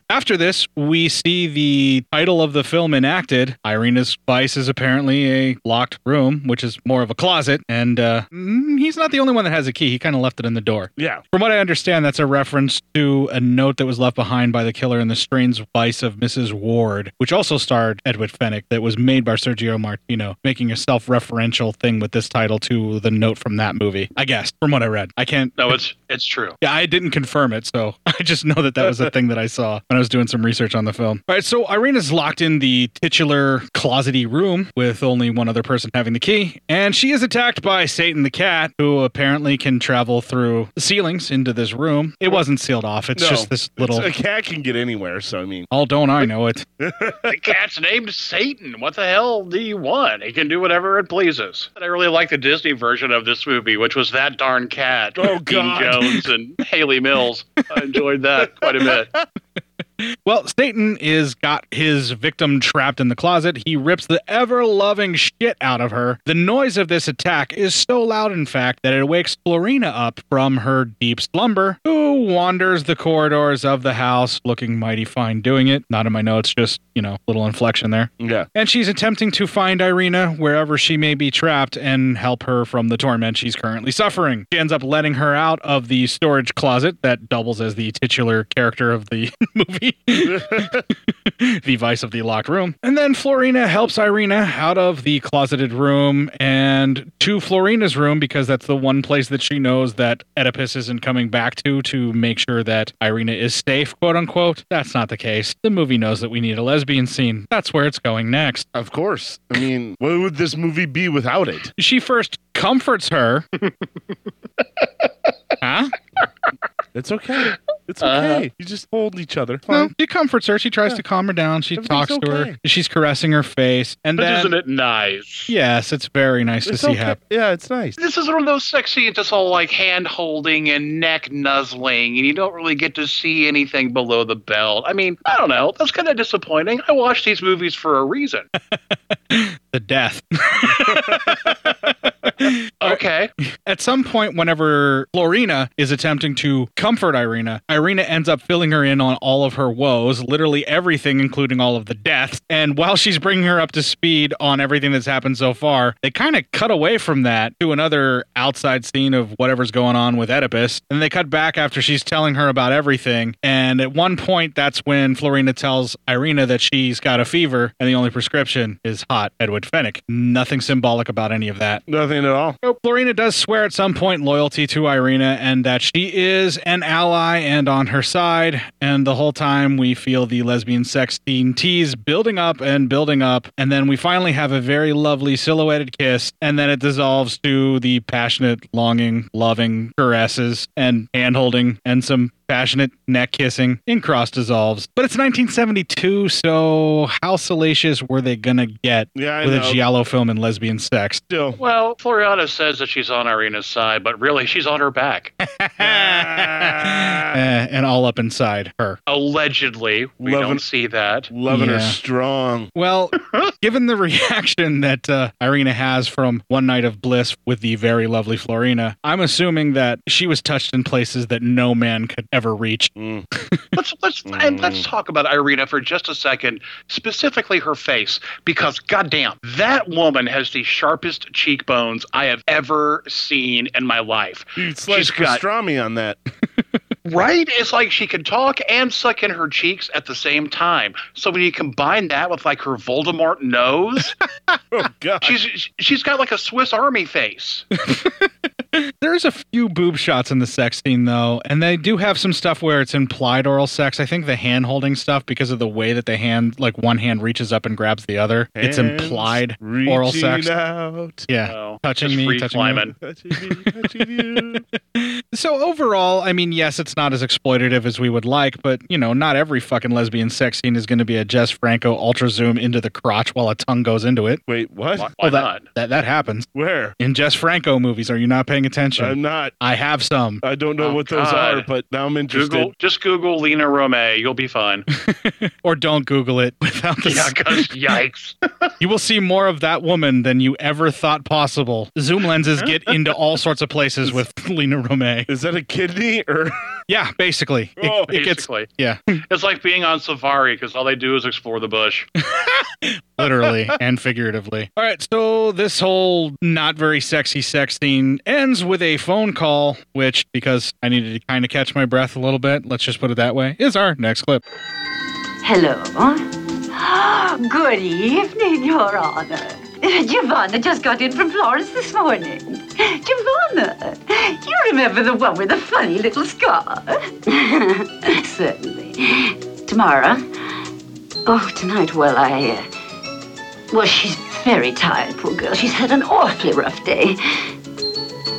After this, we see the title of the film enacted. Irina's vice is apparently a locked room, which is more of a closet, and uh, mm, he's not the only one that has a key. He kind of left it in the door.
Yeah.
From what I understand, that's a reference to a note that was left behind by the killer in the strange vice of Mrs. Ward, which also starred Edward Fennick, that was made by Sergio Martino, making a self referential thing with this title to the note from that movie. I guess, from what I read. I can't.
No, it's it's true.
Yeah, I didn't confirm it, so I just know that that was a thing that I saw when I was doing some research on the film. All right, so Irina's locked in the titular closety room with only one other person having the key, and she is attacked by Satan the cat, who apparently can travel through ceilings into this room. It wasn't sealed off; it's
No.
just this little.
It's- a cat can get anywhere, so I mean
Oh, don't I know it?
the cat's named Satan. What the hell do you want? It can do whatever it pleases. And I really like the Disney version of this movie, which was that darn cat.
Oh,
Dean
God.
Jones and Haley Mills. I enjoyed that quite a bit.
Well, Satan is got his victim trapped in the closet. He rips the ever loving shit out of her. The noise of this attack is so loud, in fact, that it wakes Florina up from her deep slumber, who wanders the corridors of the house looking mighty fine doing it. Not in my notes, just, you know, little inflection there.
Yeah.
And she's attempting to find Irina wherever she may be trapped and help her from the torment she's currently suffering. She ends up letting her out of the storage closet that doubles as the titular character of the movie the vice of the locked room. And then Florina helps Irina out of the closeted room and to Florina's room because that's the one place that she knows that Oedipus isn't coming back to to make sure that Irina is safe, quote unquote. That's not the case. The movie knows that we need a lesbian scene. That's where it's going next.
Of course. I mean, what would this movie be without it?
She first comforts her. huh?
It's okay. It's
Uh-huh.
okay. you just hold each other.
No,
Fine.
she comforts her. She tries to calm her down. She talks
Everything's
to
okay.
her. She's caressing her face. And
But
then,
isn't it nice?
Yes, it's very nice to
It's
see
okay.
happen.
Yeah, it's nice.
This is one of those sex scenes that's all like hand holding and neck nuzzling, and you don't really get to see anything below the belt. I mean, I don't know. That's kind of disappointing. I watch these movies for a reason.
The death.
okay.
At some point, whenever Florina is attempting to comfort Irina, Irina ends up filling her in on all of her woes, literally everything, including all of the deaths. And while she's bringing her up to speed on everything that's happened so far, they kind of cut away from that to another outside scene of whatever's going on with Oedipus. And they cut back after she's telling her about everything. And at one point, that's when Florina tells Irina that she's got a fever, and the only prescription is hot Edward Fennec. Nothing symbolic about any of that.
Nothing at all.
Nope. Lorena does swear at some point loyalty to Irina and that she is an ally and on her side. And the whole time we feel the lesbian sex scene tease building up and building up. And then we finally have a very lovely silhouetted kiss. And then it dissolves to the passionate, longing, loving caresses and hand holding and some passionate neck kissing in cross dissolves. But it's 1972, so how salacious were they going to get
Yeah, I
with
know.
a Giallo film and lesbian sex?
Still.
Well, Floriana says that she's on Irina's side, but really, she's on her back.
Eh, and all up inside her.
Allegedly, we
Loving-
don't see that.
loving her Yeah.
strong.
Well, given the reaction that uh, Irina has from One Night of Bliss with the very lovely Florina, I'm assuming that she was touched in places that no man could ever reach.
Let's let's and let's talk about Irina for just a second, specifically her face, because goddamn, that woman has the sharpest cheekbones I have ever seen in my life.
You sliced pastrami on that.
Right? It's like she can talk and suck in her cheeks at the same time. So when you combine that with like her Voldemort nose,
oh god,
she's she's got like a Swiss Army face.
There's a few boob shots in the sex scene, though, and they do have some stuff where it's implied oral sex. I think the hand holding stuff, because of the way that the hand, like one hand reaches up and grabs the other, it's
Hands
implied oral
reaching
sex.
out.
Yeah.
No,
touching
just
me,
free
touching
climbing.
you.
you.
So overall, I mean, yes, it's not as exploitative as we would like, but you know, not every fucking lesbian sex scene is going to be a Jess Franco ultra zoom into the crotch while a tongue goes into it.
Wait, what?
Well,
Why
that,
not?
That that happens.
Where?
In Jess Franco movies, are you not paying attention?
I'm not.
I have some.
I don't know what those
Oh, God.
are, but now I'm interested.
Google just Google Lena Romay, you'll be fine.
Or don't Google it without the.
yeah, 'cause yikes.
You will see more of that woman than you ever thought possible. Zoom lenses get into all sorts of places with Lena Romay.
Is that a kidney or?
Yeah, basically. It-
Oh,
it gets-
basically.
yeah.
It's like being on safari because all they do is explore the bush.
literally and figuratively. All right, so this whole not very sexy sex scene ends with a phone call, which, because I needed to kind of catch my breath a little bit, let's just put it that way, is our next clip. Uh,
Hello.
Good evening, Your Honor. Giovanna just got in from Florence this morning. Giovanna, you remember the one with the funny little scar?
Certainly. Tomorrow? Oh, tonight. Well, I. Uh, well, she's very tired, poor girl. She's had an awfully rough day.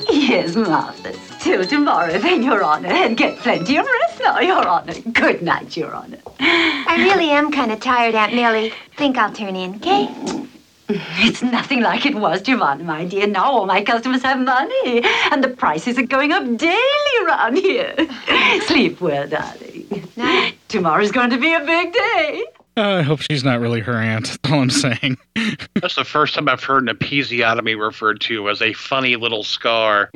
Yes, marvelous. Till tomorrow, then, Your Honor, and get plenty of rest now, Your Honor. Good night, Your Honor.
I really am kind of tired, Aunt Millie. Think I'll turn in, okay?
It's nothing like it was, Giovanna, my dear. Now all my customers have money, and the prices are going up daily around here. Sleep well, darling. Tomorrow's going to be a big day.
Uh, I hope she's not really her aunt. That's all I'm saying.
That's the first time I've heard an episiotomy referred to as a funny little scar.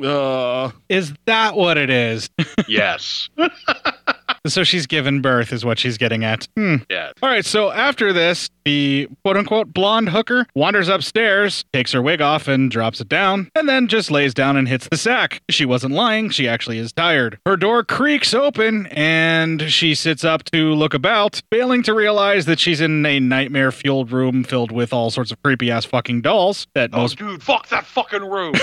Is that what it is?
yes.
So she's given birth, is what she's getting at. Hmm.
Yeah.
All right, so after this, the quote unquote blonde hooker wanders upstairs, takes her wig off and drops it down, and then just lays down and hits the sack. She wasn't lying, she actually is tired. Her door creaks open and she sits up to look about, failing to realize that she's in a nightmare fueled room filled with all sorts of creepy ass fucking dolls that most.
Dude, fuck that fucking room.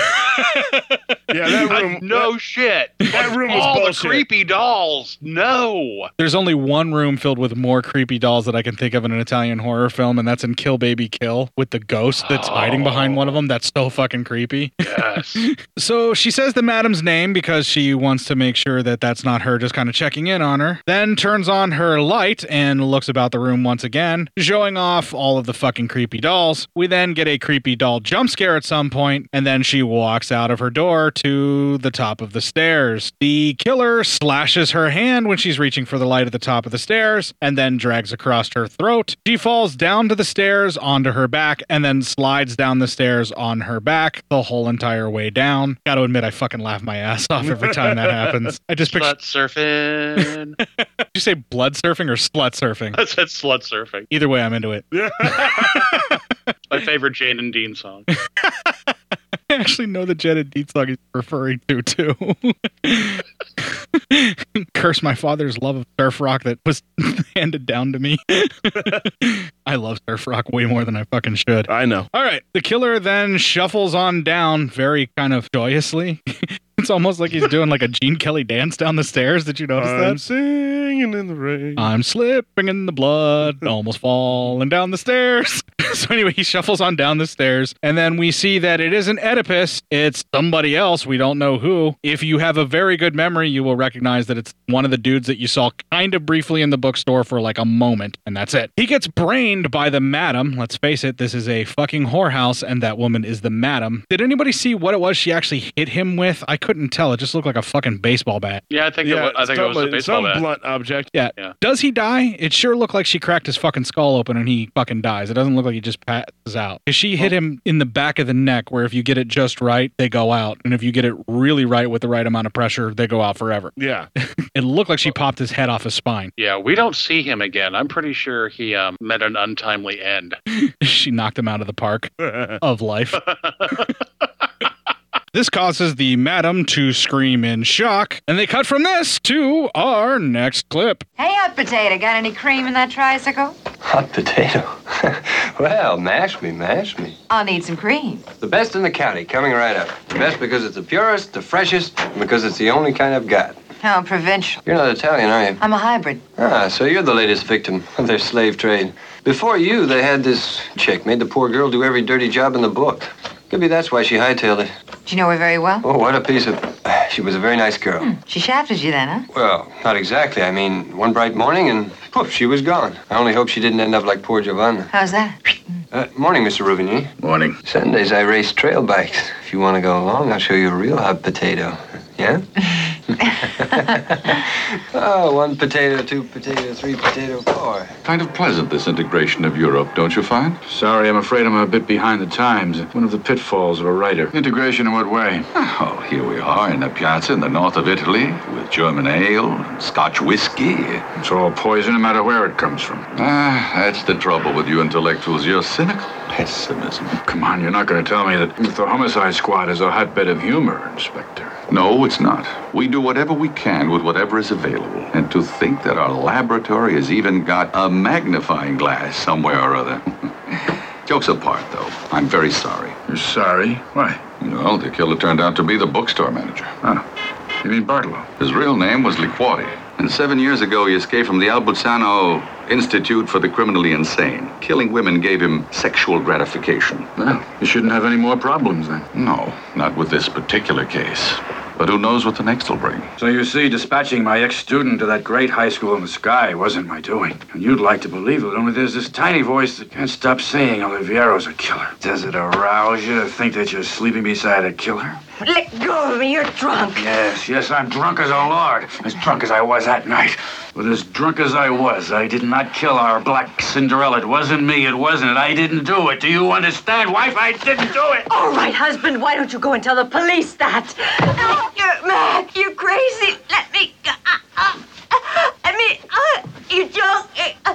yeah, that room.
no shit. That
room was
all
bullshit.
the creepy dolls. No.
There's only one room filled with more creepy dolls that I can think of in an Italian horror film, and that's in Kill Baby Kill with the ghost that's hiding behind one of them. That's so fucking creepy.
Yes.
so she says the madam's name because she wants to make sure that that's not her just kind of checking in on her. Then turns on her light and looks about the room once again, showing off all of the fucking creepy dolls. We then get a creepy doll jump scare at some point, and then she walks out of her door to the top of the stairs. The killer slashes her hand when she's reaching for the light at the top of the stairs and then drags across her throat. She falls down to the stairs onto her back and then slides down the stairs on her back the whole entire way down. Gotta admit, I fucking laugh my ass off every time that happens. I just picture.
Slut surfing.
Did you say blood surfing or slut surfing?
I said slut surfing.
Either way, I'm into it.
My favorite Jane and Dean song.
I actually know the Jen and Dean song he's referring to too. Curse my father's love of surf rock that was handed down to me. I love surf rock way more than I fucking should.
I know.
All right, the killer then shuffles on down very kind of joyously. it's almost like he's doing like a Gene Kelly dance down the stairs. Did you notice
Uh, I'm
that?
singing in the rain.
I'm slipping in the blood, almost falling down the stairs. so anyway, he shuffles on down the stairs, and then we see that it isn't Oedipus, it's somebody else. We don't know who. If you have a very good memory, you will recognize that it's one of the dudes that you saw kind of briefly in the bookstore for like a moment, and that's it. He gets brained by the madam. Let's face it, this is a fucking whorehouse, and that woman is the madam. Did anybody see what it was she actually hit him with? I couldn't tell. It just looked like a fucking baseball bat.
Yeah, I think it was, I think it was the
some-
baseball
some
bat.
blunt object.
Yeah. Does he die? It sure looked like she cracked his fucking skull open and he fucking dies. It doesn't look like he just passes out. 'Cause she hit him in the back of the neck, where if you get it just right, they go out, and if you get it really right with the right amount of pressure, they go out forever.
Yeah.
it looked like she popped his head off his spine.
Yeah, we don't see him again. I'm pretty sure he um, met an untimely end.
she knocked him out of the park of life. This causes the madam to scream in shock, and they cut from this to our next clip.
Hey, hot potato, got any cream in that tricycle?
Hot potato. well, mash me, mash me.
I'll need some cream.
The best in the county, coming right up. The best because it's the purest, the freshest, and because it's the only kind I've got.
How provincial.
You're not Italian, are you?
I'm a hybrid.
Ah, so you're the latest victim of their slave trade. Before you, they had this chick, made the poor girl do every dirty job in the book. Could be that's why she hightailed it.
Do you know her very well?
Oh, what a piece of. She was a very nice girl.
She shafted you then, huh?
Well, not exactly. I mean, one bright morning and poof, she was gone. I only hope she didn't end up like poor Giovanna.
How's that?
Uh, morning, Mr. Ruvigny. Morning. Sundays I race trail bikes. If you want to go along, I'll show you a real hot potato. Yeah? oh, one potato, two potato, three potato, four.
Kind of pleasant, this integration of Europe, don't you find? Sorry, I'm afraid I'm a bit behind the times. One of the pitfalls of a writer. Integration in what way? Oh, here we are in the piazza in the north of Italy with German ale, and Scotch whiskey. It's all poison, no matter where it comes from. Ah, that's the trouble with you intellectuals. You're cynical pessimism. Come on, you're not going to tell me that the homicide squad is a hotbed of humor, Inspector.
No, it's not. We do whatever we can with whatever is available. And to think that our laboratory has even got a magnifying glass somewhere or other. Jokes apart, though, I'm very sorry. You're sorry? Why? Well, the killer turned out to be the bookstore manager. Huh. Ah, You mean Bartolo? His real name was Liquori. And seven years ago, he escaped from the Albuzzano Institute for the Criminally Insane. Killing women gave him sexual gratification.
Well, you shouldn't have any more problems then.
No, not with this particular case. But who knows what the next will bring?
So you see, dispatching my ex-student to that great high school in the sky wasn't my doing. And you'd like to believe it, only there's this tiny voice that can't stop saying Oliviero's a killer. Does it arouse you to think that you're sleeping beside a killer?
Let go of me, you're drunk.
Yes, yes, I'm drunk as a lord. As drunk as I was that night. But as drunk as I was, I did not kill our black Cinderella. It wasn't me, it wasn't it. I didn't do it. Do you understand, wife? I didn't do it.
All right, husband, why don't you go and tell the police
Uh,
that? No, you're mad. You're crazy. Let me go. I Uh, you just. Uh,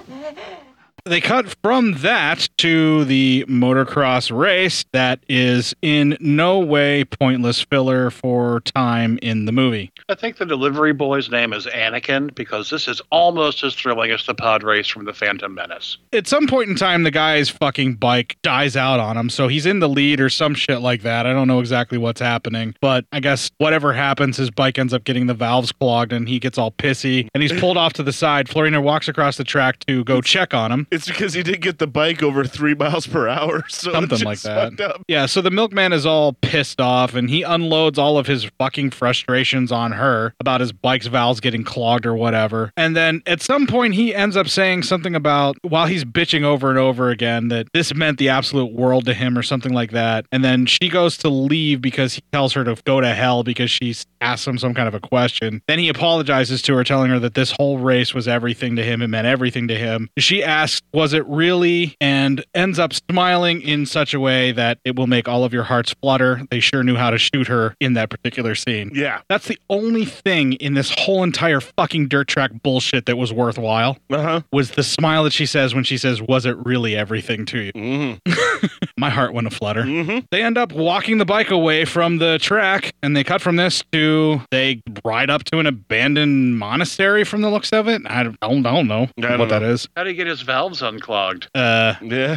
They cut from that to the motocross race that is in no way pointless filler for time in the movie.
I think the delivery boy's name is Anakin because this is almost as thrilling as the pod race from the Phantom Menace.
At some point in time, the guy's fucking bike dies out on him, so he's in the lead or some shit like that. I don't know exactly what's happening, but I guess whatever happens, his bike ends up getting the valves clogged and he gets all pissy and he's pulled off to the side. Florina walks across the track to go check on him.
It's because he did get the bike over three miles per hour, so
Something
it's
like
just
that.
fucked up.
Yeah, so the milkman is all pissed off and he unloads all of his fucking frustrations on her about his bike's valves getting clogged or whatever. And then at some point, he ends up saying something about, while he's bitching over and over again, that this meant the absolute world to him or something like that. And then she goes to leave because he tells her to go to hell because she asks him some kind of a question. Then he apologizes to her, telling her that this whole race was everything to him. It meant everything to him. She asks, Was it really? And ends up smiling in such a way that it will make all of your hearts flutter. They sure knew how to shoot her in that particular scene.
Yeah.
That's the only thing in this whole entire fucking dirt track bullshit that was worthwhile.
Uh-huh.
Was the smile that she says when she says, Was it really everything to you?
Mm-hmm.
My heart went aflutter. They end up walking the bike away from the track and they cut from this to they ride up to an abandoned monastery from the looks of it. I don't, I don't know what that is.
How did he get his valves unclogged?
Uh,
yeah.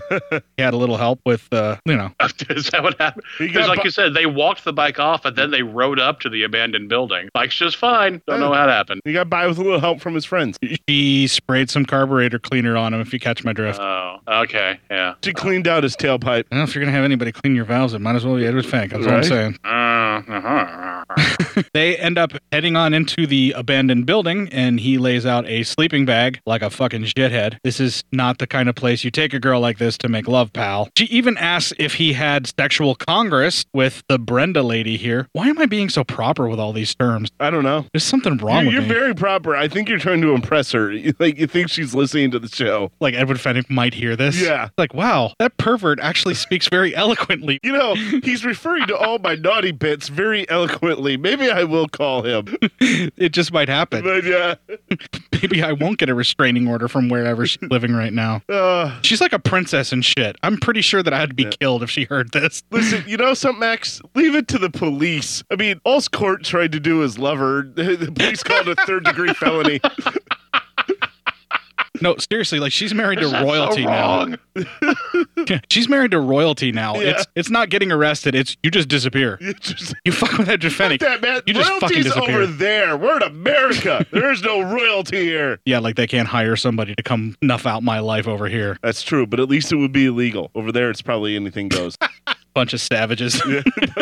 he had a little help with, uh, you know,
is that what happened?
got
Because, like
bu-
you said, they walked the bike off and then they rode up to the abandoned building. Bike's just fine. Don't know how that happened.
He got by with a little help from his friends.
she sprayed some carburetor cleaner on him, if you catch my drift.
Oh, okay, yeah.
She cleaned out his tailpipe.
I don't know if you're going to have anybody clean your valves, it might as well be Edward Fank. That's what I'm
Right.
saying.
Uh, uh-huh.
they end up heading on into the abandoned building and he lays out a sleeping bag like a fucking shithead. This is not the kind of place you take a girl like this to make love, pal. She even asks if he had sexual congress with the Brenda lady here. Why am I being so proper with all these terms?
I don't know.
There's something wrong
You're,
with
you're
me.
very proper. I think you're trying to impress her. You- Like you think she's listening to the show.
like Edward Fennick might hear this.
Yeah.
Like, wow, that pervert actually speaks very eloquently.
You know, he's referring to all my naughty bits very eloquently. Maybe I will call him.
it just might happen.
But yeah.
Maybe I won't get a restraining order from wherever she's living right now.
Uh,
She's like a princess and shit. I'm pretty sure that I'd be killed if she heard this.
Listen, you know something, Max? Leave it to the police. I mean, all's court tried to do is love her. The police called it a third degree felony.
No, seriously, like she's married to
Is that so
royalty
wrong?
now. she's married to royalty now.
Yeah.
It's it's not getting arrested. It's you just disappear. You, fuck with that Fennick.
That man,
you just fucking
royalty's
disappear.
over there. We're in America. There's no royalty here.
yeah, like they can't hire somebody to come nuff out my life over here.
That's true, but at least it would be illegal. Over there, it's probably anything goes.
Bunch of savages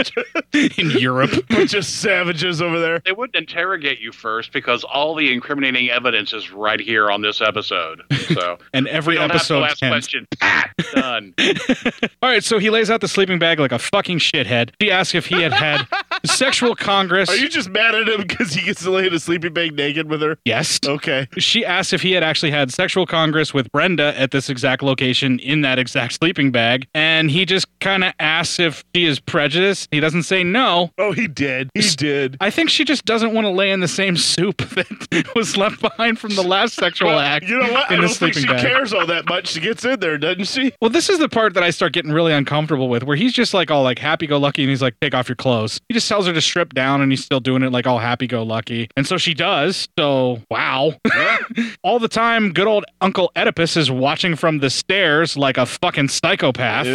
in Europe.
Bunch of savages over there.
They wouldn't interrogate you first because all the incriminating evidence is right here on this episode. So
And every
we don't
episode
have to
ends.
last question. Pat, done.
All right, so he lays out the sleeping bag like a fucking shithead. She asks if he had had sexual congress.
Are you just mad at him because he gets to lay in a sleeping bag naked with her?
Yes.
Okay.
She asked if he had actually had sexual congress with Brenda at this exact location in that exact sleeping bag, and he just kind of asks if she is prejudiced. He doesn't say no.
Oh, he did. He did.
I think she just doesn't want to lay in the same soup that was left behind from the last sexual
Well,
act.
You know what?
In
I don't
the
think
sleeping
she
bag.
cares all that much. She gets in there, doesn't she?
Well, this is the part that I start getting really uncomfortable with, where he's just like all like happy go lucky and he's like, take off your clothes. He just tells her to strip down and he's still doing it like all happy go lucky. And so she does. So, wow. all the time, good old Uncle Oedipus is watching from the stairs like a fucking psychopath.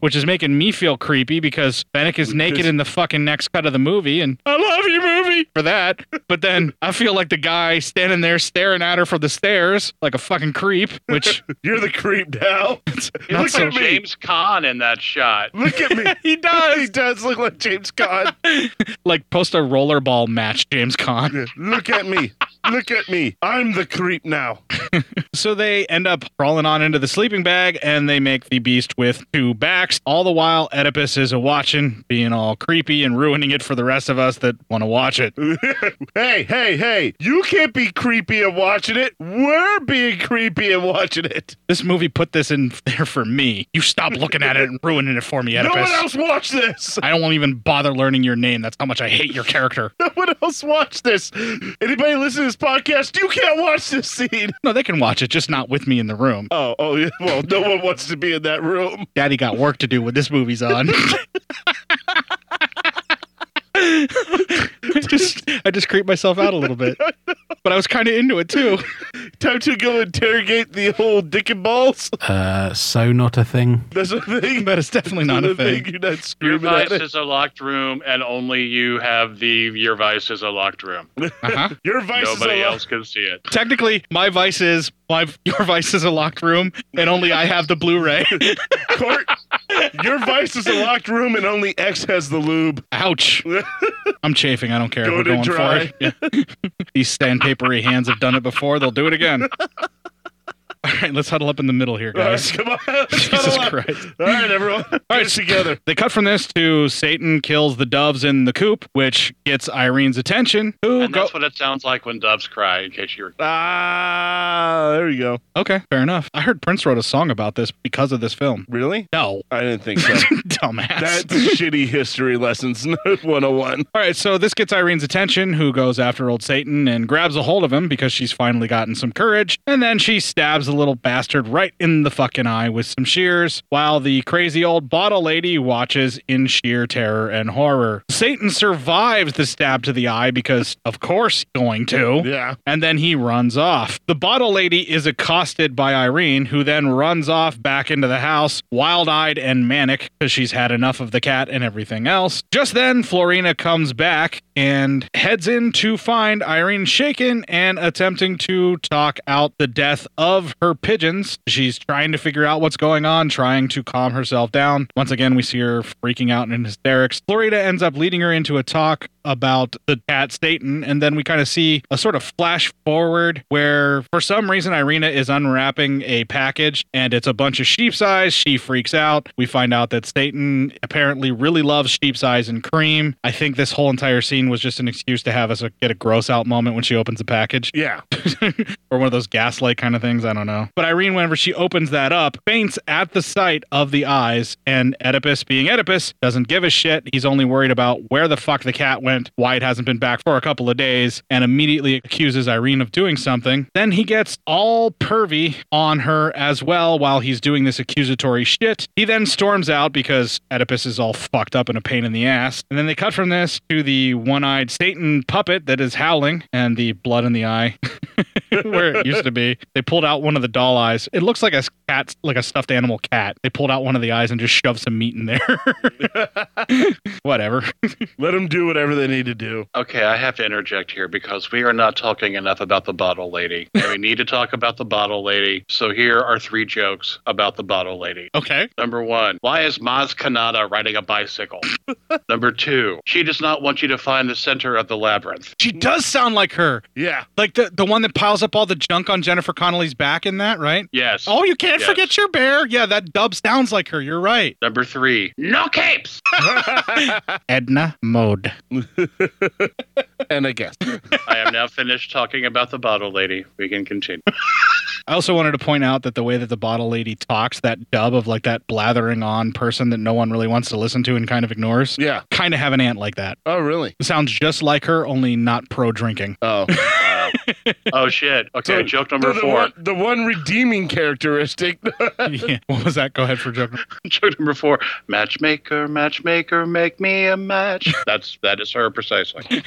Which is making me feel creepy because Fennec is naked in the fucking next cut of the movie and I love you, movie, for that. But then I feel like the guy standing there staring at her from the stairs like a fucking creep, which.
You're the creep now.
He looks like James Caan in that shot.
Look at me.
he does.
He does look like James Caan.
like post a rollerball match, James Conn.
look at me. Look at me. I'm the creep now.
so they end up crawling on into the sleeping bag and they make the beast with two backs. All the while, Oedipus is a watching, being all creepy and ruining it for the rest of us that want to watch
it. hey, hey, hey, you can't be creepy and watching it. We're being creepy and watching it.
This movie put this in there for me. You stop looking at it and ruining it for me, Oedipus.
No one else watched this.
I don't want to even bother learning your name. That's how much I hate your character.
No one else watched this. Anybody listening to this podcast, you can't watch this scene.
No, they can watch it, just not with me in the room.
Oh, oh, yeah. well, no one wants to be in that room.
Daddy got work to do when this movie's on. just, I just creeped myself out a little bit, but I was kind of into it too.
Time to go interrogate the old dick and balls.
Uh, so not a thing.
That's a thing.
That is definitely not a thing.
You're not
Your
screaming
vice
at it.
is a locked room, and only you have the your vice is a locked room.
Uh-huh.
Your vice is
Nobody
a lo-
else can see it.
Technically, my vice is my your vice is a locked room, and only I have the Blu-ray.
Court, your vice is a locked room, and only X has the lube.
Ouch. I'm chafing. I don't care.
Go
We're
to
going
dry.
for it. Yeah. These sandpapery hands have done it before. They'll do it again. All right, let's huddle up in the middle here, guys.
All right, come on. Let's
Jesus
huddle up.
Christ.
All right, everyone. All right, together.
They cut from this to Satan kills the doves in the coop, which gets Irene's attention. Who
And
go?
that's what it sounds like when doves cry. In case you're
Ah, there you go.
Okay, fair enough. I heard Prince wrote a song about this because of this film.
Really?
No,
I didn't think so.
dumbass.
That's shitty history lessons 101.
All right, so this gets Irene's attention, who goes after old Satan and grabs a hold of him because she's finally gotten some courage. And then she stabs the little bastard right in the fucking eye with some shears, while the crazy old bottle lady watches in sheer terror and horror. Satan survives the stab to the eye because, of course, he's going to.
Yeah.
And then he runs off. The bottle lady is accosted by Irene, who then runs off back into the house, wild eyed and manic because she's had enough of the cat and everything else. Just then, Florina comes back and heads in to find Irene shaken and attempting to talk out the death of her pigeons. She's trying to figure out what's going on, trying to calm herself down. Once again, we see her freaking out in hysterics. Florida ends up leading her into a talk about the cat Satan, and then we kind of see a sort of flash forward where, for some reason, Irina is unwrapping a package and it's a bunch of sheep's eyes. She freaks out. We find out that Satan apparently really loves sheep's eyes and cream. I think this whole entire scene was just an excuse to have us uh, get a gross out moment when she opens the package.
Yeah.
or one of those gaslight kind of things. I don't know. But Irene, whenever she opens that up, faints at the sight of the eyes, and Oedipus, being Oedipus, doesn't give a shit. He's only worried about where the fuck the cat went, why it hasn't been back for a couple of days, and immediately accuses Irene of doing something. Then he gets all pervy on her as well while he's doing this accusatory shit. He then storms out because Oedipus is all fucked up and a pain in the ass. And then they cut from this to the one eyed Satan puppet that is howling and the blood in the eye. where it used to be. They pulled out one of the doll eyes. It looks like a cat, like a stuffed animal cat. They pulled out one of the eyes and just shoved some meat in there. Whatever.
Let them do whatever they need to do.
Okay, I have to interject here because we are not talking enough about the bottle lady. And we need to talk about the bottle lady. So here are three jokes about the bottle lady.
Okay.
Number one, why is Maz Kanata riding a bicycle? Number two, she does not want you to find the center of the labyrinth.
She does sound like her.
Yeah.
Like the, the one that piles up all the junk on Jennifer Connelly's back in that, right?
Yes.
Oh, you can't
Yes.
forget your bear. Yeah, that dub sounds like her. You're right.
Number three, no capes.
Edna Mode.
and I guess.
I am now finished talking about the bottle lady. We can continue.
I also wanted to point out that the way that the bottle lady talks, that dub of like that blathering on person that no one really wants to listen to and kind of ignores.
Yeah.
Kind of have an aunt like that.
Oh, really?
Sounds just like her, only not pro drinking.
Oh.
Oh shit. Okay, joke number
the
four.
One, the one redeeming characteristic.
yeah. What was that? Go ahead for joke.
joke number four. Matchmaker, matchmaker, make me a match. That's that is her precisely.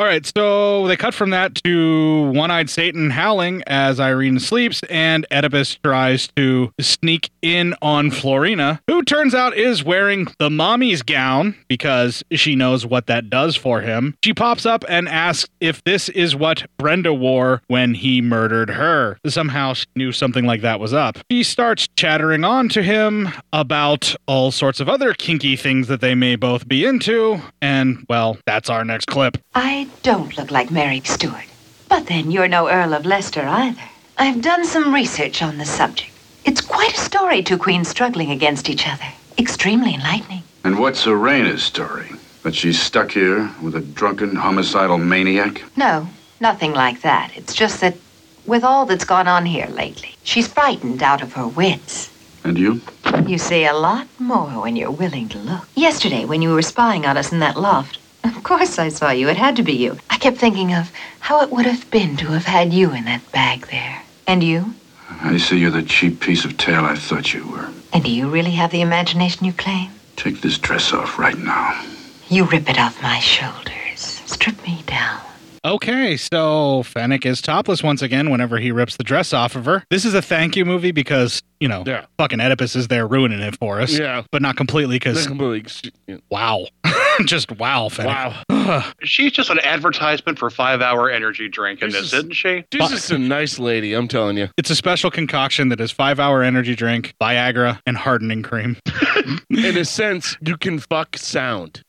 All right, so they cut from that to one eyed Satan howling as Irene sleeps, and Oedipus tries to sneak in on Florina, who turns out is wearing the mommy's gown because she knows what that does for him. She pops up and asks if this is what Brenda wore when he murdered her. Somehow she knew something like that was up. She starts chattering on to him about all sorts of other kinky things that they may both be into, and well, that's our next clip.
I don't look like Mary Stuart. But then you're no Earl of Leicester either. I've done some research on the subject. It's quite a story, two queens struggling against each other. Extremely enlightening.
And what's Serena's story? That she's stuck here with a drunken homicidal maniac?
No, nothing like that. It's just that with all that's gone on here lately, she's frightened out of her wits.
And you?
You see a lot more when you're willing to look. Yesterday, when you were spying on us in that loft, of course I saw you. It had to be you. I kept thinking of how it would have been to have had you in that bag there. And you?
I see you're the cheap piece of tail I thought you were.
And do you really have the imagination you claim?
Take this dress off right now.
You rip it off my shoulders, strip me down.
Okay, so Fennec is topless once again whenever he rips the dress off of her. This is a thank you movie because, you know, fucking Oedipus is there ruining it for us.
Yeah.
But not completely because.
Not
Wow. Just wow, Fennec. Wow.
She's just an advertisement for five hour energy drink in this, isn't she?
She's just a nice lady, I'm telling you. It's a special concoction that is five hour energy drink, Viagra, and hardening cream.
In a sense, you can fuck sound.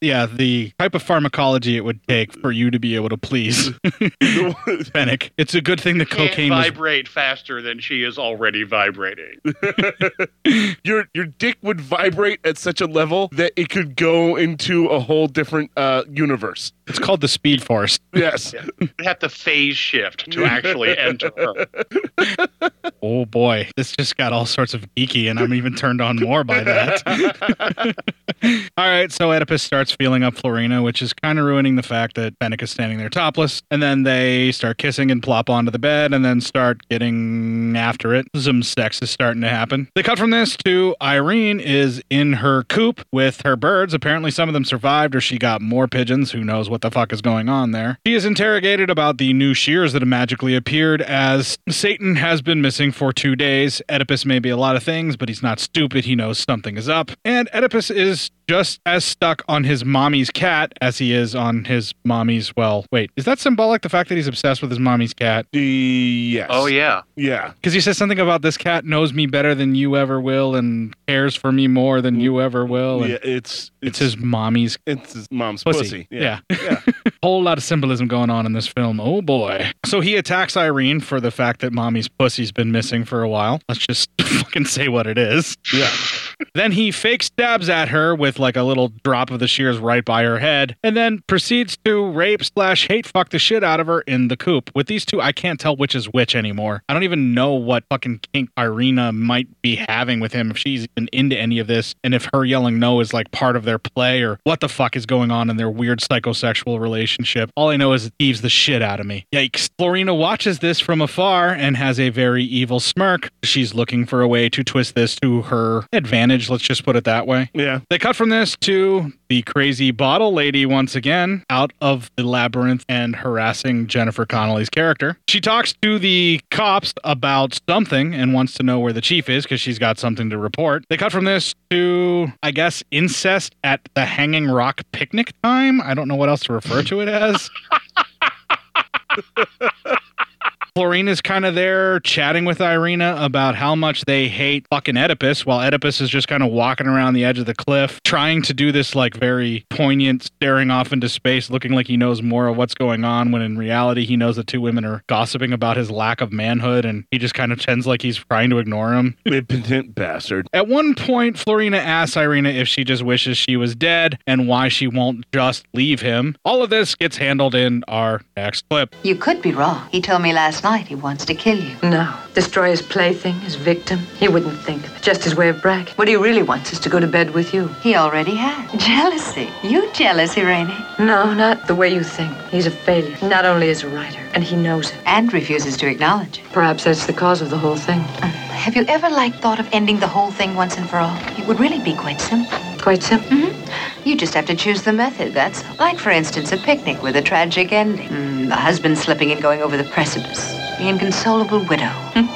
yeah, the type of pharmacology it would take for you to be able to please Fennec. It's a good thing the
Can't
cocaine was
vibrate faster than she is already vibrating.
your your dick would vibrate at such a level that it could go into a whole different uh, universe.
It's called the Speed Force.
Yes.
You'd have to phase shift to actually enter her.
Oh boy, this just got all sorts of geeky, and I'm even turned on more by that. all right, so Oedipus starts feeling up Florina, which is kind of ruining the fact that Fennec is standing there topless. And then they start kissing and plop onto the bed, and then start getting after it. Some sex is starting to happen. They cut from this to Irene is in her coop with her birds. Apparently, some of them survived, or she got more pigeons. Who knows what the fuck is going on there? She is interrogated about the new shears that have magically appeared, as Satan has been missing for two days. Oedipus may be a lot of things, but he's not stupid. He knows something is up. And Oedipus is just as stuck on his mommy's cat as he is on his mommy's. Well, wait, is that symbolic? The fact that he's obsessed with his mommy's cat?
Yes.
Oh, yeah.
Yeah.
Because he says something about this cat knows me better than you ever will and cares for me more than you ever will. And
Mm. Yeah, it's
it's, his mommy's
it's his mom's
pussy.
pussy.
Yeah. Whole lot of symbolism going on in this film. Oh boy. So he attacks Irene for the fact that mommy's pussy's been missing for a while. Let's just fucking say what it is.
Yeah.
then he fake stabs at her with like a little drop of the shears right by her head, and then proceeds to rape slash hate fuck the shit out of her in the coop. With these two, I can't tell which is which anymore. I don't even know what fucking kink Irina might be having with him if she's even into any of this, and if her yelling no is like part of their play or what the fuck is going on in their weird psychosexual relationship. All I know is it eaves the shit out of me. Yikes. Florina watches this from afar and has a very evil smirk. She's looking for a way to twist this to her advantage, let's just put it that way.
Yeah.
They cut from this to the crazy bottle lady once again out of the labyrinth and harassing Jennifer Connolly's character. She talks to the cops about something and wants to know where the chief is because she's got something to report. They cut from this to, I guess, incest at the Hanging Rock picnic time. I don't know what else to refer to it as. Florine is kind of there chatting with Irina about how much they hate fucking Oedipus, while Oedipus is just kind of walking around the edge of the cliff, trying to do this like very poignant staring off into space, looking like he knows more of what's going on, when in reality he knows the two women are gossiping about his lack of manhood, and he just kind of tends like he's trying to ignore him.
Impotent bastard.
At one point, Florina asks Irina if she just wishes she was dead and why she won't just leave him. All of this gets handled in our next clip.
You could be wrong. He told me last night he wants to kill you.
No. Destroy his plaything, his victim. He wouldn't think of it. Just his way of bragging. What he really wants is to go to bed with you.
He already has. Jealousy. You jealous, Irene?
No, not the way you think. He's a failure. Not only as a writer, and he knows it.
And refuses to acknowledge it.
Perhaps that's the cause of the whole thing.
Have you ever, like, thought of ending the whole thing once and for all? It would really be quite simple.
Quite simple?
hmm You just have to choose the method, that's all. Like, for instance, a picnic with a tragic ending. Mm, the husband slipping and going over the precipice. The inconsolable widow. Hmm.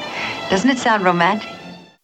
Doesn't it sound romantic?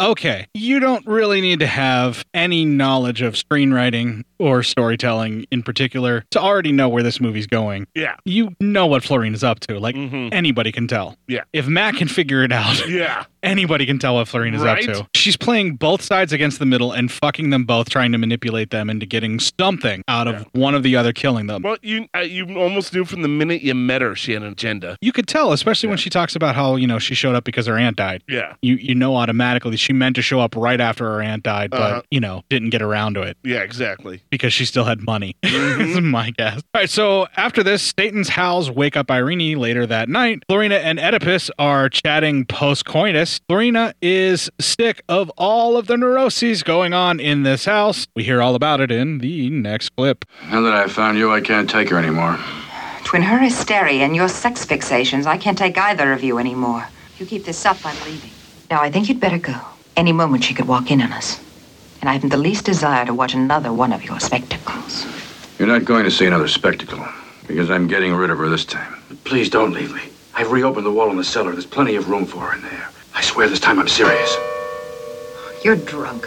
Okay, you don't really need to have any knowledge of screenwriting or storytelling in particular to already know where this movie's going.
Yeah. Mm-hmm.
You know what Florine is up to. Like anybody can tell.
Yeah.
If Matt can figure it out,
Yeah.
anybody can tell what Florine is
Right?
up to. She's playing both sides against the middle and fucking them both, trying to manipulate them into getting something out of one of the other killing them.
Well, you uh, you almost knew from the minute you met her she had an agenda.
You could tell, especially when she talks about how, you know, she showed up because her aunt died.
Yeah.
You you know automatically she meant to show up right after her aunt died, but
Uh-huh.
you know, didn't get around to it
Yeah, exactly.
because she still had money. is my guess. All right, so after this, Satan's howls wake up Irene later that night. Florina and Oedipus are chatting post coitus. Florina is sick of all of the neuroses going on in this house. We hear all about it in the next clip.
Now that I've found you, I can't take her anymore.
Between her hysteria and your sex fixations, I can't take either of you anymore. You keep this up, I'm leaving. Now, I think you'd better go. Any moment she could walk in on us. And I haven't the least desire to watch another one of your spectacles.
You're not going to see another spectacle because I'm getting rid of her this time. Please don't leave me. I've reopened the wall in the cellar. There's plenty of room for her in there. I swear this time I'm serious.
You're drunk.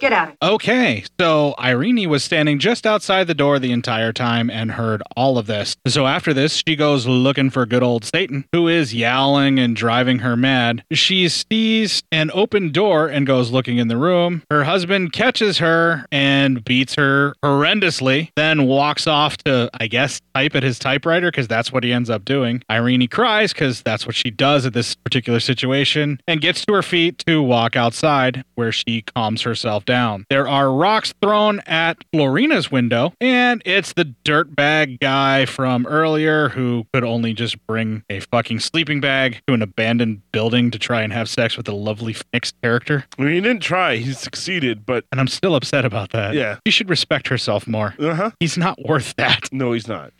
Get out of
Okay, so Irene was standing just outside the door the entire time and heard all of this. So after this, she goes looking for good old Satan, who is yowling and driving her mad. She sees an open door and goes looking in the room. Her husband catches her and beats her horrendously, then walks off to, I guess, type at his typewriter because that's what he ends up doing. Irene cries because that's what she does at this particular situation and gets to her feet to walk outside where she calms herself down. There are rocks thrown at Florina's window, and it's the dirtbag guy from earlier who could only just bring a fucking sleeping bag to an abandoned building to try and have sex with a lovely Phoenix character.
I mean, he didn't try. He succeeded, but.
And I'm still upset about that.
Yeah.
She should respect herself more.
Uh huh.
He's not worth that.
No, he's not.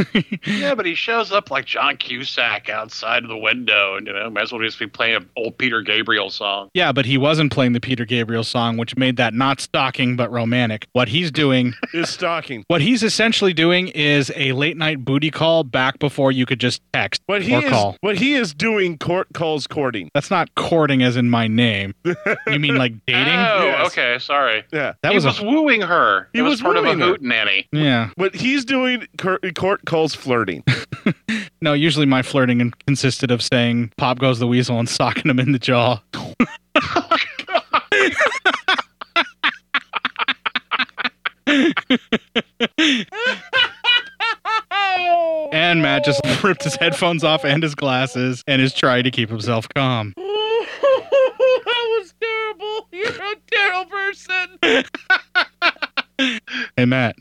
yeah, but he shows up like John Cusack outside of the window, and you know, might as well just be playing an old Peter Gabriel song.
Yeah, but he wasn't playing the Peter Gabriel song, which made that not stalking but romantic. What he's doing
is stalking.
What he's essentially doing is a late night booty call back before you could just text
What he
or
is,
call.
what he is doing, court calls courting.
That's not courting as in my name. you mean like dating?
Oh, okay, sorry.
Yeah,
That
he
was
was,
a-
wooing her.
He
it
was
was, part of a
wooing her.
hoot nanny.
Yeah.
What he's doing, court, court calls flirting.
No, usually my flirting consisted of saying "Pop goes the weasel" and socking him in the jaw. and Matt just ripped his headphones off and his glasses and is trying to keep himself calm.
that was terrible. You're a terrible person.
Hey, Matt,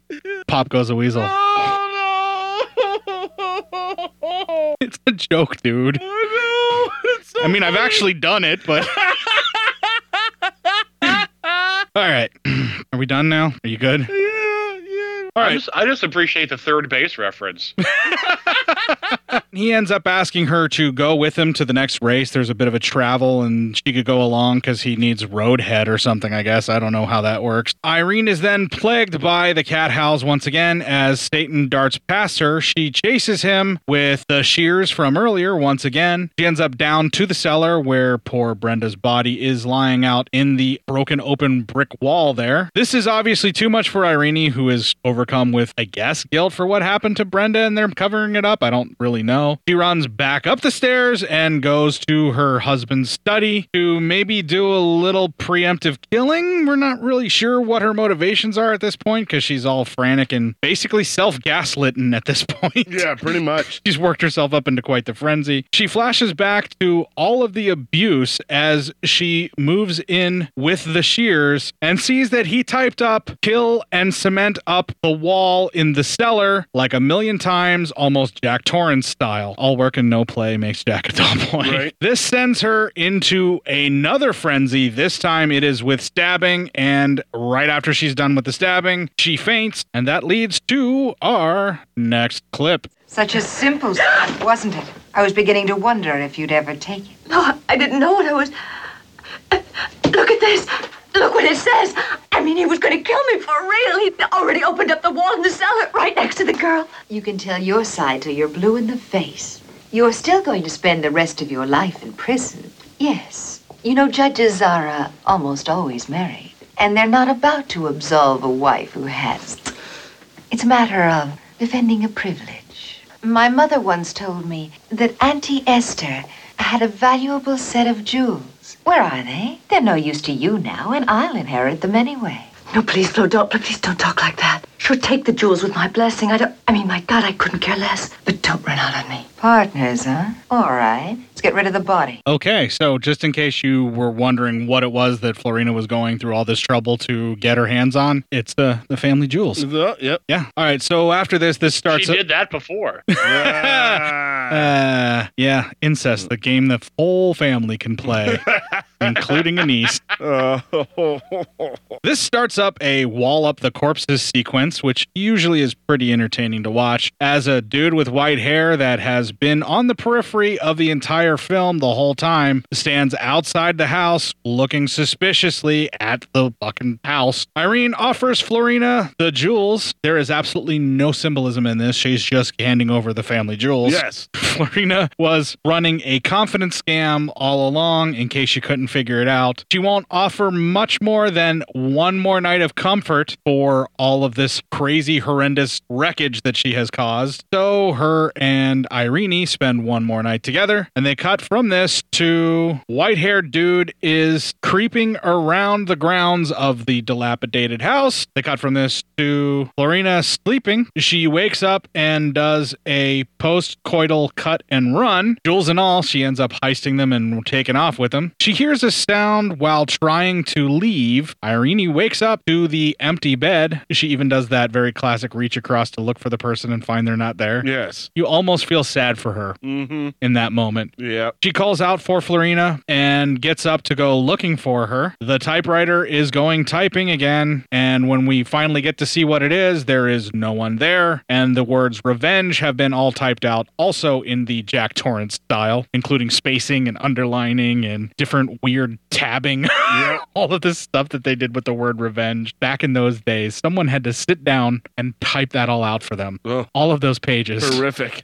Pop goes the weasel.
Oh, Oh,
It's a joke, dude.
I know. It's so
I mean, I've
funny.
actually done it, but. All right. Are we done now? Are you good? All
I, just, I just appreciate the third base reference.
He ends up asking her to go with him to the next race. There's a bit of a travel, and she could go along because he needs roadhead or something, I guess. I don't know how that works. Irene is then plagued by the cat howls once again as Satan darts past her. She chases him with the shears from earlier once again. She ends up down to the cellar where poor Brenda's body is lying out in the broken open brick wall there. This is obviously too much for Irene, who is overcome with, I guess, guilt for what happened to Brenda, and they're covering it up. I don't really know. She runs back up the stairs and goes to her husband's study to maybe do a little preemptive killing. We're not really sure what her motivations are at this point because she's all frantic and basically self gaslitting at this point.
Yeah, pretty much.
she's worked herself up into quite the frenzy. She flashes back to all of the abuse as she moves in with the shears and sees that he typed up kill and cement up the wall in the cellar like a million times, almost Jack Torrance style. All work and no play makes Jack a dull boy. This sends her into another frenzy. This time it is with stabbing, and right after she's done with the stabbing, she faints, and that leads to our next clip.
Such a simple step, wasn't it? I was beginning to wonder if you'd ever take it.
No, I didn't know what I was. Look at this. Look what it says. I mean, he was going to kill me for real. He already opened up the wall in the cellar right next to the girl.
You can tell your side till you're blue in the face. You're still going to spend the rest of your life in prison. Yes. You know, judges are uh, almost always married, and they're not about to absolve a wife who has It's a matter of defending a privilege. My mother once told me that Auntie Esther had a valuable set of jewels. Where are they? They're no use to you now, and I'll inherit them anyway.
No, please, Flo, don't, please don't talk like that. Sure, take the jewels with my blessing. I don't, I mean, my God, I couldn't care less. But don't run out on me.
Partners, huh? All right. Let's get rid of the body.
Okay, so just in case you were wondering what it was that Florina was going through all this trouble to get her hands on, it's the the family jewels.
yep.
Yeah. All right. So after this, this starts.
She did that before.
Uh, yeah, incest, the game the whole family can play, including a niece.
Uh,
This starts up a wall up the corpses sequence, which usually is pretty entertaining to watch. As a dude with white hair that has been on the periphery of the entire film the whole time stands outside the house looking suspiciously at the fucking house. Irene offers Florina the jewels. There is absolutely no symbolism in this. She's just handing over the family jewels.
Yes.
Florina was running a confidence scam all along in case you couldn't figure it out. She won't offer much more than one more night of comfort for all of this crazy, horrendous wreckage that she has caused. So her and Irene spend one more night together, and they cut from this to white haired dude is creeping around the grounds of the dilapidated house. They cut from this to Florina sleeping. She wakes up and does a post coital cut and run. Jules and all, she ends up heisting them and taking off with them. She hears a sound while trying to leave. Irene wakes up to the empty bed. She even does that very classic reach across to look for the person and find they're not there.
Yes.
You almost feel sad for her
Mm-hmm.
in that moment.
Yeah.
She calls out for Florina and gets up to go looking for her. The typewriter is going typing again, and when we finally get to see what it is, there is no one there, and the words revenge have been all typed out also in the Jack Torrance style, including spacing and underlining and different weird tabbing. all of this stuff that they did with the word revenge back in those days. Someone had to sit down and type that all out for them. All of those pages.
Horrific.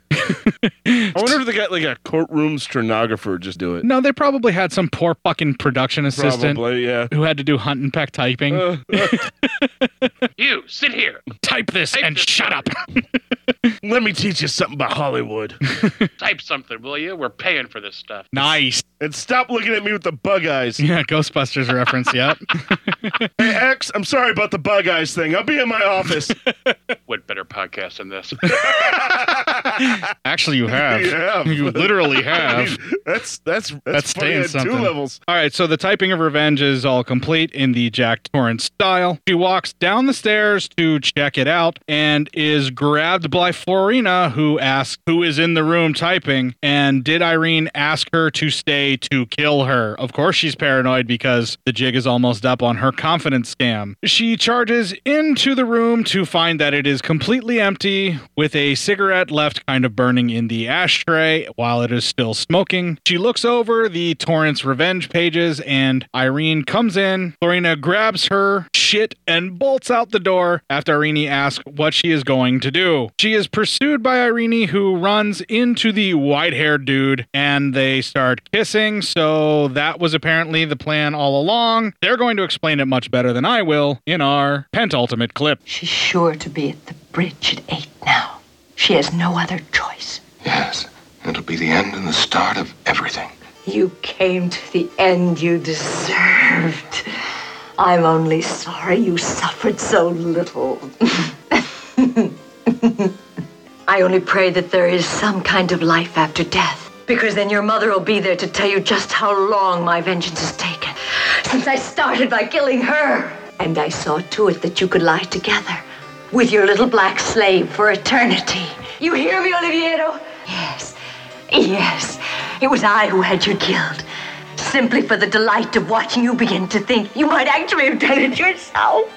I wonder if they got like a courtroom stenographer just do it.
No, they probably had some poor fucking production assistant
Probably, yeah. Uh,
who had to do hunt and peck typing.
you sit here.
Type this and shut up.
Let me teach you something about Hollywood.
Type something, will you? We're paying for this stuff.
nice.
And stop looking at me with the bug eyes.
Yeah, Ghostbusters reference. Yep.
Hey, X, I'm sorry about the bug eyes thing. I'll be in my office.
What better podcast than this?
Actually, you have.
You have.
literally have.
that's that's that's,
That's
funny
staying
on two
something.
levels.
All right, so the typing of revenge is all complete in the Jack Torrance style. She walks down the stairs to check it out and is grabbed by Florina, who asks who is in the room typing. And did Irene ask her to stay to kill her? Of course, she's paranoid because the jig is almost up on her confidence scam. She charges into the room to find that it is completely empty, with a cigarette left kind of burning in the ashtray while it is still smoking. She looks over the Torrance revenge pages, and Irene comes in. Florina grabs her shit and bolts out the door after Irene asks what she is going to do. She is pursued by Irene, who runs into the white haired dude, and they start kissing. So that was apparently the plan all along. They're going to explain it much better than I will in our pentultimate clip.
She's sure to be at the bridge at eight now. She has no other choice.
Yes. It'll be the end and the start of everything.
You came to the end you deserved. I'm only sorry you suffered so little. I only pray that there is some kind of life after death, because then your mother will be there to tell you just how long my vengeance has taken since I started by killing her. And I saw to it that you could lie together with your little black slave for eternity. You hear me, Oliviero? Yes. Yes. It was I who had you killed. Simply for the delight of watching you begin to think you might actually have done it yourself.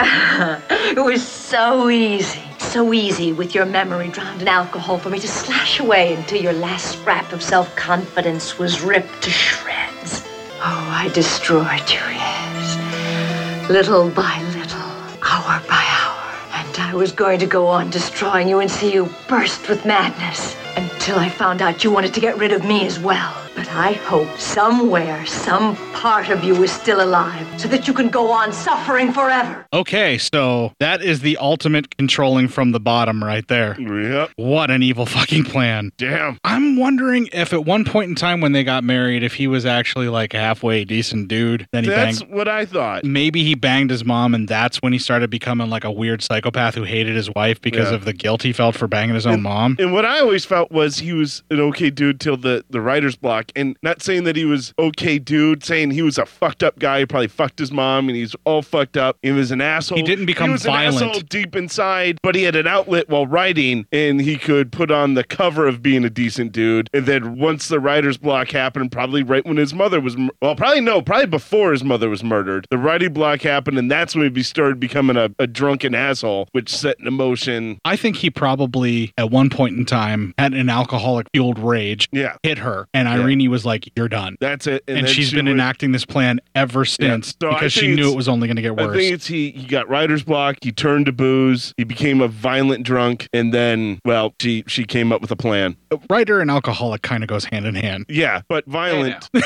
it was so easy, so easy with your memory drowned in alcohol for me to slash away until your last scrap of self confidence was ripped to shreds. Oh, I destroyed you, yes. Little by little, hour by hour. And I was going to go on destroying you and see you burst with madness until I found out you wanted to get rid of me as well. But I hope somewhere, some part of you is still alive so that you can go on suffering forever.
Okay, so that is the ultimate controlling from the bottom right there.
Yep.
What an evil fucking plan.
Damn.
I'm wondering if at one point in time when they got married, if he was actually like a halfway decent dude. Then he
That's
banged.
what I thought.
Maybe he banged his mom, and that's when he started becoming like a weird psychopath who hated his wife because
Yeah.
of the guilt he felt for banging his own mom.
And what I always felt was he was an okay dude till the, the writer's block. And not saying that he was okay dude, saying he was a fucked up guy. He probably fucked his mom and he's all fucked up. He was an asshole.
He didn't become
he was
violent.
An asshole deep inside, but he had an outlet while writing and he could put on the cover of being a decent dude. And then once the writer's block happened, probably right when his mother was, mur- well, probably no, probably before his mother was murdered, the writing block happened. And that's when he started becoming a, a drunken asshole, which set in motion.
I think he probably at one point in time had an alcoholic fueled rage.
Yeah.
Hit her. And
Yeah.
Irene was like, You're done.
That's it.
And,
then
she's
she
been
went-
enacting this plan ever since
so I
because she
think
knew
it's-
it was only going to get
I think
worse.
it's he, he got writer's block. He turned to booze. He became a violent drunk, and then well, she she came up with a plan.
Writer and alcoholic kind of goes hand in hand.
Yeah, but violent.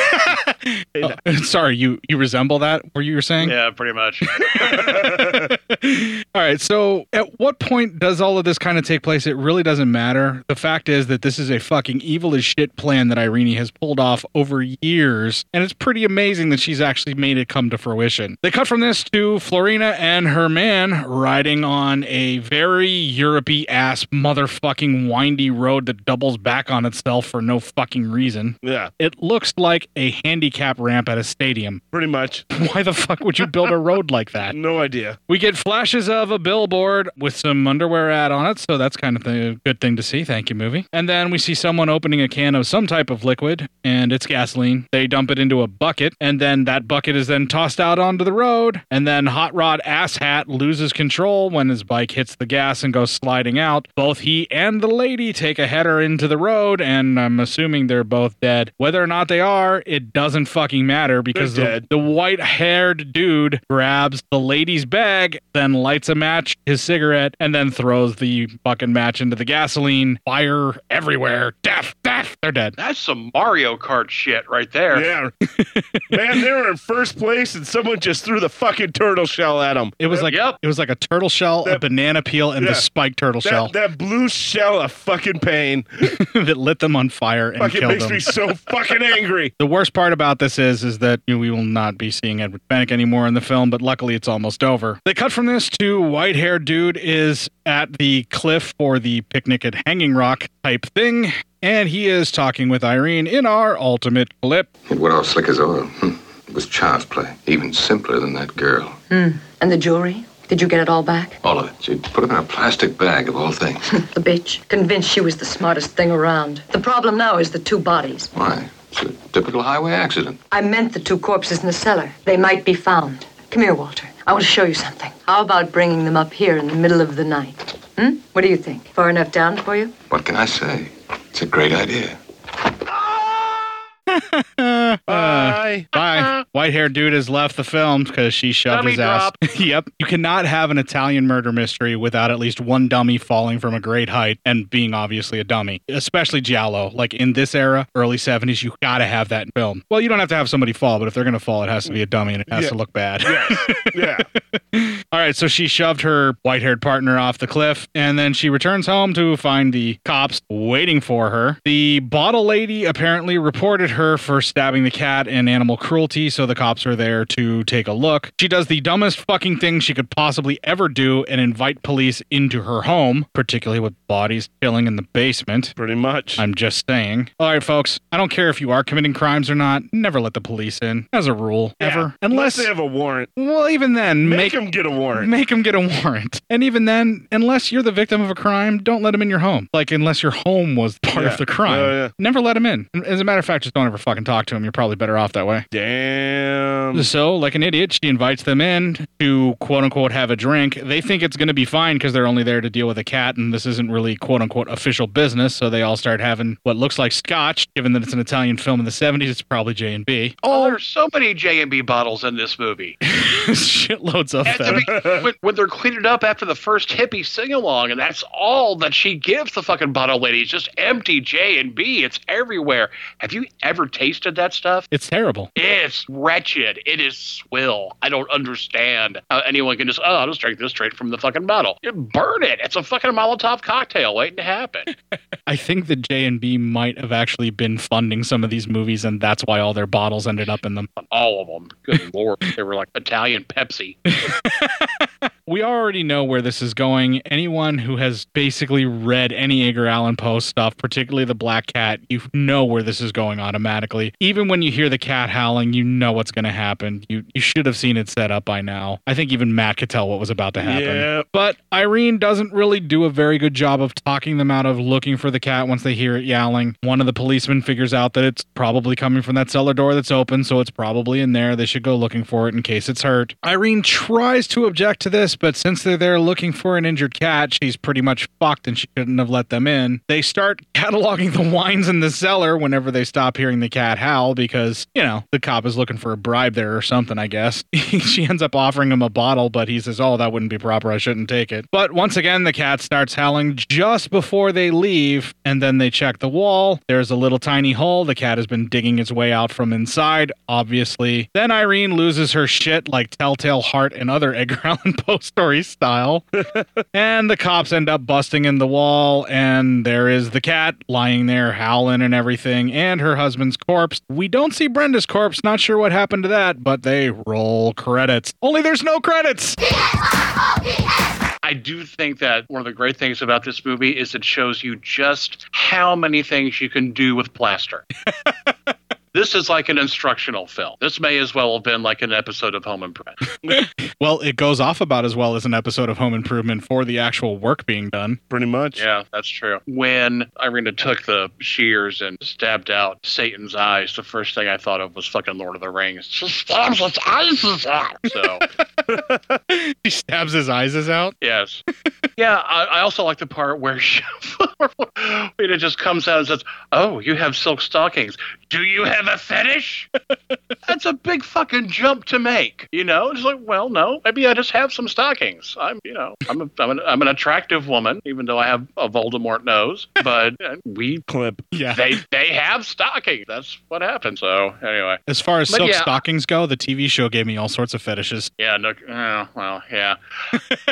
Oh, Sorry, you you resemble that? Were you were saying?
Yeah, pretty much.
All right. So, at what point does all of this kind of take place? It really doesn't matter. The fact is that this is a fucking evil as shit plan that Irene has pulled off over years, and it's pretty amazing that she's actually made it come to fruition. They cut from this to Florina and her man riding on a very Europey ass motherfucking windy road that doubles back on itself for no fucking reason.
Yeah.
It looks like a handicap ramp at a stadium.
Pretty much.
Why the fuck would you build a road like that?
No idea.
We get flashes of a billboard with some underwear ad on it, so that's kind of a good thing to see. Thank you, movie. And then we see someone opening a can of some type of liquid, and it's gasoline. They dump it into a bucket, and then that bucket is then tossed out onto the road. And then Hot Rod Asshat loses control when his bike hits the gas and goes sliding out. Both he and the lady take a header into the road, and I'm assuming they're both dead. Whether or not they are, it doesn't fucking matter because
They're
the-
dead.
the white haired dude grabs the lady's bag, then lights a match, his cigarette, and then throws the fucking match into the gasoline. Fire everywhere. Death, death. They're dead.
That's some Mario Kart shit right there.
Yeah. Man, they were in first place, and someone just threw the fucking turtle shell at them.
It was like it was like a turtle shell, a banana peel, and
yeah.
the spiked turtle
that,
shell
That blue shell of fucking pain.
that lit them on fire and
fucking
killed
makes
them.
me so fucking angry.
The worst part about this is is that we will not be seeing Edward Fennec anymore in the film, but luckily it's almost over. They cut from this to white haired dude is at the cliff for the picnic at Hanging Rock type thing, and he is talking with Irene in our ultimate clip.
It went off slick as oil. Hmm. It was child's play. Even simpler than that girl.
Hmm. And the jewelry? Did you get it all back?
All of it. She put it in a plastic bag of all things.
the bitch. Convinced she was the smartest thing around. The problem now is the two bodies.
Why? It's a typical highway accident.
I meant the two corpses in the cellar. They might be found. Come here, Walter. I want to show you something. How about bringing them up here in the middle of the night? Hmm? What do you think? Far enough down for you?
What can I say? It's a great idea.
bye. Bye. White haired dude has left the film because she shoved
Dummy
his ass. yep. You cannot have an Italian murder mystery without at least one dummy falling from a great height and being obviously a dummy, especially Giallo. Like in this era, early 70s, you got to have that in film. Well, you don't have to have somebody fall, but if they're going to fall, it has to be a dummy and it has
Yeah.
to look bad.
Yeah.
All right, so she shoved her white haired partner off the cliff, and then she returns home to find the cops waiting for her. The bottle lady apparently reported her for stabbing the cat and animal cruelty, so the cops are there to take a look. She does the dumbest fucking thing she could possibly ever do and invite police into her home, particularly with bodies chilling in the basement.
Pretty much.
I'm just saying. All right, folks, I don't care if you are committing crimes or not, never let the police in, as a rule, ever.
Unless they have a warrant.
Well, even then,
make, them get a warrant.
Make him get a warrant. And even then, unless you're the victim of a crime, don't let him in your home. Like, unless your home was part
Yeah. Oh,
of the crime.
Yeah, yeah.
Never let him in. As a matter of fact, just don't ever fucking talk to him. You're probably better off that way.
Damn.
So, like an idiot, she invites them in to quote unquote have a drink. They think it's going to be fine because they're only there to deal with a cat and this isn't really quote unquote official business. So, they all start having what looks like scotch. Given that it's an Italian film in the 70s, it's probably J&B.
Oh, there's so many J and B bottles in this movie.
shitloads of them.
when, when they're cleaning up after the first hippie sing along, and that's all that she gives the fucking bottle lady. It's just empty J and B. It's everywhere. Have you ever tasted that stuff?
It's terrible.
It's wretched. It is swill. I don't understand how anyone can just, oh, I'll just drink this straight from the fucking bottle. You burn it. It's a fucking Molotov cocktail waiting to happen.
I think that J and B might have actually been funding some of these movies, and that's why all their bottles ended up in them.
all of them. Good lord. They were like Italian Pepsi.
We already know where this is going. Anyone who has basically read any Edgar Allan Poe stuff, particularly The Black Cat, you know where this is going automatically. Even when you hear the cat howling, you know what's going to happen. You you should have seen it set up by now. I think even Matt could tell what was about to happen.
Yeah.
But Irene doesn't really do a very good job of talking them out of looking for the cat once they hear it yowling. One of the policemen figures out that it's probably coming from that cellar door that's open, so it's probably in there. They should go looking for it in case it's hurt. Irene tries to object to this, but since they're there looking for an injured cat, she's pretty much fucked and she couldn't have let them in. They start cataloging the wines in the cellar whenever they stop hearing the cat howl because, you know, the cop is looking for a bribe there or something, I guess. she ends up offering him a bottle, but he says, Oh, that wouldn't be proper. I shouldn't take it. But once again, the cat starts howling just before they leave, and then they check the wall. There's a little tiny hole. The cat has been digging its way out from inside, obviously. Then Irene loses her shit like Telltale Heart and other Edgar Allan Poe story style. and the cops end up busting in the wall, and there is the cat lying there howling and everything, and her husband's corpse. We don't see Brenda's corpse. Not sure what happened to that, but they roll credits. Only there's no credits.
I do think that one of the great things about this movie is it shows you just how many things you can do with plaster. this is like an instructional film. This may as well have been like an episode of Home Improvement.
Well, it goes off about as well as an episode of Home Improvement for the actual work being done.
Pretty much. Yeah, that's true. When Irina took the shears and stabbed out Satan's eyes, the first thing I thought of was fucking Lord of the Rings. She stabs its eyes out. So
she stabs his eyes is out.
Yes. yeah, I, I also like the part where she, Rita just comes out and says, "Oh, you have silk stockings. Do you have a fetish?" That's a big fucking jump to make, you know. It's like, well, no, maybe I just have some stockings. I'm, you know, I'm a, I'm an, I'm an attractive woman, even though I have a Voldemort nose. But uh, we
clip. Yeah.
they they have stockings. That's what happened. So anyway,
As far as
But
silk
yeah,
stockings go, the TV show gave me all sorts of fetishes.
yeah, no, oh, well, yeah.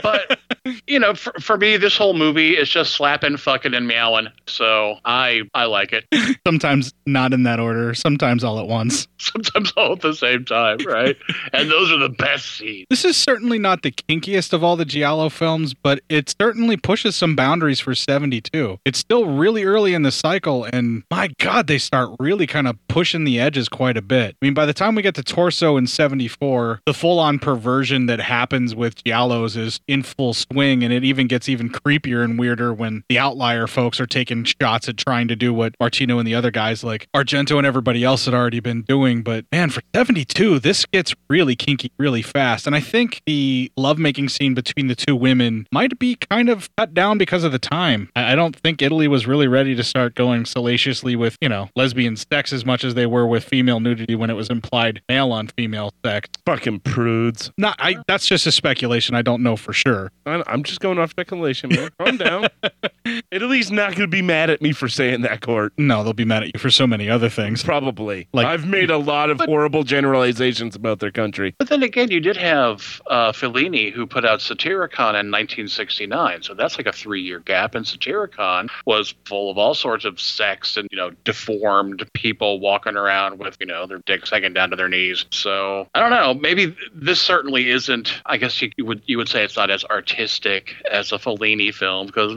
But you know, for, for me, this whole movie is just slapping, fucking, and meowing. So I I like it.
Sometimes not in that order, sometimes all at once.
Sometimes all at the same time, right? and those are the best scenes.
This is certainly not the kinkiest of all the Giallo films, but it certainly pushes some boundaries for 72. It's still really early in the cycle, and my God, they start really kind of pushing the edges quite a bit. I mean, by the time we get to Torso in 74, the full on perversion that happens with Giallos is in full swing, and it even gets even creepier and weirder when the outlier folks are taking shots at trying to do what Martino and the other guys like Argento and everybody else had already been doing. But man, for 72, this gets really kinky really fast. And I think the lovemaking scene between the two women might be kind of cut down because of the time. I I don't think Italy was really ready to start going salaciously with, you know, lesbian sex as much as they were with female nudity when it was implied male on female sex.
Fucking prudes.
Not I that's just a speculation. I don't know for sure.
I- I'm just going off speculation, man. Calm down. Italy's not going to be mad at me for saying that, Court.
No, they'll be mad at you for so many other things.
Probably.
Like-
I've made a lot of horrible generalizations about their country.
But then again, you did have uh, Fellini, who put out Satyricon in 1969, so that's like a three-year gap. And Satyricon was full of all sorts of sex and you know deformed people walking around with you know their dicks hanging down to their knees. So I don't know. Maybe th- this certainly isn't. I guess you, you would you would say it's not as artistic as a Fellini film because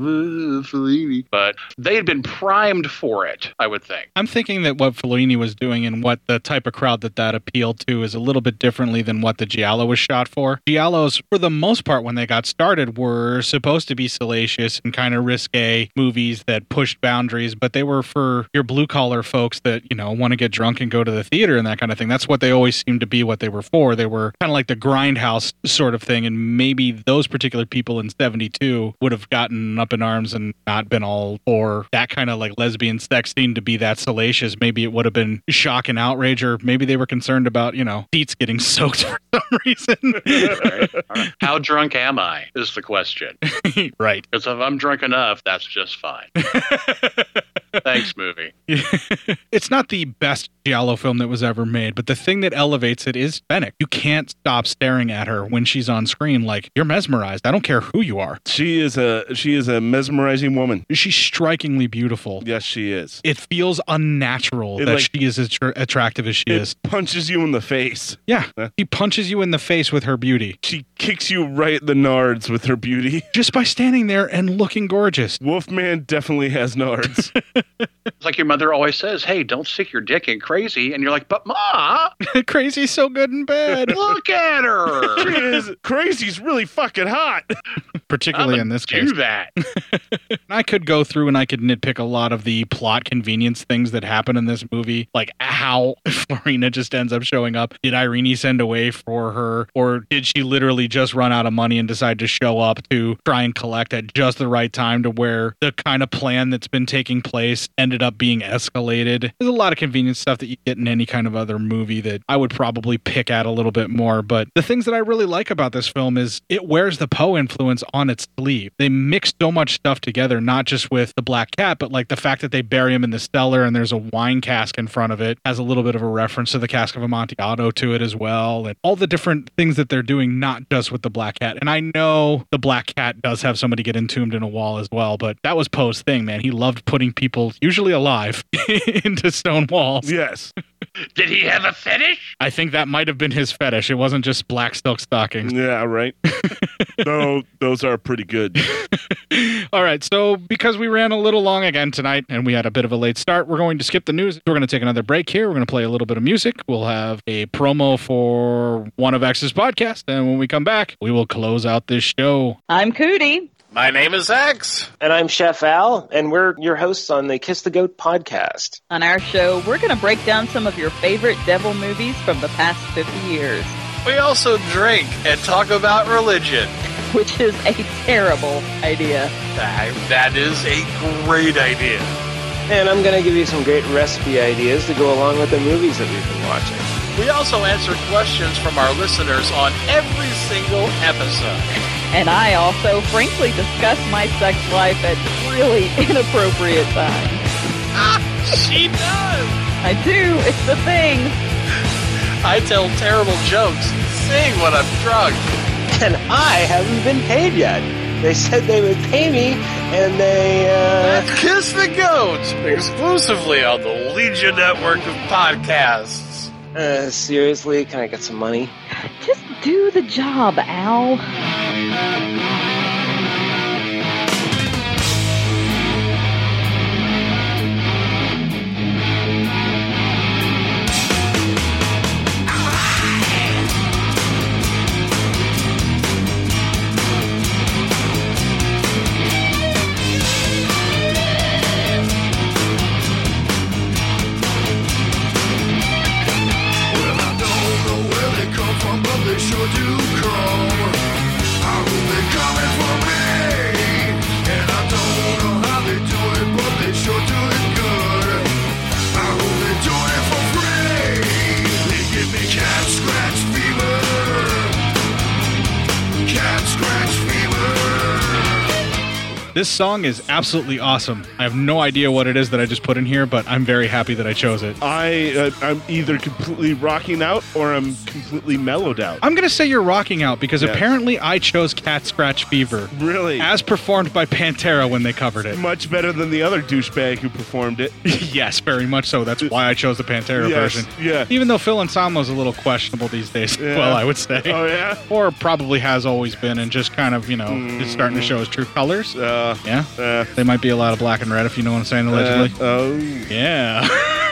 Fellini, but they had been primed for it. I would think.
I'm thinking that what Fellini was doing and what the type of crowd that that appealed to is a little bit differently than what the Giallo was shot for. Giallos, for the most part, when they got started, were supposed to be salacious and kind of risque movies that pushed boundaries, but they were for your blue collar folks that, you know, want to get drunk and go to the theater and that kind of thing. That's what they always seemed to be what they were for. They were kind of like the grindhouse sort of thing. And maybe those particular people in 72 would have gotten up in arms and not been all for that kind of like lesbian sex scene to be that salacious. Maybe it would have been shock and outrage, or maybe they were were concerned about, you know, Deets getting soaked for some reason.
How drunk am I? Is the question.
right.
Because if I'm drunk enough, that's just fine. Thanks, movie.
it's not the best giallo film that was ever made, but the thing that elevates it is Fennec. You can't stop staring at her when she's on screen. Like you're mesmerized. I don't care who you are.
She is a she is a mesmerizing woman.
She's strikingly beautiful.
Yes, she is.
It feels unnatural
It,
that
like-
she is as tr- attractive as she
It
is.
punches you in the face.
Yeah, she punches you in the face with her beauty.
She kicks you right in the nards with her beauty.
Just by standing there and looking gorgeous.
Wolfman definitely has nards.
It's like your mother always says, "Hey, don't stick your dick in crazy," and you're like, "But ma,
Crazy's so good in bed.
Look at her.
she is crazy's really fucking hot.
particularly in this case.
do that.
And I could go through and I could nitpick a lot of the plot convenience things that happen in this movie, like how Florina just ends up showing up. Did Irene send away for her, or did she literally just run out of money and decide to show up to try and collect at just the right time to where the kind of plan that's been taking place ended up being escalated? There's a lot of convenience stuff that you get in any kind of other movie that I would probably pick at a little bit more, but the things that I really like about this film is it wears the Poe influence on its sleeve. They mix so much stuff together, not just with the black cat, but like the fact that they bury him in the cellar and there's a wine cask in front of it has a little bit of a reference to the cask of Amontillado to it as well, and all the different things that they're doing, not just with the black cat. And I know the black cat does have somebody get entombed in a wall as well, but that was Poe's thing, man. He loved putting people, usually alive, into stone walls.
Yes.
Did he have a fetish?
I think that might have been his fetish. It wasn't just black silk stockings.
Yeah, right. no, those are pretty good.
All right, so because we ran a little long again tonight and we had a bit of a late start, we're going to skip the news. We're going to take another break here. We're going to play a little bit of music. We'll have a promo for one of X's podcast, and when we come back, we will close out this show.
I'm Cootie. My name is X. And I'm Chef Al, and we're your hosts on the Kiss the Goat podcast.
On our show, we're going to break down some of your favorite devil movies from the past 50 years,
We also drink and talk about religion.
which is a terrible idea.
that is a great idea. And I'm going to give you some great recipe ideas to go along with the movies that we've been watching. We also answer questions from our listeners on every single episode.
And I also frankly discuss my sex life at really inappropriate times.
she does!
I do, it's the thing.
I tell terrible jokes seeing when I'm drunk. And I haven't been paid yet. They said they would pay me, and they, uh... Kiss the Goats! Exclusively on the Legion Network of Podcasts. Uh, seriously? Can I get some money?
Just do the job, Al.
Well, I don't know where they come from, but they sure do come. I hope they're coming for me. And I don't know how they do it, but they sure do it good. I hope they do it for free. They give me cat scratch fever. Cat scratch fever.
This song is absolutely awesome. I have no idea what it is that I just put in here, but I'm very happy that I chose it.
I uh, I'm either completely rocking out or I'm completely mellowed out.
I'm going to say you're rocking out because
Yes.
apparently I chose Cat Scratch Fever.
Really?
As performed by Pantera when they covered it.
Much better than the other douchebag who performed it.
yes, very much so. That's why I chose the Pantera
Yes,
version.
yeah.
Even though Phil Anselmo's a little questionable these days,
Yeah.
well, I would say.
Oh, yeah? Mm.
Or probably has always been and just kind of, you know, is starting to show his true colors.
Uh,
yeah. they might be a lot of black and red if you know what I'm saying, allegedly.
Uh, oh.
Yeah.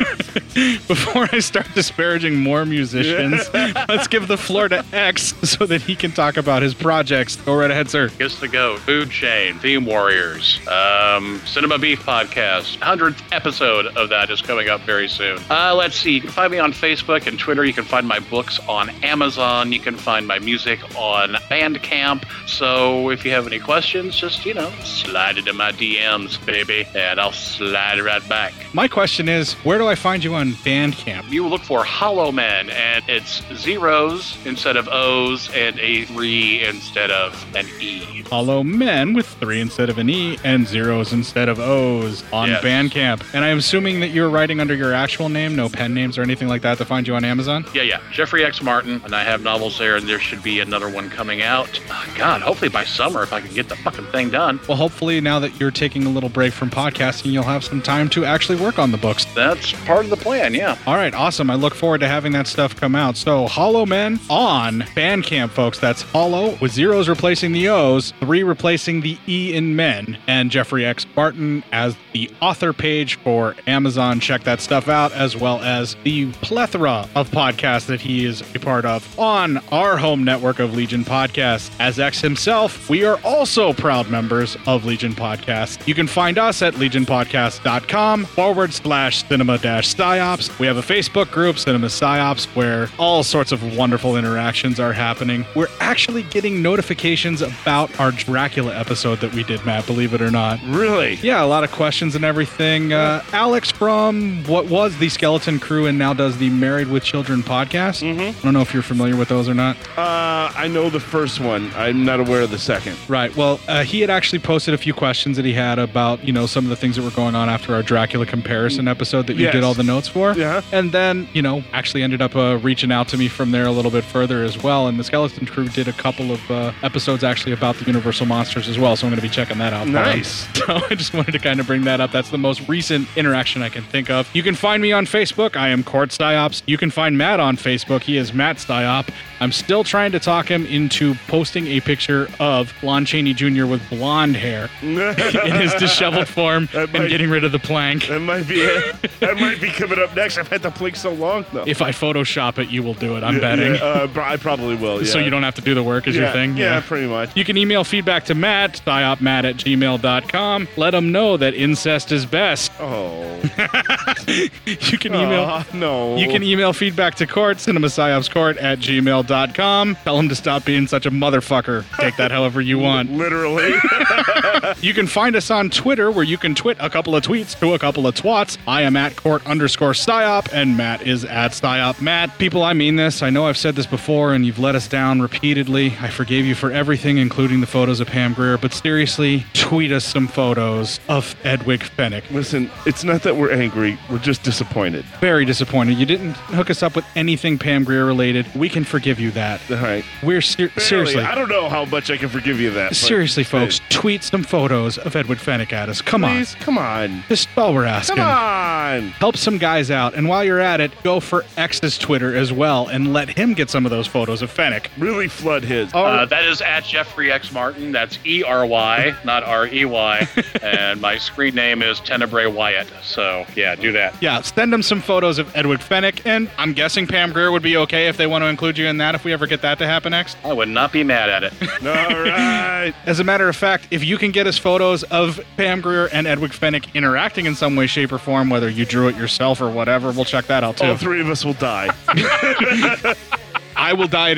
Before I start disparaging more musicians, let's give the floor to X so that he can talk about his projects. Go right ahead, sir.
Kiss the Goat, Food Chain, Theme Warriors, um, Cinema Beef Podcast. 100th episode of that is coming up very soon. Uh, let's see. You can find me on Facebook and Twitter. You can find my books on Amazon. You can find my music on Bandcamp. So if you have any questions, just, you know, slide into my DMs, baby, and I'll slide right back.
My question is, where do I find you on Bandcamp?
You look for Hollow Man, and it's zeros instead of O's, and a three instead of an E.
Hollow Men with three instead of an E and zeros instead of O's on
Yes.
Bandcamp. And I'm assuming that you're writing under your actual name, no pen names or anything like that to find you on Amazon?
Yeah, yeah. Jeffrey X. Martin, and I have novels there, and there should be another one coming out. Oh, God, hopefully by summer, if I can get the fucking thing done.
Well, hopefully, now that you're taking a little break from podcasting, you'll have some time to actually work on the books.
That's part of the plan, yeah.
All right, awesome. I look forward to having that stuff come out. So, Hollow Men on Bandcamp, folks. That's Hollow with zeros replacing the O's, three replacing the E in men, and Jeffrey X. Barton as the author page for Amazon. Check that stuff out, as well as the plethora of podcasts that he is a part of on our home network of Legion Podcasts. As X himself, we are also proud members of Legion Podcasts. You can find us at legionpodcast.com forward slash cinema dash psyops. We have a Facebook group, Cinema Psyops, where all sorts of wonderful interactions are happening. We're actually getting notifications about our Dracula episode that we did, Matt, believe it or not.
Really?
Yeah, a lot of questions and everything. Uh, Alex from what was the Skeleton Crew and now does the Married with Children podcast. Mm-hmm. I don't know if you're familiar with those or not.
Uh, I know the first one. I'm not aware of the second.
Right. Well, uh, he had actually posted a few questions that he had about, you know, some of the things that were going on after our Dracula comparison episode that you
Yes.
did all the notes for. Yeah. And then, you know, actually ended up uh, reaching out to me from there a little bit further as well. And the Skeleton Crew did a couple of uh, episodes actually about the Universal Monsters as well. So I'm going to be checking that out.
Nice.
So I just wanted to kind of bring that up. That's the most recent interaction I can think of. You can find me on Facebook. I am Court Styops. You can find Matt on Facebook. He is Matt Styop. I'm still trying to talk him into posting a picture of Lon Chaney Jr. with blonde hair in his disheveled form and
might-
getting rid of the plank.
That might be it. that might be coming up next. I've had the plink so long. No.
If I Photoshop it, you will do it. I'm
Yeah,
betting.
yeah, uh, pro- I probably will.
So
yeah.
you don't have to do the work is your
Yeah,
thing?
yeah, pretty much.
You can email feedback to Matt, psyopmatt at gmail.com. Let him know that incest is best.
Oh.
you can email.
Aw, no.
You can e- email feedback to court, cinemasciopscourt at gmail.com. Tell him to stop being such a motherfucker. Take that however you want.
Literally.
you can find us on Twitter where you can twit a couple of tweets to a couple of twats. I am at court underscore psyop and Matt is at psyop Matt. People, I mean this. I know I've said this before and you've let us down repeatedly. I forgave you for everything, including the photos of Pam Greer, but seriously, tweet us some photos of Edwig Fennick.
Listen, it's not that we're angry. We're just disappointed.
Very disappointed. You didn't hook us up with anything Pam Greer related. We can forgive you that.
All right.
We're ser- seriously.
I don't know how much I can forgive you that. but-
Seriously, folks, tweet some photos of Edward Fennick at us. Come
Please,
on.
come on.
Just all we're asking.
Come on.
Help some guys out. And while you're at it, go for X's Twitter as well and let him get some of those photos of Fennec.
Really flood his.
Uh, that is at Jeffrey X Martin. That's E R Y, not R E Y. and my screen name is Tenebrae Wyatt. So yeah, do that.
yeah, send them some photos of Edward Fennick, and I'm guessing Pam Greer would be okay if they want to include you in that if we ever get that to happen next.
I would not be mad at it.
All
Uh,
right.
As a matter of fact, if you can get us photos of Pam Greer and Edwig Fennick interacting in some way, shape, or form, whether you drew it yourself or whatever, we'll check that out too.
All three of us will die.
I will die an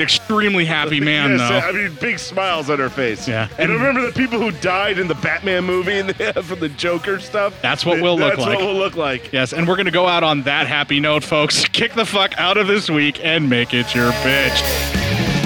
extremely happy man,
Yes,
though.
I mean, big smiles on her face.
Yeah.
And remember the people who died in the Batman movie and from the Joker stuff?
That's what we'll look
That's
like.
what we'll look like.
Yes, and we're going to go out on that happy note, folks. Kick the fuck out of this week and make it your bitch.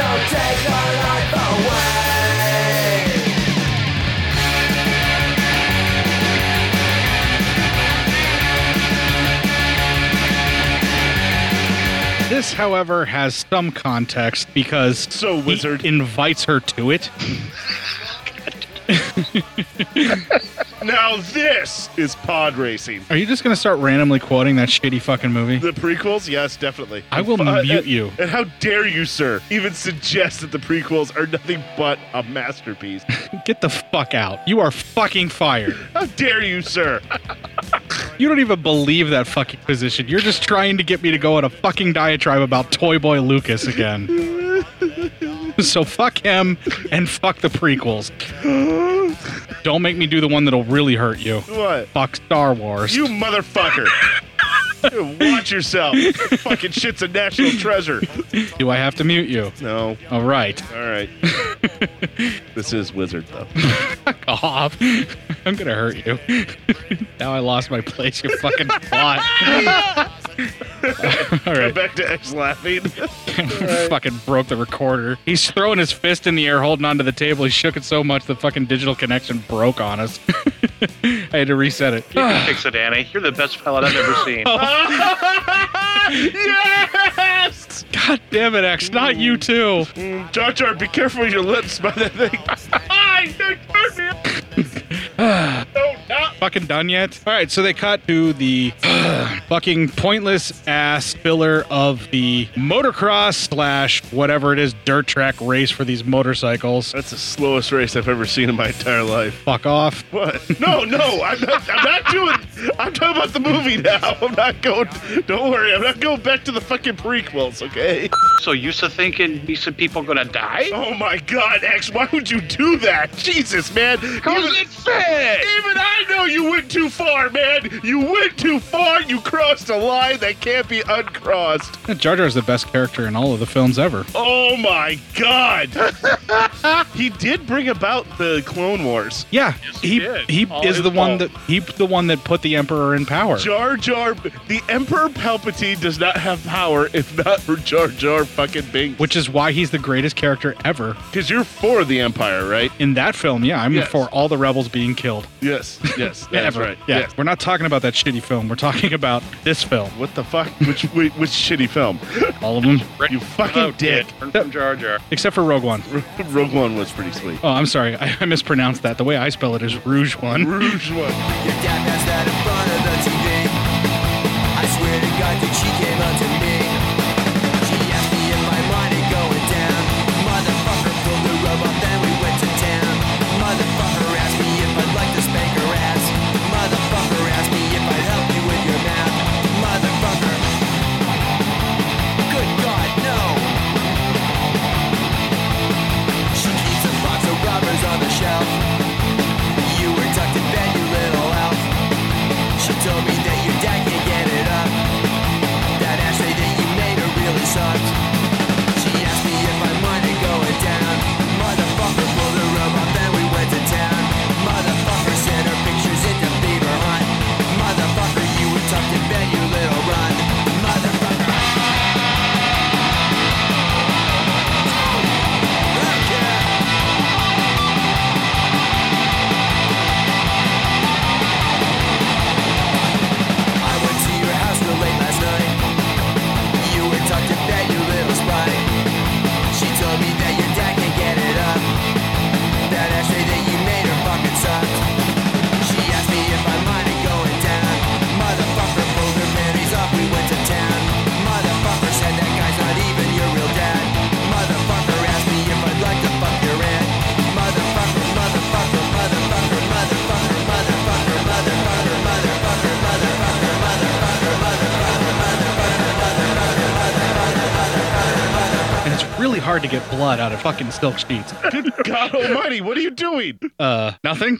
Don't take her life away
This, however, has some context because so wizard invites her to it.
Now this is pod racing.
Are you just going to start randomly quoting that shitty fucking movie?
The prequels? Yes, definitely.
I will mute
and-
you.
And how dare you, sir, even suggest that the prequels are nothing but a masterpiece?
Get the fuck out. You are fucking fired.
how dare you, sir?
You don't even believe that fucking position. You're just trying to get me to go on a fucking diatribe about Toy Boy Lucas again. so fuck him and fuck the prequels. Don't make me do the one that'll really hurt you.
What?
Fuck Star Wars.
You motherfucker. Watch yourself. Fucking shit's a national treasure.
Do I have to mute you?
No.
All right.
All right. this is Wizard, though.
Fuck off. I'm going to hurt you. now I lost my place, you fucking plot. All
Come
right.
back to X laughing.
fucking broke the recorder. He's throwing his fist in the air, holding onto the table. He shook it so much the fucking digital connection broke on us. I had to reset it.
You can fix it, Annie. You're the best pilot I've ever seen.
yes!
God damn it, X. Not you, too.
Jar Jar, be careful with your lips by that thing. I turned me up.
fucking done yet? All right, so they cut to the fucking pointless ass filler of the motocross slash whatever it is dirt track race for these motorcycles.
That's the slowest race I've ever seen in my entire life.
Fuck off.
What? No, no, I'm not, I'm not doing. I'm talking about the movie now. I'm not going. Don't worry, I'm not going back to the fucking prequels. Okay.
so used to thinking decent people gonna die?
Oh my God, X! Why would you do that? Jesus, man! Even- Even I know you went too far, man. You went too far. You crossed a line that can't be uncrossed.
Jar Jar is the best character in all of the films ever.
Oh my God! he did bring about the Clone Wars.
Yeah, he
did.
he
All
is
his
the one
fault.
that he the one that put the emperor in power.
Jar Jar, the Emperor Palpatine does not have power if not for Jar Jar fucking Binks.
which is why he's the greatest character ever.
Because you're for the Empire, right?
In that film, yeah, I'm
Yes.
for all the rebels being killed.
Yes, yes, that's
Ever.
right.
Yeah.
Yes.
We're not talking about that shitty film. We're talking about this film.
What the fuck? Which which, which shitty film?
All of them.
You fucking dick.
Learn from Jar Jar.
Except for Rogue One.
Rogue One was pretty sweet.
Oh, I'm sorry. I, I mispronounced that. The way I spell it is Rouge One.
Rouge One.
Your dad passed that in front of the TV. I swear to God that she came up to me. She asked me if my money going down. Motherfucker pulled the rope up, then we went to town. Motherfucker asked me if I'd like to spank her ass. Motherfucker asked me if I'd help you with your math. Motherfucker. Good God, no. She keeps a box of rubbers on the shelf. You were tucked in bed, you little elf. She told me that your dad can't get it up. That ashtray that you made her really sucked. She asked me if I minded going down. Motherfucker pulled her robe off, then we went to town. Motherfucker sent her pictures into Beaver Hunt. Motherfucker, you were tucked in bed, you little run. Motherfucker. I went to your house real late last night. You were tucked in bed, you little sprite. She told me that your dad can't get it up. That ashtray that you made her fucking sucked. She asked me if I minded going down. Motherfucker pulled her panties off, we went to town. Motherfucker said that guy's not even your real dad. Motherfucker asked me if I'd like to fuck your aunt. Motherfucker, motherfucker, motherfucker, motherfucker, motherfucker, motherfucker, motherfucker, motherfucker.
And it's really hard to get blood out of fucking silk sheets.
Good God Almighty, what are you doing?
Uh, nothing?